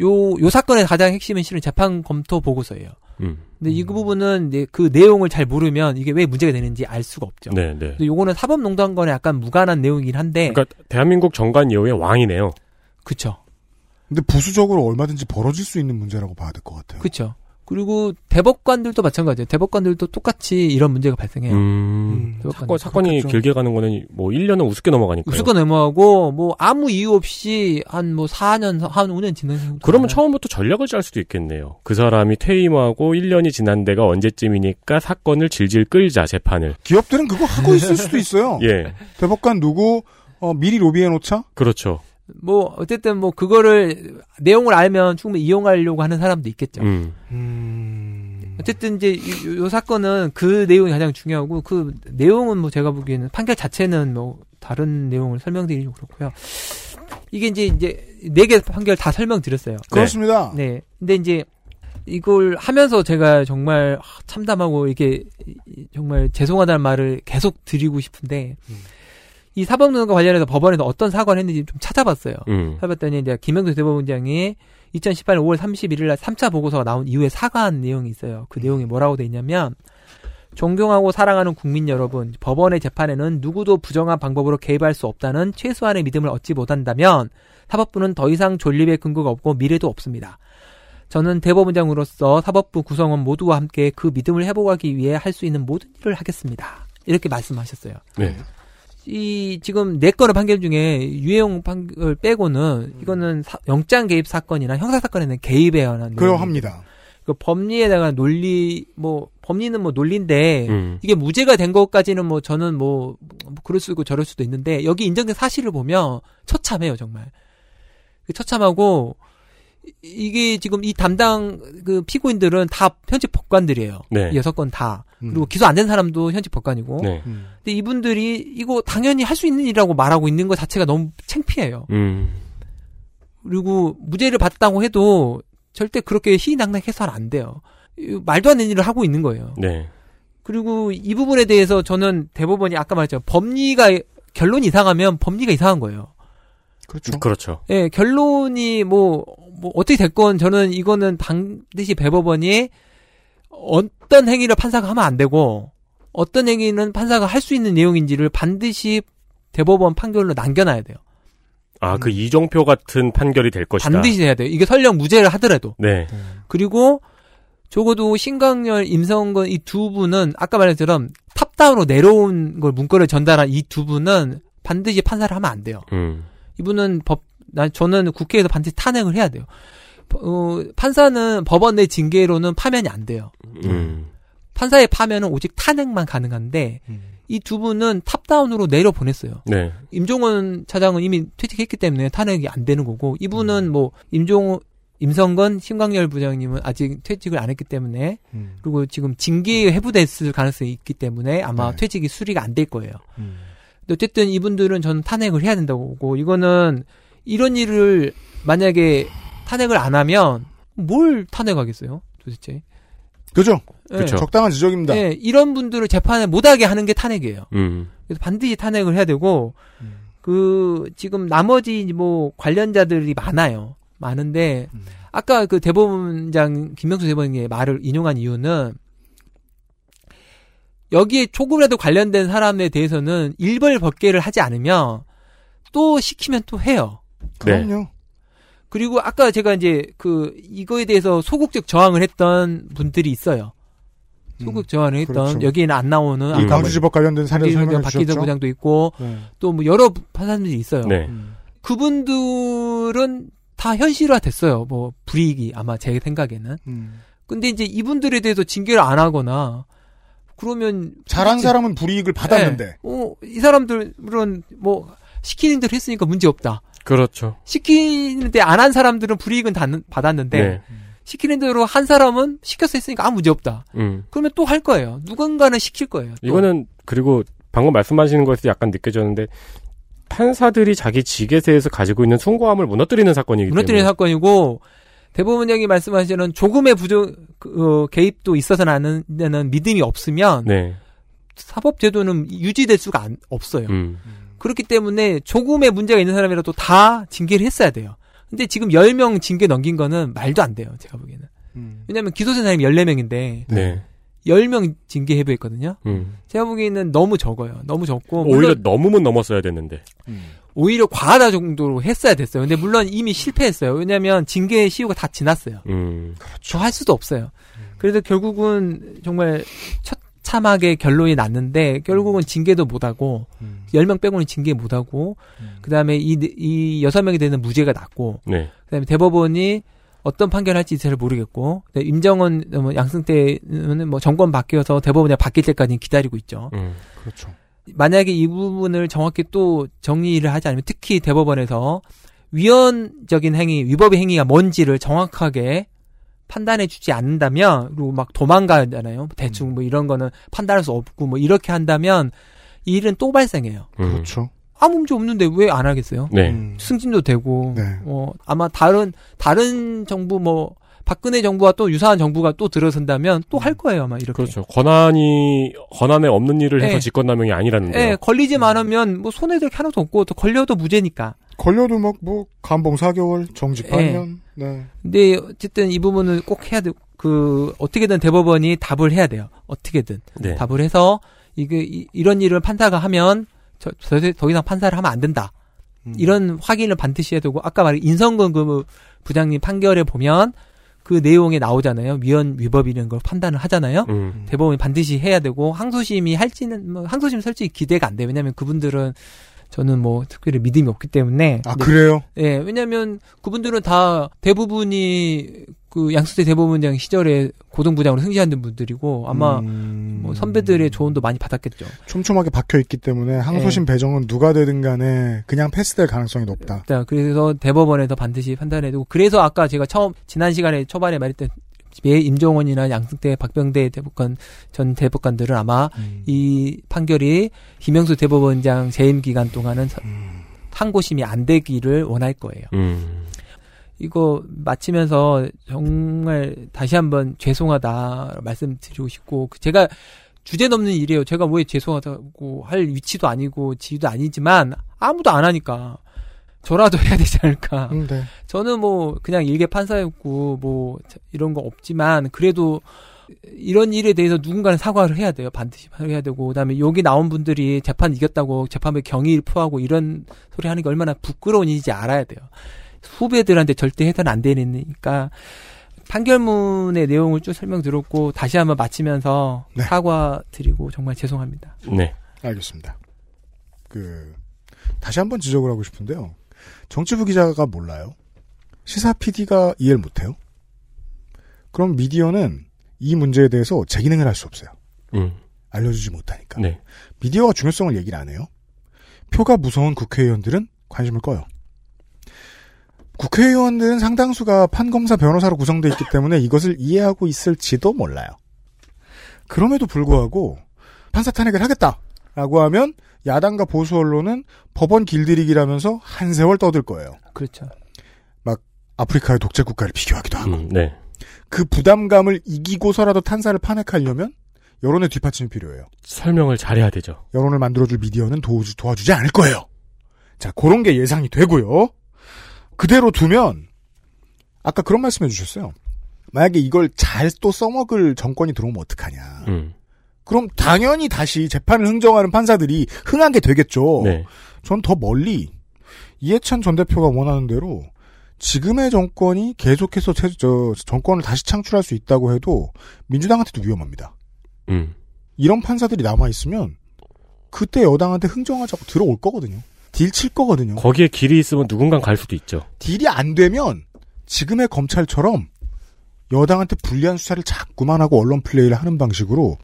요, 요 사건의 가장 핵심은 실은 재판 검토 보고서예요. 음. 근데 이 부분은 이제 그 내용을 잘 모르면 이게 왜 문제가 되는지 알 수가 없죠. 네, 네. 그래서 요거는 사법농단건에 약간 무관한 내용이긴 한데 그러니까 대한민국 정관 예우의 왕이네요. 그렇죠. 네. 근데 부수적으로 얼마든지 벌어질 수 있는 문제라고 봐야 될 것 같아요. 그렇죠. 그리고 대법관들도 마찬가지예요. 대법관들도 똑같이 이런 문제가 발생해요. 음, 사건, 사건이 네. 그렇겠죠. 길게 가는 거는 뭐 1년은 우습게 넘어가니까. 우습게 넘어가고 뭐 아무 이유 없이 한 뭐 4년 한 5년 지난 경우도 그러면 처음부터 전략을 짤 수도 있겠네요. 그 사람이 퇴임하고 1년이 지난 데가 언제쯤이니까 사건을 질질 끌자, 재판을. 기업들은 그거 하고 있을 수도 [laughs] 있어요. 예. 대법관 누구 어, 미리 로비해 네. 놓자. 그렇죠. 뭐 어쨌든 뭐 그거를 내용을 알면 충분히 이용하려고 하는 사람도 있겠죠. 음. 어쨌든 이제 이- 요, 요 사건은 그 내용이 가장 중요하고 그 내용은 뭐 제가 보기에는 판결 자체는 뭐 다른 내용을 설명드리기 좀 그렇고요. 이게 이제 이제 네 개 판결 다 설명드렸어요. 그렇습니다. 네. 근데 이제 이걸 하면서 제가 정말 아, 참담하고 이게 이- 이- 정말 죄송하다는 말을 계속 드리고 싶은데 이 사법농단과 관련해서 법원에서 어떤 사과를 했는지 좀 찾아봤어요. 음. 찾아봤더니 이제 김영도 대법원장이 2018년 5월 31일 날 3차 보고서가 나온 이후에 사과한 내용이 있어요. 그 내용이 뭐라고 돼 있냐면 존경하고 사랑하는 국민 여러분, 법원의 재판에는 누구도 부정한 방법으로 개입할 수 없다는 최소한의 믿음을 얻지 못한다면 사법부는 더 이상 존립의 근거가 없고 미래도 없습니다. 저는 대법원장으로서 사법부 구성원 모두와 함께 그 믿음을 회복하기 위해 할 수 있는 모든 일을 하겠습니다. 이렇게 말씀하셨어요. 네. 이 지금 네 건의 판결 중에 유해용 판결 음. 빼고는 이거는 사- 영장 개입 사건이나 형사 사건에는 개입에 관한 그러합니다. 그 법리에다가 논리 뭐 법리는 뭐 논리인데 음. 이게 무죄가 된 것까지는 뭐 저는 뭐, 뭐 그럴 수 있고 저럴 수도 있는데 여기 인정된 사실을 보면 처참해요 정말 그 처참하고 이- 이게 지금 이 담당 그 피고인들은 다 현직 법관들이에요 네. 이 여섯 건 다 음. 그리고 기소 안 된 사람도 현직 법관이고 네. 음. 근데 이분들이 이거 당연히 할 수 있는 일이라고 말하고 있는 것 자체가 너무 창피해요. 음. 그리고 무죄를 받았다고 해도 절대 그렇게 희낙낙해서는 안 돼요. 이 말도 안 되는 일을 하고 있는 거예요. 네. 그리고 이 부분에 대해서 저는 대법원이 아까 말했죠. 법리가 결론이 이상하면 법리가 이상한 거예요. 그렇죠. 그렇죠. 예, 결론이 뭐, 뭐 어떻게 됐건 저는 이거는 반드시 대법원이 어떤 행위를 판사가 하면 안 되고 어떤 행위는 판사가 할 수 있는 내용인지를 반드시 대법원 판결로 남겨놔야 돼요. 아, 그 이정표 같은 판결이 될 것이다. 반드시 해야 돼요. 이게 설령 무죄를 하더라도. 네. 그리고 적어도 신강렬, 임성근 이 두 분은 아까 말한 것처럼 탑다운으로 내려온 걸 문건을 전달한 이 두 분은 반드시 판사를 하면 안 돼요. 음. 이분은 법, 난 저는 국회에서 반드시 탄핵을 해야 돼요. 어, 판사는 법원 내 징계로는 파면이 안 돼요. 음. 판사의 파면은 오직 탄핵만 가능한데 이 두 분은 탑다운으로 내려 보냈어요. 네. 임종원 차장은 이미 퇴직했기 때문에 탄핵이 안 되는 거고 이분은 음. 뭐 임종 임성건 심광열 부장님은 아직 퇴직을 안 했기 때문에 음. 그리고 지금 징계 해부됐을 가능성이 있기 때문에 아마 네. 퇴직이 수리가 안 될 거예요. 음. 근데 어쨌든 이분들은 저는 탄핵을 해야 된다고 보고 이거는 이런 일을 만약에 탄핵을 안 하면 뭘 탄핵하겠어요? 도대체. 그죠? 예. 그렇죠. 적당한 지적입니다. 예, 이런 분들을 재판에 못하게 하는 게 탄핵이에요. 음. 그래서 반드시 탄핵을 해야 되고 그 지금 나머지 뭐 관련자들이 많아요. 많은데 아까 그 대법원장 김명수 대법원의 말을 인용한 이유는 여기에 조금이라도 관련된 사람에 대해서는 일벌 법계를 하지 않으면 또 시키면 또 해요. 그럼요. 그리고 아까 제가 이제 그 이거에 대해서 소극적 저항을 했던 분들이 있어요. 소극 저항을 했던 그렇죠. 여기에는 네. 안 나오는 아까 뭐 광주지법 관련된 사례 박기준 설명해 박기준 주셨죠? 부장도 있고 네. 음. 또 뭐 여러 판사님들이 있어요. 네. 그분들은 다 현실화 됐어요. 뭐 불이익이 아마 제 생각에는. 음. 근데 이제 이분들에 대해서 징계를 안 하거나 그러면 잘한 도대체- 사람은 불이익을 받았는데. 네. 어, 이 사람들은 뭐 시키는 대로 했으니까 문제 없다. 그렇죠. 시키는데 안 한 사람들은 불이익은 다- 받았는데 네. 시키는 대로 한 사람은 시켜서 했으니까 아무 문제 없다. 음. 그러면 또 할 거예요. 누군가는 시킬 거예요. 또. 이거는 그리고 방금 말씀하시는 것에서 약간 느껴졌는데 판사들이 자기 직에서 가지고 있는 숭고함을 무너뜨리는 사건이기 때문에 무너뜨리는 사건이고 대법원장이 말씀하시는 조금의 부정 그, 어, 개입도 있어서 나는 데는 믿음이 없으면 네. 사법 제도는 유지될 수가 안- 없어요. 음. 그렇기 때문에 조금의 문제가 있는 사람이라도 다 징계를 했어야 돼요. 근데 지금 10명 징계 넘긴 거는 말도 안 돼요. 제가 보기에는. 음. 왜냐면 기소된 사람이 14명인데 네. 10명 징계 해부했거든요. 음. 제가 보기에는 너무 적어요. 너무 적고 오히려 물론 넘으면 넘었어야 됐는데. 오히려 과하다 정도로 했어야 됐어요. 근데 물론 이미 실패했어요. 왜냐하면 징계 시효가 다 지났어요. 음. 저 할 수도 없어요. 그래서 결국은 정말 처참하게 결론이 났는데 결국은 징계도 못하고 음. 열 10명 빼고는 징계 못하고 그다음에 이, 이 6명이 되는 무죄가 났고 네. 그다음에 대법원이 어떤 판결할지 잘 모르겠고 근데 임정원 뭐 양승태는 뭐 정권 바뀌어서 대법원이 바뀔 때까지 기다리고 있죠. 음, 그렇죠. 만약에 이 부분을 정확히 또 정리를 하지 않으면 특히 대법원에서 위헌적인 행위, 위법의 행위가 뭔지를 정확하게 판단해 주지 않는다면 그리고 막 도망가잖아요. 대충 뭐 이런 거는 판단할 수 없고 뭐 이렇게 한다면 이 일은 또 발생해요. 그렇죠. 아무 문제 없는데 왜 안 하겠어요? 음. 네. 음. 승진도 되고 네. 어, 아마 다른 다른 정부 뭐 박근혜 정부와 또 유사한 정부가 또 들어선다면 또 할 거예요 아마 이렇게. 그렇죠. 권한이 권한에 없는 일을 해서 네. 직권남용이 아니라는 거예요. 음. 예, 걸리지만 하면 뭐 손해될 게 하나도 없고 또 걸려도 무죄니까. 걸려도 막 뭐 감봉 4개월, 정직 예. 8년. 네. 근데 어쨌든 이 부분은 꼭 해야 돼. 그 어떻게든 대법원이 답을 해야 돼요. 어떻게든 네. 답을 해서 이게 이- 이런 일을 판사가 하면 저, 저- 더 이상 판사를 하면 안 된다. 음. 이런 확인을 반드시 해야 되고 아까 말한 인성건금 부장님 판결에 보면 그 내용에 나오잖아요. 위헌 위법이라는 걸 판단을 네. 하잖아요. 음. 대법원이 반드시 해야 되고 항소심이 할지는 뭐 항소심 솔직히 기대가 안 돼요. 왜냐하면 그분들은 저는 뭐 특별히 믿음이 없기 때문에 아, 그래요? 예, 왜냐면 그분들은 다 대부분이 그 양수대 대법원장 시절에 고등부장으로 승진하는 분들이고 아마 음. 뭐 선배들의 조언도 네. 많이 받았겠죠. 촘촘하게 박혀 있기 때문에 항소심 배정은 누가 되든 간에 그냥 패스될 가능성이 높다. 자, 그래서 대법원에서 반드시 판단해야 되고 그래서 아까 제가 처음 지난 시간에 초반에 말했던 매 임종원이나 양승태, 박병대 대법관 전 대법관들은 아마 이 판결이 김영수 대법원장 재임 기간 동안은 서- 항고심이 안 되기를 원할 거예요. 음. 이거 마치면서 정말 다시 한번 죄송하다 말씀드리고 싶고 그 제가 주제 넘는 일이에요. 제가 왜 죄송하다고 할 위치도 아니고 지위도 아니지만 아무도 안 하니까 저라도 해야 되지 않을까. 음, 네. 저는 뭐 그냥 일개 판사였고 뭐 이런 거 없지만 그래도 이런 일에 대해서 누군가는 사과를 해야 돼요. 반드시 해야 되고 그다음에 여기 나온 분들이 재판 이겼다고 재판에 경의를 표하고 이런 소리 하는 게 얼마나 부끄러운 일인지 알아야 돼요. 후배들한테 절대 해서는 안 되니까 판결문의 내용을 쭉 설명 들었고 다시 한번 마치면서 사과 드리고 정말 죄송합니다. 네. 알겠습니다. 그 다시 한번 지적을 하고 싶은데요. 정치부 기자가 몰라요. 시사 PD가 이해를 못해요. 그럼 미디어는 이 문제에 대해서 재기능을 할 수 없어요. 음. 알려주지 못하니까. 네. 미디어가 중요성을 얘기를 안 해요. 표가 무서운 국회의원들은 관심을 꺼요. 국회의원들은 상당수가 판검사 변호사로 구성되어 있기 때문에 이것을 이해하고 있을지도 몰라요. 그럼에도 불구하고 판사 탄핵을 하겠다라고 하면 야당과 보수 언론은 법원 길들이기라면서 한 세월 떠들 거예요. 그렇죠. 막 아프리카의 독재 국가를 비교하기도 하고 음, 네. 그 부담감을 이기고서라도 탄사를 판핵하려면 여론의 뒷받침이 필요해요. 설명을 잘해야 되죠. 여론을 만들어줄 미디어는 도우지, 도와주지 않을 거예요. 자, 그런 게 예상이 되고요. 그대로 두면, 아까 그런 말씀 해주셨어요. 만약에 이걸 잘 또 써먹을 정권이 들어오면 어떡하냐. 음. 그럼 당연히 다시 재판을 흥정하는 판사들이 흥한 게 되겠죠. 네. 전 더 멀리, 이해찬 전 대표가 원하는 대로, 지금의 정권이 계속해서 체- 저, 정권을 다시 창출할 수 있다고 해도, 민주당한테도 위험합니다. 음. 이런 판사들이 남아있으면 그때 여당한테 흥정하자고 들어올 거거든요. 딜 칠 거거든요. 거기에 길이 있으면 누군가 갈 수도 있죠. 딜이 안 되면 지금의 검찰처럼 여당한테 불리한 수사를 자꾸만 하고 언론 플레이를 하는 방식으로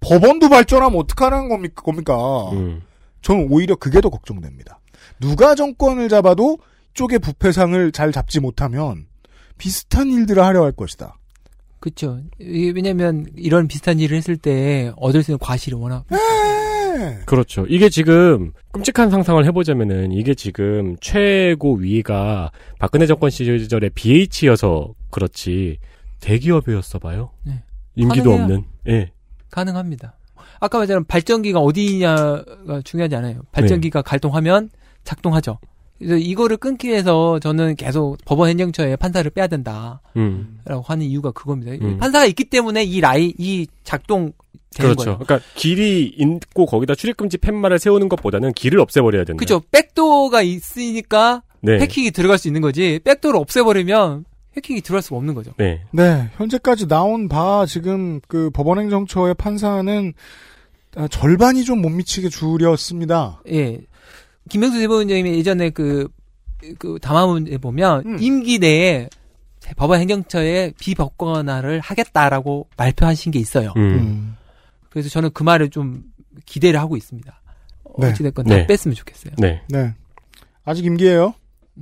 법원도 발전하면 어떡하라는 겁니까? 겁니까? 음. 저는 오히려 그게 더 걱정됩니다. 누가 정권을 잡아도 쪽의 부패상을 잘 잡지 못하면 비슷한 일들을 하려 할 것이다. 그렇죠. 이- 왜냐면 이런 비슷한 일을 했을 때 얻을 수 있는 과실이 워낙 네. 그렇죠. 이게 지금 끔찍한 상상을 해보자면은 이게 지금 최고 위가 박근혜 정권 시절에 BH여서 그렇지 대기업이었어 봐요. 네. 임기도 가능해요. 없는. 예. 가능합니다. 아까 말처럼 발전기가 어디냐가 중요하지 않아요. 발전기가 네. 갈동하면 작동하죠. 그래서 이거를 끊기 위해서 저는 계속 법원 행정처에 판사를 빼야 된다라고 음. 하는 이유가 그겁니다. 음. 판사가 있기 때문에 이 라이 이 작동 되는 그렇죠. 거예요. 그러니까 길이 있고 거기다 출입금지 팻말을 세우는 것보다는 길을 없애버려야 된다. 그죠. 백도어가 있으니까 네. 해킹이 들어갈 수 있는 거지. 백도어를 없애버리면 해킹이 들어갈 수가 없는 거죠. 네. 네, 현재까지 나온 바 지금 그 법원행정처의 판사는 아, 절반이 좀 못 미치게 줄였습니다. 예. 김명수 대법원장님이 예전에 그, 그 담화문에 보면 임기 내에 법원 행정처에 비법권화를 하겠다라고 발표하신 게 있어요. 음. 그래서 저는 그 말을 좀 기대를 하고 있습니다. 네. 어찌됐건 다 네. 뺐으면 좋겠어요. 음. 네. 네. 아직 임기예요.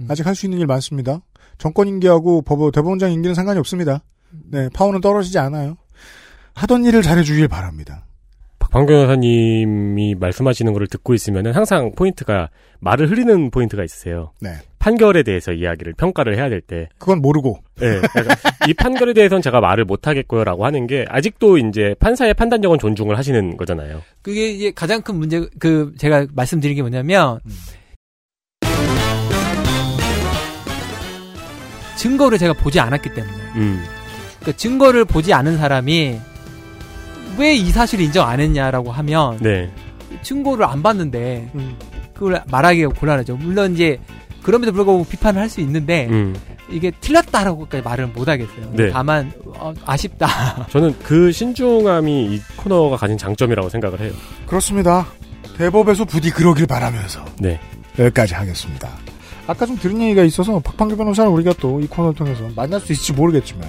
아직 할 수 있는 일 많습니다. 정권 임기하고 법 대법원장 임기는 상관이 없습니다. 네, 파워는 떨어지지 않아요. 하던 일을 잘해주길 바랍니다. 박판 변호사님이 말씀하시는 것을 듣고 있으면 항상 포인트가 말을 흐리는 포인트가 있으세요. 네. 판결에 대해서 이야기를 평가를 해야 될 때. 그건 모르고. [laughs] 네. 그러니까 이 판결에 대해서는 제가 말을 못하겠고요라고 하는 게 아직도 이제 판사의 판단력은 존중을 하시는 거잖아요. 그게 이제 가장 큰 문제, 그, 제가 말씀드린 게 뭐냐면, 증거를 제가 보지 않았기 때문에. 음. 그러니까 증거를 보지 않은 사람이 왜 이 사실을 인정 안 했냐라고 하면, 네. 음. 증거를 안 봤는데, 그걸 말하기가 곤란하죠. 물론 이제, 그럼에도 불구하고 비판을 할 수 있는데, 음. 이게 틀렸다라고까지 말을 못 하겠어요. 네. 다만, 어, 아쉽다. [laughs] 저는 그 신중함이 이 코너가 가진 장점이라고 생각을 해요. 그렇습니다. 대법에서 부디 그러길 바라면서 네. 여기까지 하겠습니다. 아까 좀 들은 얘기가 있어서 박판규 변호사는 우리가 또 이 코너를 통해서 만날 수 있을지 모르겠지만,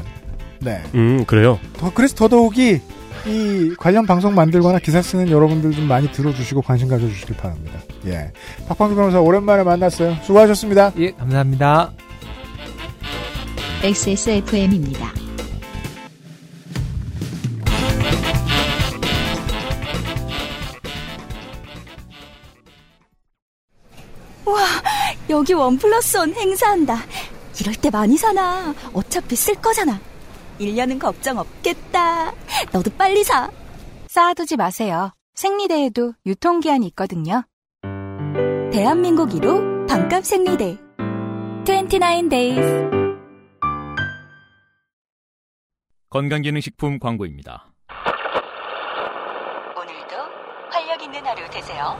네. 음, 그래요. 더 그래서 더더욱이 이 관련 방송 만들거나 기사 쓰는 여러분들 좀 많이 들어주시고 관심 가져주시길 바랍니다. 예. 박판규 변호사 오랜만에 만났어요. 수고하셨습니다. 예, 감사합니다. XSFM입니다. 와, 여기 원 플러스 원 행사한다. 이럴 때 많이 사나. 어차피 쓸 거잖아. 1년은 걱정 없겠다. 너도 빨리 사. 쌓아두지 마세요. 생리대에도 유통기한이 있거든요. 대한민국 1호 반값 생리대. 29 days. 건강기능식품 광고입니다. 오늘도 활력 있는 하루 되세요.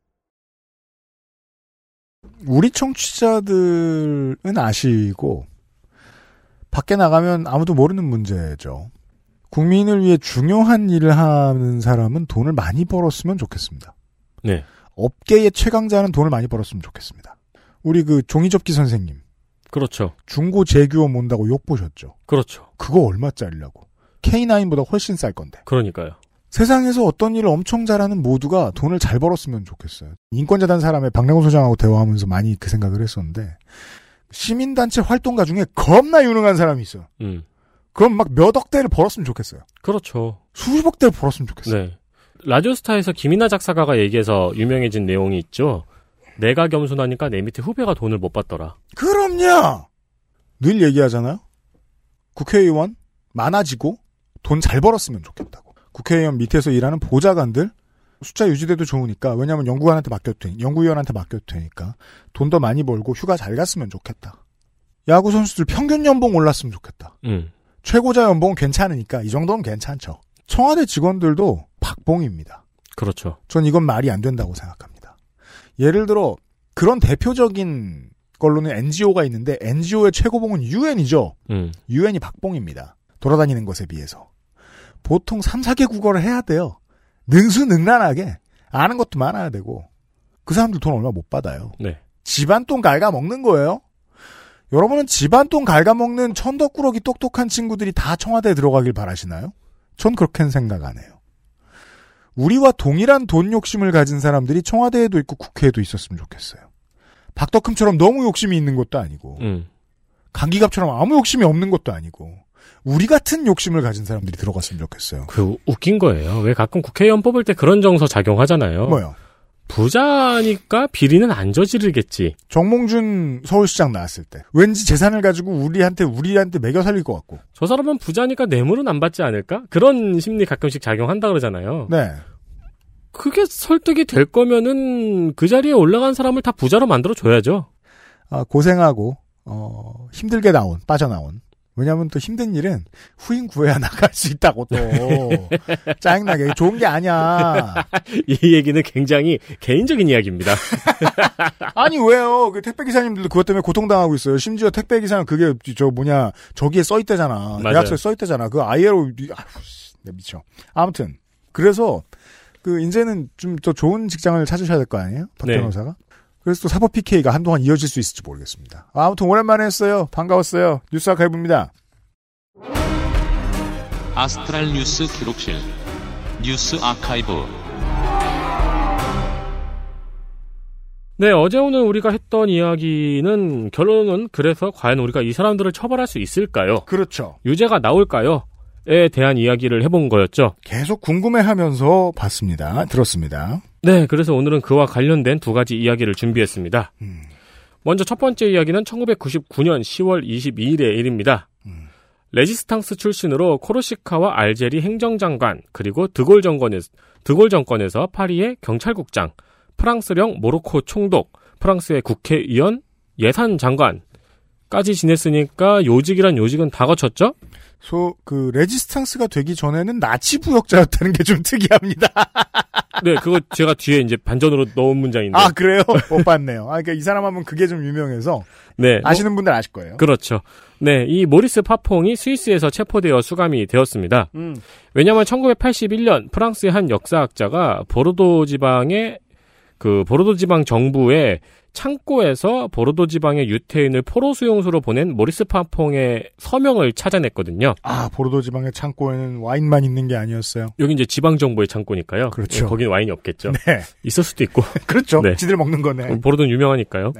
우리 청취자들은 아시고 밖에 나가면 아무도 모르는 문제죠. 국민을 위해 중요한 일을 하는 사람은 돈을 많이 벌었으면 좋겠습니다. 네. 업계의 최강자는 돈을 많이 벌었으면 좋겠습니다. 우리 그 종이접기 선생님 그렇죠. 중고 재규업 온다고 욕 보셨죠? 그렇죠. 그거 얼마짜리라고? K9보다 훨씬 쌀 건데. 그러니까요. 세상에서 어떤 일을 엄청 잘하는 모두가 돈을 잘 벌었으면 좋겠어요. 인권재단 사람의 박래곤 소장하고 대화하면서 많이 그 생각을 했었는데 시민단체 활동가 중에 겁나 유능한 사람이 있어요. 음. 그럼 막 몇 억대를 벌었으면 좋겠어요. 그렇죠. 수십억대를 벌었으면 좋겠어요. 네. 라디오스타에서 김이나 작사가가 얘기해서 유명해진 내용이 있죠. 내가 겸손하니까 내 밑에 후배가 돈을 못 받더라. 그럼요. 늘 얘기하잖아요. 국회의원 많아지고 돈 잘 벌었으면 좋겠다고. 국회의원 밑에서 일하는 보좌관들 숫자 유지돼도 좋으니까 왜냐하면 연구관한테 맡겨도 되니 연구위원한테 맡겨도 되니까 돈 더 많이 벌고 휴가 잘 갔으면 좋겠다. 야구 선수들 평균 연봉 올랐으면 좋겠다. 음. 최고자 연봉 괜찮으니까 이 정도는 괜찮죠. 청와대 직원들도 박봉입니다. 그렇죠. 전 이건 말이 안 된다고 생각합니다. 예를 들어 그런 대표적인 걸로는 NGO가 있는데 NGO의 최고봉은 UN이죠. 음. UN이 박봉입니다. 돌아다니는 것에 비해서 보통 3, 4개 국어를 해야 돼요. 능수능란하게 아는 것도 많아야 되고 그 사람들 돈 얼마 못 받아요. 네. 집안 돈 갉아먹는 거예요. 여러분은 집안 돈 갉아먹는 천덕꾸러기 똑똑한 친구들이 다 청와대에 들어가길 바라시나요? 전 그렇게는 생각 안 해요. 우리와 동일한 돈 욕심을 가진 사람들이 청와대에도 있고 국회에도 있었으면 좋겠어요. 박덕흠처럼 너무 욕심이 있는 것도 아니고 음. 강기갑처럼 아무 욕심이 없는 것도 아니고 우리 같은 욕심을 가진 사람들이 들어갔으면 좋겠어요. 그 웃긴 거예요. 왜 가끔 국회의원 뽑을 때 그런 정서 작용하잖아요. 뭐요? 부자니까 비리는 안 저지르겠지. 정몽준 서울시장 나왔을 때 왠지 재산을 가지고 우리한테 우리한테 매겨 살릴 것 같고 저 사람은 부자니까 뇌물은 안 받지 않을까? 그런 심리 가끔씩 작용한다 그러잖아요. 네. 그게 설득이 될 거면은 그 자리에 올라간 사람을 다 부자로 만들어 줘야죠. [laughs] 아, 고생하고 어, 힘들게 나온 빠져나온 왜냐하면 또 힘든 일은 후임 구해야 [laughs] 나갈 수 있다고 또 짜증나게 좋은 게 아니야 이 얘기는 굉장히 [laughs] 개인적인 이야기입니다. 아니 왜요? 그 택배 기사님들도 그것 때문에 고통당하고 있어요. 심지어 택배 기사는 그게 저 뭐냐 저기에 써 있대잖아. 맞아요. 계약서에 써 있대잖아. 그 ILO 아휴, 씨, 내 미쳐. 아무튼 그래서 그 이제는 좀 더 좋은 직장을 찾으셔야 될 거 아니에요? 박 네. 변호사가. 그래서 또 사법 PK가 한동안 이어질 수 있을지 모르겠습니다. 아무튼 오랜만에 했어요. 반가웠어요. 뉴스 아카이브입니다. 아스트랄 뉴스 기록실 뉴스 아카이브 네, 어제 오늘 우리가 했던 이야기는 결론은 그래서 과연 우리가 이 사람들을 처벌할 수 있을까요? 그렇죠. 유죄가 나올까요? 에 대한 이야기를 해본 거였죠. 계속 궁금해하면서 봤습니다. 들었습니다. 네, 그래서 오늘은 그와 관련된 두 가지 이야기를 준비했습니다. 음. 먼저 첫 번째 이야기는 1999년 10월 22일의 일입니다. 음. 레지스탕스 출신으로 코르시카와 알제리 행정장관 그리고 드골 정권에서 드골 정권에서 파리의 경찰국장, 프랑스령 모로코 총독, 프랑스의 국회의원, 예산 장관까지 지냈으니까 요직이란 요직은 다 거쳤죠? 소 그 레지스탕스가 되기 전에는 나치 부역자였다는 게 좀 특이합니다. 네, 그거 제가 뒤에 이제 반전으로 넣은 문장인데. 아 그래요? [laughs] 못 봤네요. 아 그러니까 이 사람 하면 그게 좀 유명해서 네. 뭐- 아시는 분들 아실 거예요. 그렇죠. 네, 이 모리스 파퐁이 스위스에서 체포되어 수감이 되었습니다. 음. 왜냐하면 1981년 프랑스의 한 역사학자가 보르도 지방의 그 보르도 지방 정부의 창고에서 보르도 지방의 유태인을 포로 수용소로 보낸 모리스 파퐁의 서명을 찾아냈거든요. 아 보르도 지방의 창고에는 와인만 있는 게 아니었어요. [laughs] 여기 이제 지방 정부의 창고니까요. 그렇죠. 예, 거긴 와인이 없겠죠. 네. 있을 수도 있고. 그렇죠. 네. 지들 먹는 거네. 네. 보르도는 유명하니까요.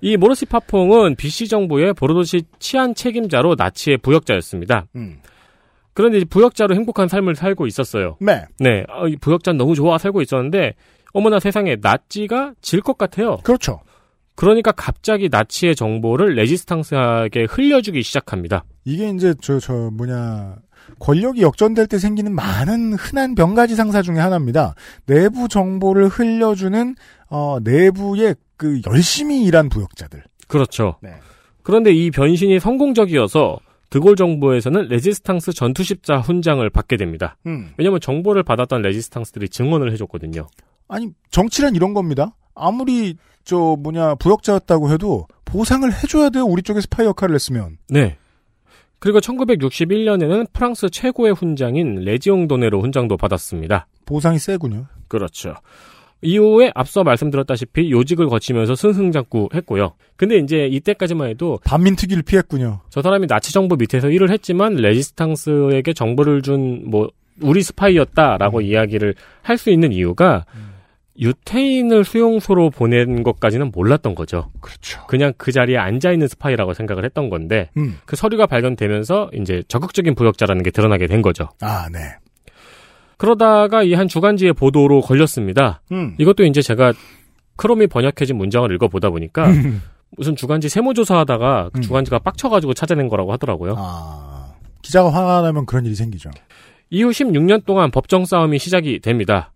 이 모르시 파퐁은 BC 정부의 보르도시 치안 책임자로 나치의 부역자였습니다. 음. 그런데 이제 부역자로 행복한 삶을 살고 있었어요. 네. 네, 아, 이 부역자는 너무 좋아 살고 있었는데 어머나 세상에 나치가 질 것 같아요. 그렇죠. 그러니까 갑자기 나치의 정보를 레지스탕스에게 흘려주기 시작합니다. 이게 이제 저 저 뭐냐 권력이 역전될 때 생기는 많은 흔한 병가지 상사 중에 하나입니다. 내부 정보를 흘려주는 어, 내부의 그 열심히 일한 부역자들. 그렇죠. 그런데 이 변신이 성공적이어서 드골 정부에서는 레지스탕스 전투십자 훈장을 받게 됩니다. 음. 왜냐하면 정보를 받았던 레지스탕스들이 증언을 해줬거든요. 아니 정치란 이런 겁니다. 아무리 저 뭐냐 부역자였다고 해도 보상을 해줘야 돼요. 우리 쪽에 스파이 역할을 했으면. 네. 그리고 1961년에는 프랑스 최고의 훈장인 레지옹 도네로 훈장도 받았습니다. 보상이 세군요. 그렇죠. 이후에 앞서 말씀드렸다시피 요직을 거치면서 승승장구 했고요. 근데 이제 이때까지만 해도 반민특위를 피했군요. 저 사람이 나치 정부 밑에서 일을 했지만 레지스탕스에게 정보를 준 뭐 우리 음. 스파이였다라고 이야기를 할 수 있는 이유가 유태인을 수용소로 보낸 것까지는 몰랐던 거죠. 그렇죠. 그냥 그 자리에 앉아 있는 스파이라고 생각을 했던 건데 음. 그 서류가 발견되면서 이제 적극적인 부역자라는 게 드러나게 된 거죠. 아, 네. 그러다가 이 한 주간지의 보도로 걸렸습니다. 음. 이것도 이제 제가 크롬이 번역해진 문장을 읽어보다 보니까 무슨 주간지 세무조사하다가 그 주간지가 빡쳐가지고 찾아낸 거라고 하더라고요. 기자가 화가 나면 그런 일이 생기죠. 이후 16년 동안 법정 싸움이 시작이 됩니다.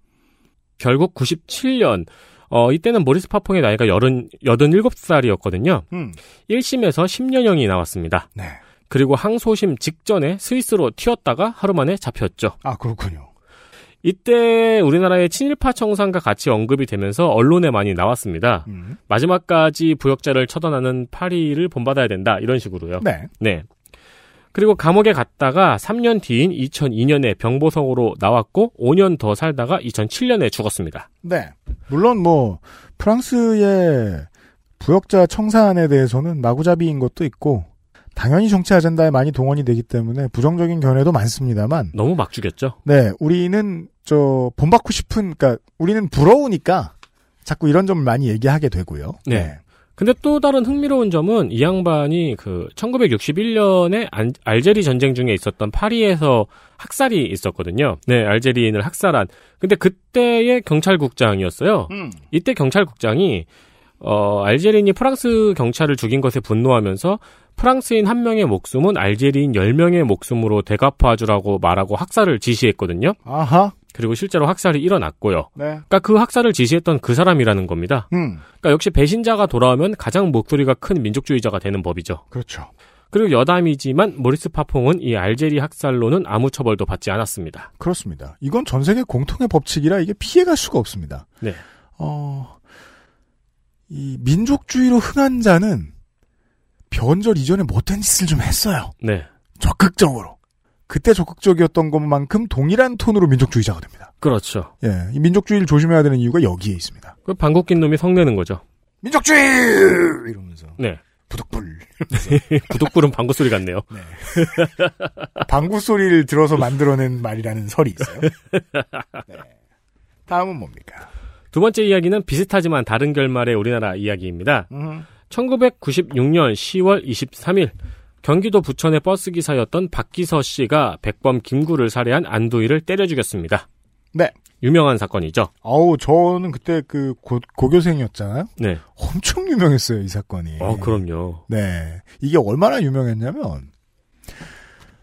결국 97년, 어, 이때는 모리스 파퐁의 나이가 80, 87살이었거든요. 음. 1심에서 10년형이 나왔습니다. 그리고 항소심 직전에 스위스로 튀었다가 하루 만에 잡혔죠. 아, 그렇군요. 이때 우리나라의 친일파 청산과 같이 언급이 되면서 언론에 많이 나왔습니다. 음. 마지막까지 부역자를 처단하는 파리를 본받아야 된다. 이런 식으로요. 네. 그리고 감옥에 갔다가 3년 뒤인 2002년에 병보성으로 나왔고 5년 더 살다가 2007년에 죽었습니다. 네. 물론 뭐 프랑스의 부역자 청산에 대해서는 마구잡이인 것도 있고 당연히 정치 아젠다에 많이 동원이 되기 때문에 부정적인 견해도 많습니다만 너무 막 죽였죠. 네, 우리는 저 본받고 싶은 그러니까 우리는 부러우니까 자꾸 이런 점을 많이 얘기하게 되고요. 네. 근데 또 다른 흥미로운 점은 이 양반이 그 1961년에 알제리 전쟁 중에 있었던 파리에서 학살이 있었거든요. 네, 알제리인을 학살한. 근데 그때의 경찰국장이었어요. 음. 이때 경찰국장이 어, 알제리인이 프랑스 경찰을 죽인 것에 분노하면서 프랑스인 한 명의 목숨은 알제리인 10명의 목숨으로 대갚아주라고 말하고 학살을 지시했거든요. 아하. 그리고 실제로 학살이 일어났고요. 네. 그러니까 그 학살을 지시했던 그 사람이라는 겁니다. 음. 그러니까 역시 배신자가 돌아오면 가장 목소리가 큰 민족주의자가 되는 법이죠. 그렇죠. 그리고 여담이지만 모리스 파퐁은 이 알제리 학살로는 아무 처벌도 받지 않았습니다. 그렇습니다. 이건 전 세계 공통의 법칙이라 이게 피해갈 수가 없습니다. 네. 어, 이 민족주의로 흥한 자는 변절 이전에 못된 짓을 좀 했어요. 네. 적극적으로. 그때 적극적이었던 것만큼 동일한 톤으로 민족주의자가 됩니다. 그렇죠. 예, 이 민족주의를 조심해야 되는 이유가 여기에 있습니다. 그 방귀낀 놈이 성내는 거죠. 민족주의! 이러면서. 네. 부득불. 부득불은 방구 소리 같네요. 방구 소리를 들어서 만들어낸 말이라는 설이 있어요. [laughs] 네. 다음은 뭡니까? 두 번째 이야기는 비슷하지만 다른 결말의 우리나라 이야기입니다. 1996년 10월 23일 경기도 부천의 버스 기사였던 박기서 씨가 백범 김구를 살해한 안도희를 때려 죽였습니다. 네. 유명한 사건이죠. 아우, 저는 그때 그 고, 고교생이었잖아요. 네. 엄청 유명했어요, 이 사건이. 어, 그럼요. 네. 이게 얼마나 유명했냐면,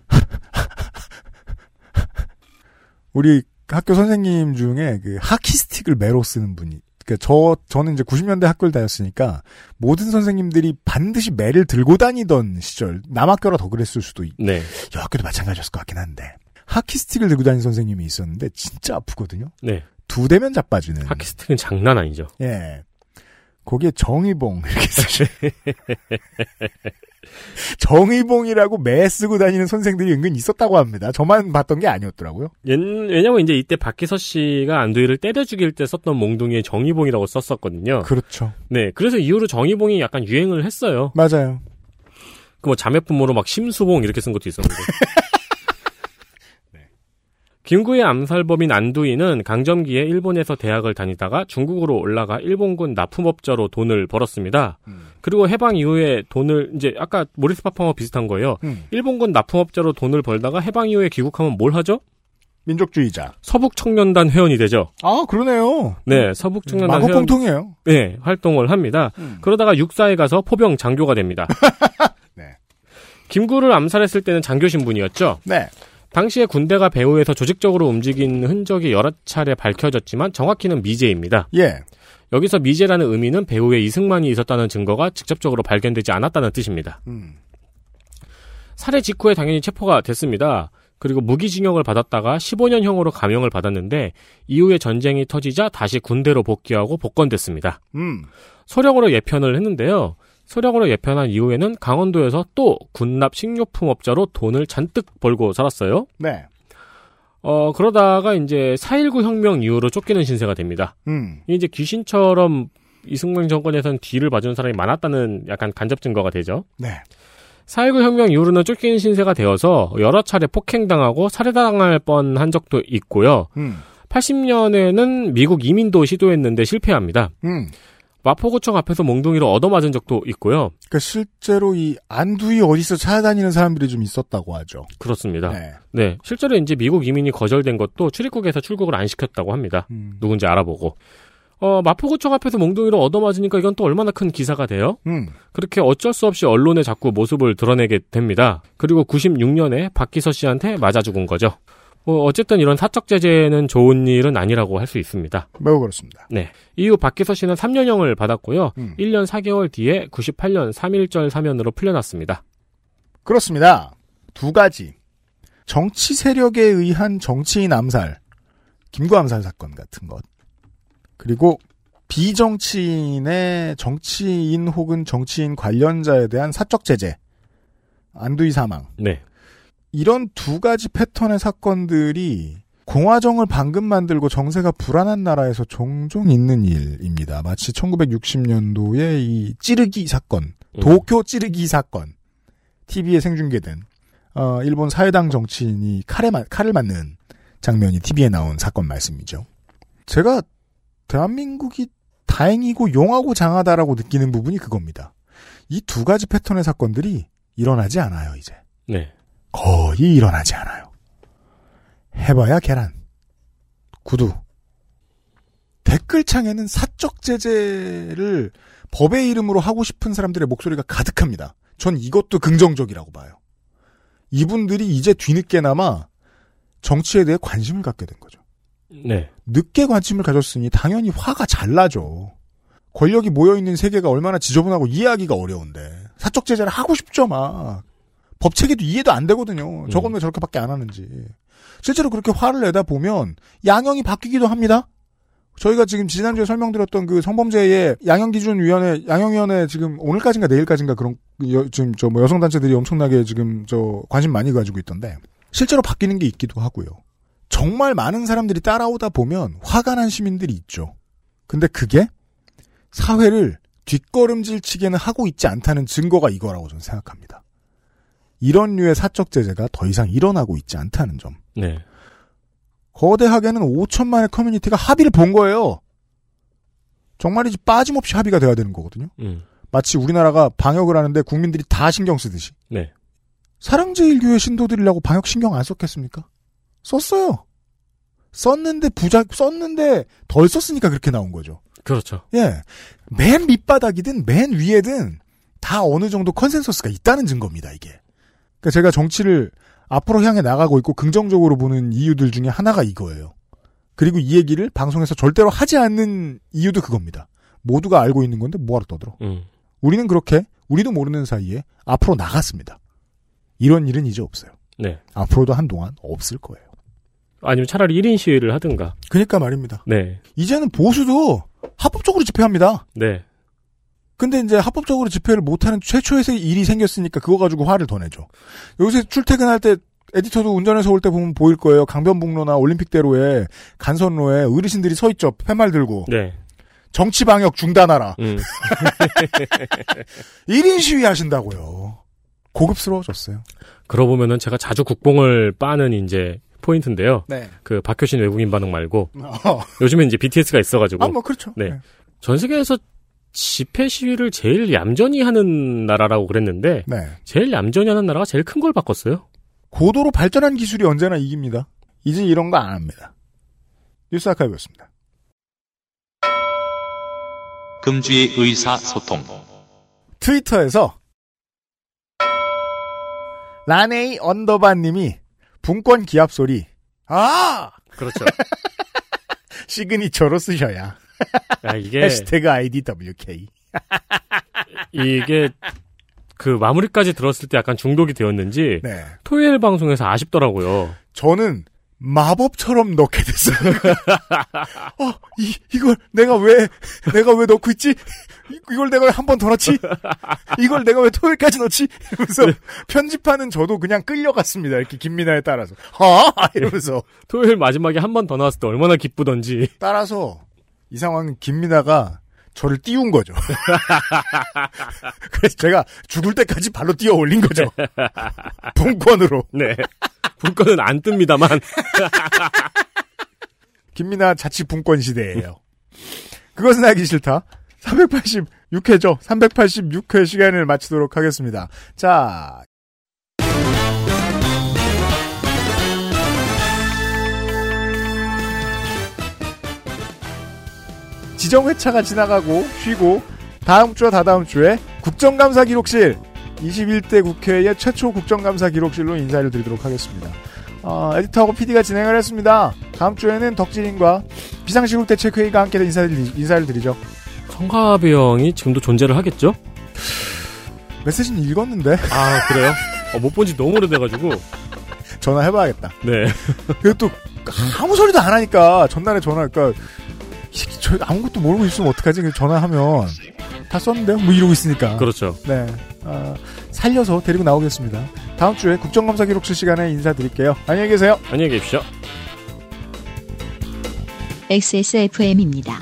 [laughs] 우리 학교 선생님 중에 그 하키스틱을 매로 쓰는 분이, 그니까 저, 저는 이제 90년대 학교를 다녔으니까 모든 선생님들이 반드시 매를 들고 다니던 시절, 남학교라 더 그랬을 수도 있, 네. 여학교도 마찬가지였을 것 같긴 한데, 하키스틱을 들고 다니는 선생님이 있었는데, 진짜 아프거든요? 네. 두 대면 자빠지는. 하키스틱은 장난 아니죠. 예. 거기에 정의봉 이렇게 [laughs] 쓰시. 정의봉이라고 매 쓰고 다니는 선생들이 은근 있었다고 합니다. 저만 봤던 게 아니었더라고요. 옛- 왜냐면 이제 이때 박기서 씨가 안도희를 때려 죽일 때 썼던 몽둥이에 정의봉이라고 썼었거든요. 그렇죠. 네. 그래서 이후로 정의봉이 약간 유행을 했어요. 맞아요. 그 뭐 자매품으로 막 심수봉 이렇게 쓴 것도 [laughs] 있었는데. 네. 김구의 암살범인 안두이는 강점기에 일본에서 대학을 다니다가 중국으로 올라가 일본군 납품업자로 돈을 벌었습니다. 그리고 해방 이후에 돈을 이제 아까 모리스 파펑과 비슷한 거예요. 음. 일본군 납품업자로 돈을 벌다가 해방 이후에 귀국하면 뭘 하죠? 민족주의자. 서북 청년단 회원이 되죠. 아, 그러네요. 네, 서북 청년단 음. 마구 회원 공통이에요. 음. 네, 활동을 합니다. 그러다가 육사에 가서 포병 장교가 [laughs] 됩니다. 김구를 암살했을 때는 장교 신분이었죠. 네. 당시에 군대가 배후에서 조직적으로 움직인 흔적이 여러 차례 밝혀졌지만 정확히는 미제입니다. 예. 여기서 미제라는 의미는 배후에 이승만이 있었다는 증거가 직접적으로 발견되지 않았다는 뜻입니다. 살해 직후에 당연히 체포가 됐습니다. 그리고 무기징역을 받았다가 15년형으로 감형을 받았는데 이후에 전쟁이 터지자 다시 군대로 복귀하고 복권됐습니다. 음. 소령으로 예편을 했는데요. 소령으로 예편한 이후에는 강원도에서 또 군납 식료품업자로 돈을 잔뜩 벌고 살았어요. 네. 어, 그러다가 이제 4.19 혁명 이후로 쫓기는 신세가 됩니다. 음. 이게 이제 귀신처럼 이승만 정권에선 뒤를 봐주는 사람이 많았다는 약간 간접 증거가 되죠. 네. 4.19 혁명 이후로는 쫓기는 신세가 되어서 여러 차례 폭행당하고 살해당할 뻔한 적도 있고요. 음. 80년에는 미국 이민도 시도했는데 실패합니다. 음. 마포구청 앞에서 몽둥이로 얻어맞은 적도 있고요. 그러니까 실제로 이 안두이 어디서 찾아다니는 사람들이 좀 있었다고 하죠. 그렇습니다. 네. 네, 실제로 이제 미국 이민이 거절된 것도 출입국에서 출국을 안 시켰다고 합니다. 누군지 알아보고. 어, 마포구청 앞에서 몽둥이로 얻어맞으니까 이건 또 얼마나 큰 기사가 돼요? 음. 그렇게 어쩔 수 없이 언론에 자꾸 모습을 드러내게 됩니다. 그리고 96년에 박기서 씨한테 맞아 죽은 거죠. 어, 어쨌든 이런 사적 제재는 좋은 일은 아니라고 할 수 있습니다. 매우 그렇습니다. 네. 이후 박기서 씨는 3년형을 받았고요. 음. 1년 4개월 뒤에 98년 3.1절 사면으로 풀려났습니다. 그렇습니다. 두 가지. 정치 세력에 의한 정치인 암살, 김구 암살 사건 같은 것. 그리고 비정치인의 정치인 혹은 정치인 관련자에 대한 사적 제재. 안두희 사망. 네. 이런 두 가지 패턴의 사건들이 공화정을 방금 만들고 정세가 불안한 나라에서 종종 있는 일입니다. 마치 1960년도의 이 찌르기 사건, 음. 예. 도쿄 찌르기 사건, TV에 생중계된 어, 일본 사회당 정치인이 칼에 마- 칼을 맞는 장면이 TV에 나온 사건 말씀이죠. 제가 대한민국이 다행이고 용하고 장하다라고 느끼는 부분이 그겁니다. 이 두 가지 패턴의 사건들이 일어나지 않아요, 이제. 네. 거의 일어나지 않아요. 해봐야 계란. 구두. 댓글창에는 사적 제재를 법의 이름으로 하고 싶은 사람들의 목소리가 가득합니다. 전 이것도 긍정적이라고 봐요. 이분들이 이제 뒤늦게나마 정치에 대해 관심을 갖게 된 거죠. 네. 늦게 관심을 가졌으니 당연히 화가 잘 나죠. 권력이 모여있는 세계가 얼마나 지저분하고 이해하기가 어려운데 사적 제재를 하고 싶죠 막 법체계도 이해도 안 되거든요 저건 왜 저렇게밖에 안 하는지 실제로 그렇게 화를 내다 보면 양형이 바뀌기도 합니다 저희가 지금 지난주에 설명드렸던 그 성범죄의 양형기준위원회, 양형위원회 지금 오늘까지인가 내일까지인가 그런 여, 지금 저 뭐 여성단체들이 엄청나게 지금 저 관심 많이 가지고 있던데 실제로 바뀌는 게 있기도 하고요. 정말 많은 사람들이 따라오다 보면 화가 난 시민들이 있죠. 근데 그게 사회를 뒷걸음질 치게는 하고 있지 않다는 증거가 이거라고 저는 생각합니다. 이런 류의 사적 제재가 더 이상 일어나고 있지 않다는 점. 네. 거대하게는 5천만의 커뮤니티가 합의를 본 거예요. 정말이지 빠짐없이 합의가 돼야 되는 거거든요. 음. 마치 우리나라가 방역을 하는데 국민들이 다 신경 쓰듯이. 네. 사랑제일교회 신도들이라고 방역 신경 안 썼겠습니까? 썼어요. 썼는데 부작 썼는데 덜 썼으니까 그렇게 나온 거죠. 그렇죠. 예. 맨 밑바닥이든 맨 위에든 다 어느 정도 컨센서스가 있다는 증거입니다, 이게. 그러니까 제가 정치를 앞으로 향해 나가고 있고 긍정적으로 보는 이유들 중에 하나가 이거예요. 그리고 이 얘기를 방송에서 절대로 하지 않는 이유도 그겁니다. 모두가 알고 있는 건데 뭐하러 떠들어. 음. 우리는 그렇게 우리도 모르는 사이에 앞으로 나갔습니다. 이런 일은 이제 없어요. 네. 앞으로도 한동안 없을 거예요. 아니면 차라리 1인 시위를 하든가. 그러니까 말입니다. 네. 이제는 보수도 합법적으로 집회합니다. 네. 근데 이제 합법적으로 집회를 못하는 최초의 일이 생겼으니까 그거 가지고 화를 더 내죠. 요새 출퇴근할 때 에디터도 운전해서 올 때 보면 보일 거예요. 강변북로나 올림픽대로에 간선로에 어르신들이 서 있죠. 팻말 들고. 네. 정치 방역 중단하라. 음. 1인 시위 하신다고요. 고급스러워졌어요. 그러고 보면은 제가 자주 국뽕을 빠는 이제 포인트인데요. 네. 그 박효신 외국인 반응 말고 어. 요즘에 이제 BTS가 있어가지고. 아, 뭐 그렇죠. 네. 전 세계에서 집회 시위를 제일 얌전히 하는 나라라고 그랬는데 네. 제일 얌전히 하는 나라가 제일 큰 걸 바꿨어요. 고도로 발전한 기술이 언제나 이깁니다. 이제 이런 거 안 합니다. 뉴스 아카이브였습니다. 금주의 의사소통. 트위터에서 라네이 언더바님이 분권 기합 소리 아 [laughs] 그렇죠. 시그니처로 쓰셔야 아, 이게 해시태그 IDWK 이게 그 마무리까지 들었을 때 약간 중독이 되었는지 네. 토요일 방송에서 아쉽더라고요. 저는 마법처럼 넣게 됐어요. [laughs] 어, 이, 이걸 내가 왜, 내가 왜 넣고 있지? 이- 이걸 내가 왜 한 번 더 넣지? 이걸 내가 왜 토요일까지 넣지? 이러면서 편집하는 저도 그냥 끌려갔습니다. 이렇게 김민아에 따라서. 아! 이러면서. 토요일 마지막에 한 번 더 나왔을 때 [laughs] 얼마나 기쁘던지. 따라서 이 상황은 김민아가 저를 띄운 거죠. [laughs] 그래서 제가 죽을 때까지 발로 뛰어 올린 거죠. 분권으로. [laughs] 네. 분권은 안 뜹니다만. 김민아 자치 분권 시대예요. 그것은 알기 싫다. 386회죠. 386회 시간을 마치도록 하겠습니다. 자. 지정회차가 지나가고 쉬고 다음 주와 다다음 주에 국정감사 기록실 21대 국회의 최초 국정감사 기록실로 인사를 드리도록 하겠습니다. 어, 에디터하고 PD가 진행을 했습니다. 다음 주에는 덕질인과 비상시국 대책회의가 함께 인사를, 인사를 드리죠. 성가병이 지금도 존재를 하겠죠? 메시지는 읽었는데 [laughs] 아, 그래요? 못 본 지 너무 오래돼가지고. 전화해봐야겠다. 네. 그리고 또 아무 소리도 안 하니까 전날에 전화 그러니까 이 새끼 저 아무것도 모르고 있으면 어떡하지? 그래서 전화하면 다 썼는데요? 뭐 이러고 있으니까. 그렇죠. 네. 아, 살려서 데리고 나오겠습니다. 다음 주에 국정감사 기록실 시간에 인사드릴게요. 안녕히 계세요. 안녕히 계십시오. XSFM입니다.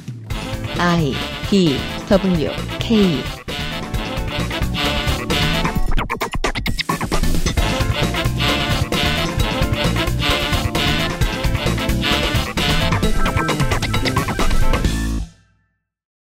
I D W K